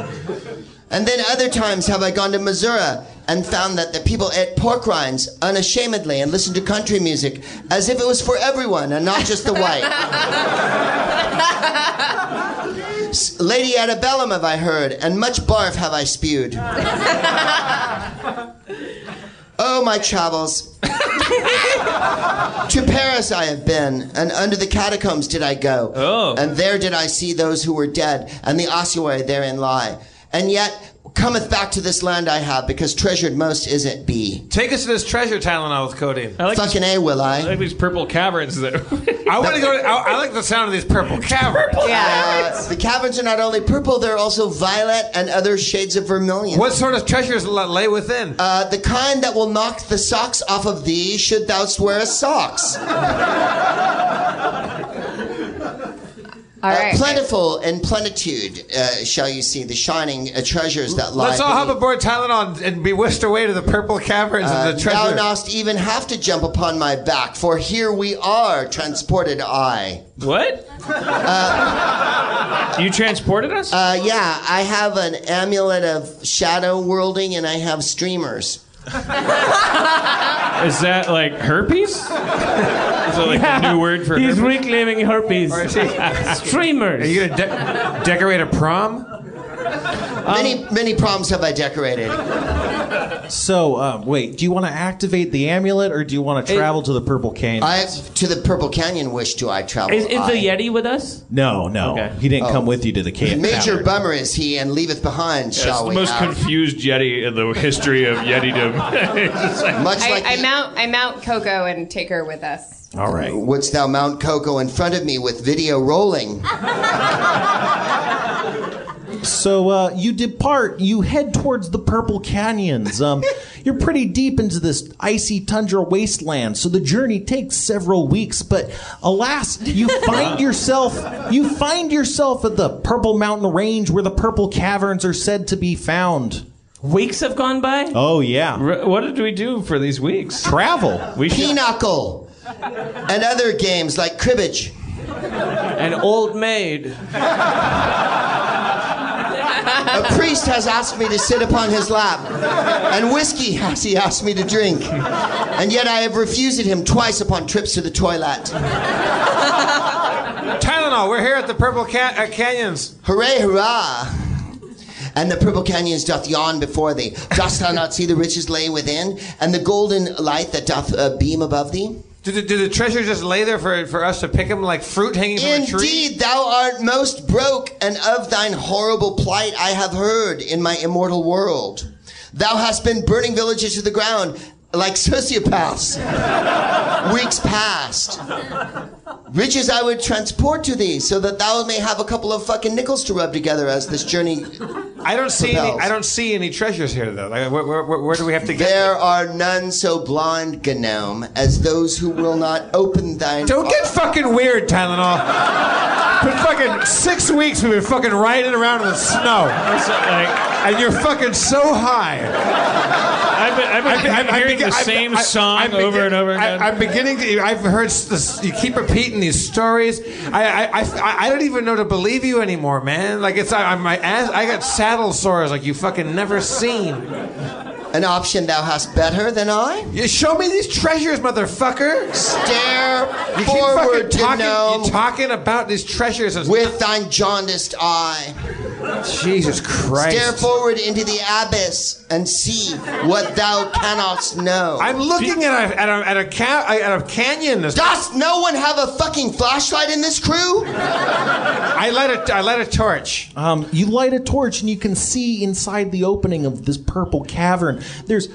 S5: And then other times have I gone to Missouri and found that the people ate pork rinds unashamedly and listened to country music as if it was for everyone and not just the white. S- Lady Antebellum have I heard, and much barf have I spewed. Oh, my travels. to Paris I have been, and under the catacombs did I go. Oh. And there did I see those who were dead, and the ossuary therein lie. And yet cometh back to this land I have, because treasured most is it be.
S2: Take us to this treasure Tylenol with codeine. I
S9: Oh.
S5: like Fucking A, will I?
S2: like these purple caverns that. I want to go. To, I, I like the sound of these purple caverns.
S5: Uh, the caverns are not only purple, they're also violet and other shades of vermilion.
S2: What sort of treasures la- lay within?
S5: Uh, the kind that will knock the socks off of thee should thou wear socks.
S7: All
S5: Uh,
S7: right.
S5: plentiful and plenitude uh, shall you see the shining uh, treasures that lie.
S2: Let's all hop
S5: beneath.
S2: aboard Tylenol and be whisked away to the purple caverns
S5: Uh,
S2: of the treasure.
S5: thou dost even have to jump upon my back, for here we are, transported I.
S3: What? you transported us?
S5: Uh, yeah, I have an amulet of shadow worlding, and I have streamers.
S3: Is that like herpes? Is that like a new word for
S6: He's
S3: herpes?
S6: reclaiming herpes.
S2: Are
S6: Streamers.
S2: you gonna de- decorate a prom?
S9: Um,
S5: many many proms have I decorated.
S9: So, um, wait, do you want to activate the amulet or do you want to travel to the Purple Cane?
S5: I to the Purple Canyon wish do I travel.
S6: Is, is
S5: I.
S6: the Yeti with us?
S9: no, no. He didn't come with you to the cave.
S5: Major bummer is he, and leaveth behind
S3: That's
S5: shall
S3: the
S5: we
S3: most
S5: have.
S3: confused Yeti in the history of Yetidom. It's just like-
S5: Much
S7: I,
S5: like
S7: I
S5: the-
S7: mount I mount Coco and take her with us.
S9: All right.
S5: Wouldst thou mount Coco in front of me with video rolling?
S9: So uh, you depart. You head towards the Purple Canyons. Um, you're pretty deep into this icy tundra wasteland, so the journey takes several weeks. But alas, you find yourself you find yourself at the Purple Mountain Range, where the Purple Caverns are said to be found.
S6: Weeks have gone by?
S9: Oh yeah,
S3: R- what did we do for these weeks?
S9: travel.
S3: We should.
S5: Pinochle and other games like cribbage.
S9: Uh.
S6: An old maid.
S5: A priest has asked me to sit upon his lap, and whiskey has he asked me to drink. And yet I have refused him twice upon trips to the toilet.
S2: Tylenol. We're here at the Purple Ca- uh, Canyons.
S5: Hooray, hurrah! And the purple canyons doth yawn before thee. Dost thou not see the riches lay within, and the golden light that doth uh, beam above thee?
S2: Do the, do the treasure just lay there for, for us to pick them like fruit hanging from a tree?
S5: Indeed, thou art most broke, and of thine horrible plight I have heard in my immortal world. Thou hast been burning villages to the ground like sociopaths. Weeks past. Riches I would transport to thee, so that thou may have a couple of fucking nickels to rub together as this journey.
S2: I don't see any,
S5: Propels.
S2: I don't see any treasures here though. Like, where, where, where, where do we have to get?
S5: There are none so blind, Gnome, as those who will not open thine.
S2: Don't get fucking weird, Tylenol. For fucking six weeks we've been fucking riding around in the snow,
S3: It's like,
S2: and you're fucking so high.
S3: I've been, I've been hearing
S2: begin-
S3: the
S2: I've-
S3: same
S2: I-
S3: song
S2: I'm begin-
S3: over and over again.
S2: I, am beginning to. I've heard. This, you keep repeating these stories. I, I, I, I don't even know to believe you anymore, man. Like it's. I, I'm- my ass. I got saddle sores like you fucking never seen.
S5: An option thou hast better than I?
S2: You show me these treasures, motherfucker.
S5: Stare
S2: You keep
S5: forward,
S2: fucking
S5: Gnome.
S2: talking, you talking about these treasures and
S5: with thine jaundiced eye.
S2: Jesus Christ.
S5: Stare forward into the abyss and see what thou cannot know.
S2: I'm looking at a at a at a, ca- at a canyon. This-
S5: Does no one have a fucking flashlight in this crew?
S2: I light a I light a torch.
S9: Um, you light a torch and you can see inside the opening of this purple cavern. There's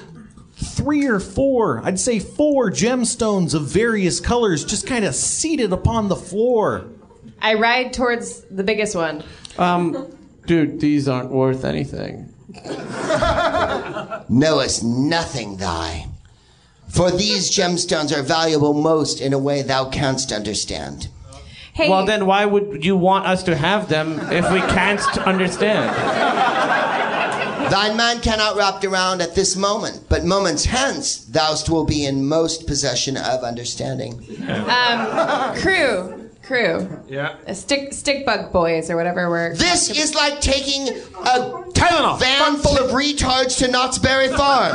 S9: three or four, I'd say four gemstones of various colors just kind of seated upon the floor.
S7: I ride towards the biggest one.
S6: Um, dude, these aren't worth anything.
S5: Knowest nothing thy. For these gemstones are valuable most in a way thou canst understand.
S7: Hey.
S6: Well, then why would you want us to have them if we can't understand?
S5: Thine mind cannot wrap around at this moment, but moments hence thou'st will be in most possession of understanding.
S7: Um, crew, crew.
S5: Yeah.
S7: Uh, Stick, stick bug boys or whatever we're.
S5: This is like taking a van full of retards to Knott's Berry Farm.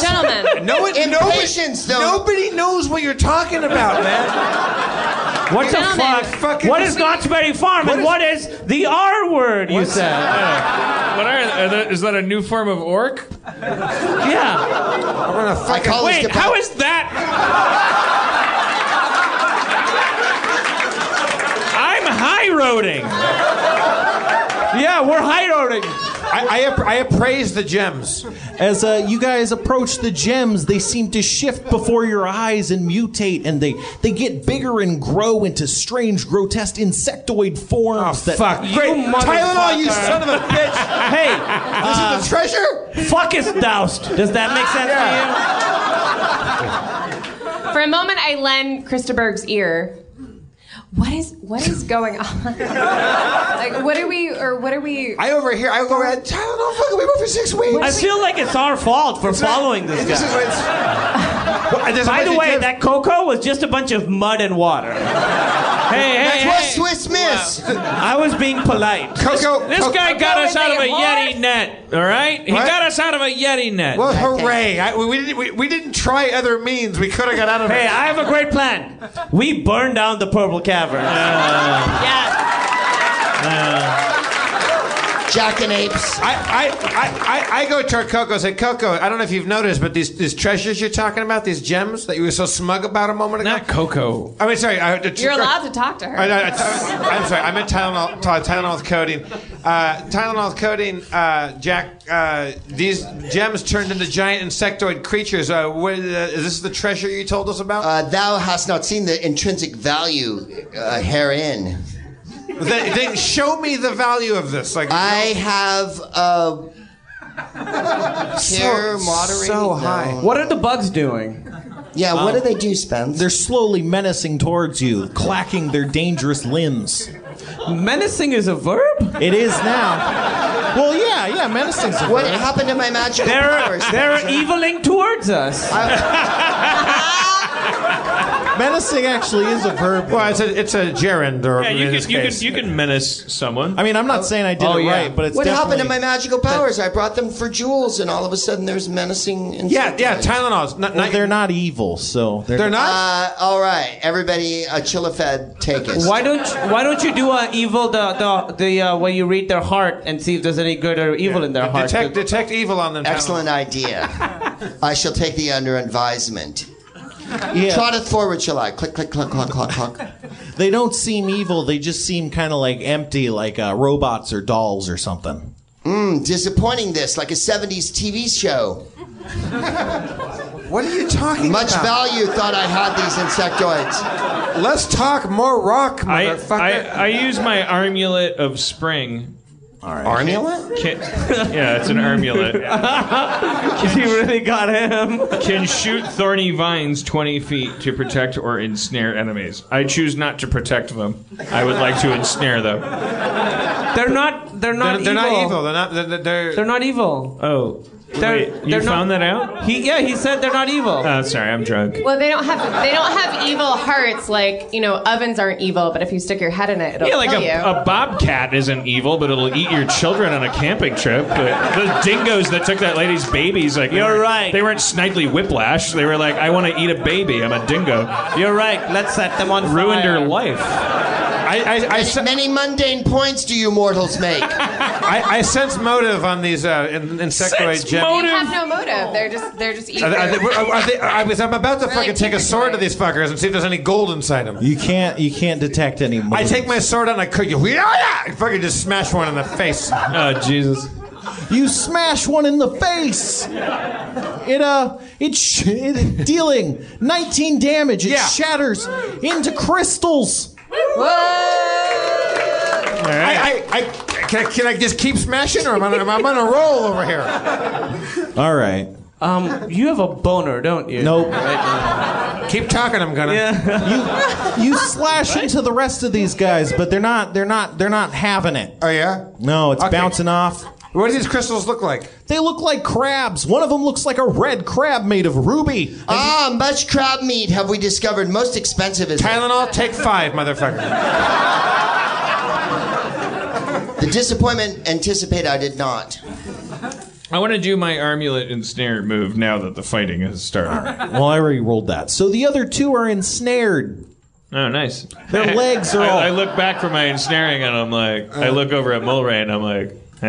S7: Gentlemen.
S2: No one- nobody-
S5: Impatience, though.
S2: Nobody knows what you're talking about, man.
S6: What the fuck? What is Knott's Berry Farm and what is the R word you said?
S3: What are, are the, is that a new form of orc?
S6: Yeah.
S2: I'm gonna
S3: fucking
S6: Oh,
S3: wait. How is that?
S6: I'm high roading.
S9: Yeah, we're high roading.
S2: I, I, app- I appraise the gems.
S9: As uh, you guys approach the gems, they seem to shift before your eyes and mutate, and they, they get bigger and grow into strange, grotesque insectoid forms.
S6: Oh,
S9: that
S2: fuck. Great. Tylenol, you son of a bitch.
S6: hey, uh,
S2: This is the treasure?
S6: Fuckest doused. Does that make sense
S7: For a moment, I lend Christaberg's ear. What is what is going on? like, what are we or what are we?
S2: I overhear. I go around. Tylenol, fucking, we went for six
S6: to
S2: weeks.
S6: you? I feel like it's our fault for following this
S2: This is
S6: guy. By the way, that cocoa was just a bunch of mud and water. hey, hey,
S5: That's
S6: hey.
S5: what Swiss miss.
S6: I was being polite.
S2: Coco,
S3: This guy got us out of a Yeti net, all right? He
S2: What?
S3: got us out of a Yeti net.
S2: Well, hooray. I, we, didn't, we, we didn't try other means. We could have got out of
S6: Hey,
S2: it.
S6: I have a great plan. We burn down the Purple Cavern.
S5: Jack and apes.
S2: I, I, I, I, I go toward Coco and say, Coco, I don't know if you've noticed, but these, these treasures you're talking about, these gems that you were so smug about a moment ago. Not
S3: Coco.
S2: I mean, sorry. I, the-
S7: You're allowed to talk to her.
S2: I, I, I, I'm sorry. I meant Tylenol, Ty- Tylenol with codeine. Uh, Tylenol with codeine. Uh, Jack, uh, these gems turned into giant insectoid creatures. Uh, what, uh, is this the treasure you told us about?
S5: Uh, thou hast not seen the intrinsic value uh, herein.
S2: Then, then show me the value of this. Like
S5: I have uh,
S2: So-
S5: pure moderate.
S2: so high.
S6: What are the bugs doing?
S5: Yeah, what do they do, Spence?
S9: They're slowly menacing towards you, clacking their dangerous limbs.
S6: Menacing is a verb?
S9: It is now. Well, yeah, yeah, menacing's a
S5: What
S9: verb.
S5: happened to my magical
S6: They're,
S5: powers?
S6: they're eviling towards us.
S9: Menacing actually is a verb.
S2: Well, it's a, it's a gerund or
S3: Yeah, you
S2: in
S3: can,
S2: this
S3: you,
S2: case.
S3: can, you can menace someone.
S9: I mean, I'm not saying I did
S3: Oh,
S9: it
S3: yeah.
S9: right, but it's
S5: What happened to
S9: definitely-
S5: my magical powers? I brought them for jewels, and all of a sudden there's menacing. insectoids.
S2: yeah, yeah, Tylenol's. Not,
S9: Well,
S2: not,
S9: they're not evil, so they're,
S2: They're not?
S5: Uh, all right, everybody, uh, Chilifed, take it.
S6: Why don't you, why don't you do uh, evil the the, the uh, when you read their heart and see if there's any good or evil in their heart?
S2: detect, detect evil on them. Tylenol.
S5: Excellent idea. I shall take the under advisement.
S9: Yeah.
S5: Trotteth forward, shall I? Click, click, click, click, click, click.
S9: They don't seem evil. They just seem kind of like empty, like uh, robots or dolls or something.
S5: Mm, disappointing this, like a 70s TV show.
S2: What are you talking
S5: Much
S2: about?
S5: value thought I had these insectoids.
S2: Let's talk more rock,
S3: I,
S2: motherfucker.
S3: I, I use my armulet of spring.
S5: Armula?
S3: Can, yeah, it's an armulet.
S6: you really got him.
S3: Can shoot thorny vines 20 feet to protect or ensnare enemies. I choose not to protect them. I would like to ensnare them.
S6: They're not. They're
S2: They're,
S6: not.
S2: they're
S6: evil.
S2: not evil. They're not. They're. they're,
S6: They're not evil.
S3: Oh.
S6: They're-
S3: wait, you
S6: they're not-
S3: found that out?
S6: He yeah. He said they're not evil.
S3: Oh, sorry, I'm drunk.
S7: well, they don't have they don't have evil hearts. Like you know, ovens aren't evil, but if you stick your head in it, it'll
S3: Yeah, like
S7: kill you.
S3: a, a bobcat isn't evil, but it'll eat your children on a camping trip. But the dingoes that took that lady's babies, like
S6: You're
S3: they weren't-
S6: right.
S3: They weren't Snidely Whiplash. They were like, I want to eat a baby. I'm a dingo.
S6: You're right. Let's set them on
S3: Ruined
S6: fire.
S3: her life.
S2: I, I, I,
S5: Many,
S2: se-
S5: many mundane points do you mortals make.
S2: I, I sense motive on these uh, in, insectoid
S3: Sense
S2: gems.
S3: motive.
S7: they have no motive. They're just they're just
S2: Are
S7: evil.
S2: they, are they, are they, I was, I'm about to
S7: They're
S2: fucking take a
S7: like Tinker
S2: sword to
S7: Toys.
S2: these fuckers and see if there's any gold inside them.
S9: You can't you can't detect any.
S2: I
S9: motives.
S2: take my sword and I cook you. And fucking just smash one in the face.
S3: Oh, Jesus.
S9: You smash one in the face. It uh, it, sh- it dealing 19 damage. It
S2: Yeah.
S9: shatters into crystals.
S2: I, I, I, can, I, can I just keep smashing or am I, am I on a roll over here?
S9: All right.
S6: Um, you have a boner, don't you?
S9: Nope.
S2: Keep talking. I'm gonna.
S9: You you slash into the rest of these guys, but they're not they're not they're not having it.
S2: Oh yeah.
S9: No, it's
S2: Okay.
S9: bouncing off.
S2: What do these crystals look like?
S9: They look like crabs. One of them looks like a red crab made of ruby.
S5: Ah, much crab meat have we discovered. Most expensive is
S2: Tylenol. Take five, motherfucker.
S5: The disappointment anticipate I did not.
S3: I want to do my armulet and snare move now that the fighting has started.
S9: Well, I already rolled that. So the other two are ensnared.
S3: Oh, nice.
S9: Their legs are
S3: I,
S9: all- Uh.
S3: I look back from my ensnaring and I'm like, I look over at Mulray and I'm like, huh?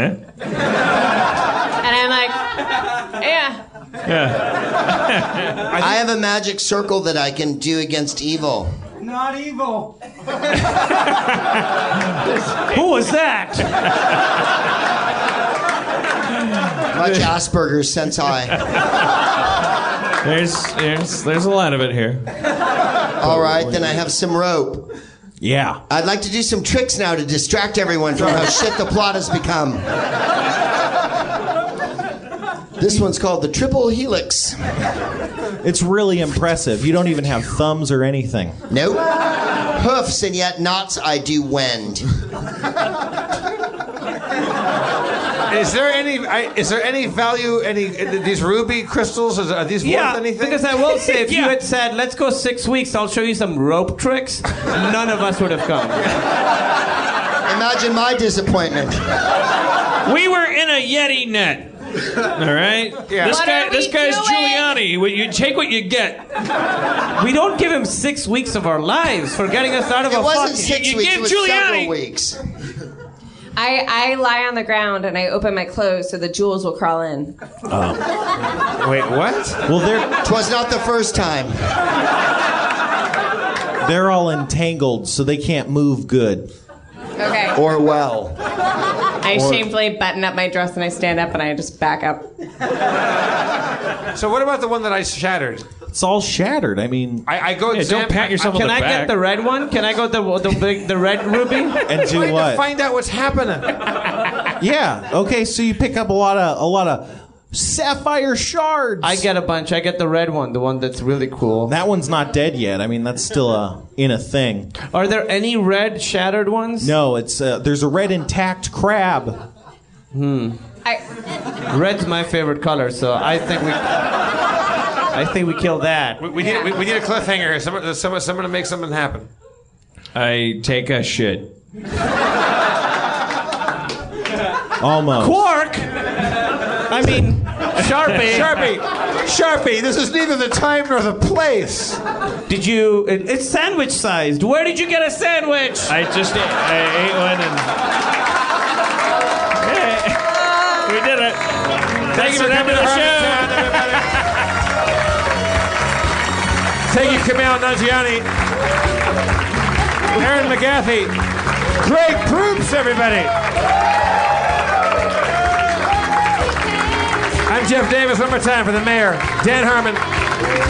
S12: And I'm like, yeah.
S5: I have a magic circle that I can do against evil.
S1: Not evil.
S6: Who was that?
S5: Much Asperger's since I.
S3: There's, there's, there's a lot of it here.
S5: All right, then I have some rope.
S9: Yeah.
S5: I'd like to do some tricks now to distract everyone from how shit the plot has become. This one's called the Triple Helix.
S9: It's really impressive. You don't even have thumbs or anything.
S5: Nope. Hoofs and yet knots I do wend.
S2: Is there any? I, is there any value? Any uh, these ruby crystals? Is, are these
S6: Yeah,
S2: worth anything?
S6: because I will say, if you
S3: Yeah.
S6: had said, "Let's go six weeks, I'll show you some rope tricks," none of us would have come.
S5: Imagine my disappointment.
S3: We were in a Yeti net. All right.
S2: Yeah.
S3: This
S12: What
S3: guy,
S12: are
S3: this
S12: we
S3: guy's
S12: doing?
S3: Giuliani. Well, You take what you get.
S6: We don't give him six weeks of our lives for getting us out of a
S5: It wasn't
S6: fucking.
S5: six
S3: Oh, you
S5: weeks,
S3: gave
S5: it was
S3: Giuliani-
S5: several weeks.
S7: I, I lie on the ground and I open my clothes so the jewels will crawl in.
S2: Wait, what?
S9: Well, they're
S5: Twas not the first time.
S9: they're all entangled, so they can't move good.
S7: Okay.
S5: Or well.
S7: I shamefully button up my dress and I stand up and I just back up.
S2: So what about the one that I shattered?
S9: It's all shattered. I mean,
S2: I, I go.
S3: Yeah,
S2: exam-
S3: don't pat yourself on
S6: Can
S3: the
S6: I
S3: back.
S6: get the red one? Can I go the the big the red ruby?
S9: and do
S2: I, I
S9: what?
S2: find out what's happening.
S9: Yeah. Okay. So you pick up a lot of a lot of sapphire shards.
S6: I get a bunch. I get the red one, the one that's really cool.
S9: that one's not dead yet. I mean, that's still uh, in a thing.
S6: Are there any red shattered ones?
S9: No, it's uh, there's a red intact crab.
S7: I,
S6: Red's my favorite color, so I think we. I think we kill that.
S2: We, we need we, we need a cliffhanger here. Someone, someone, someone to make something happen.
S3: I take a shit.
S9: Almost.
S6: Quark. I mean, Sharpie.
S2: Sharpie, Sharpie. This is neither the time nor the place.
S6: Did you? It, it's sandwich sized. Where did you get a sandwich?
S3: I just ate, I ate one and. Hey, we did it. Thank you for coming to the show.
S2: Thank you, Camille Nangiani, Aaron McGathy, Greg Proops, everybody. I'm Jeff Davis. One more time for the mayor, Dan Harmon.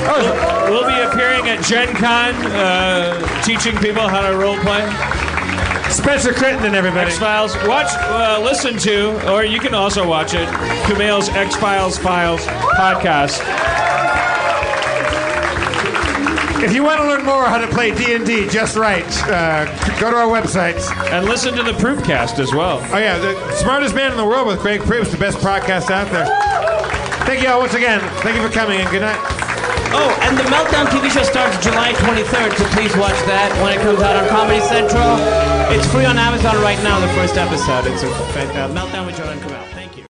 S2: Oh,
S3: We'll be appearing at Gen Con, uh, teaching people how to role play.
S2: Spencer Crittenden, everybody.
S3: X Files. Watch, uh, listen to, or you can also watch it. Kumail's X Files Files podcast.
S2: If you want to learn more how to play D&D just right, uh, go to our websites.
S3: And listen to the Proofcast as well.
S2: Oh yeah, the smartest man in the world with Greg Proops, the best podcast out there. Thank you all once again. Thank you for coming and good night.
S6: Oh, and the Meltdown TV show starts July 23rd, so please watch that when it comes out on Comedy Central. It's free on Amazon right now, the first episode. It's a uh, Meltdown with Jordan Kamel. Thank you.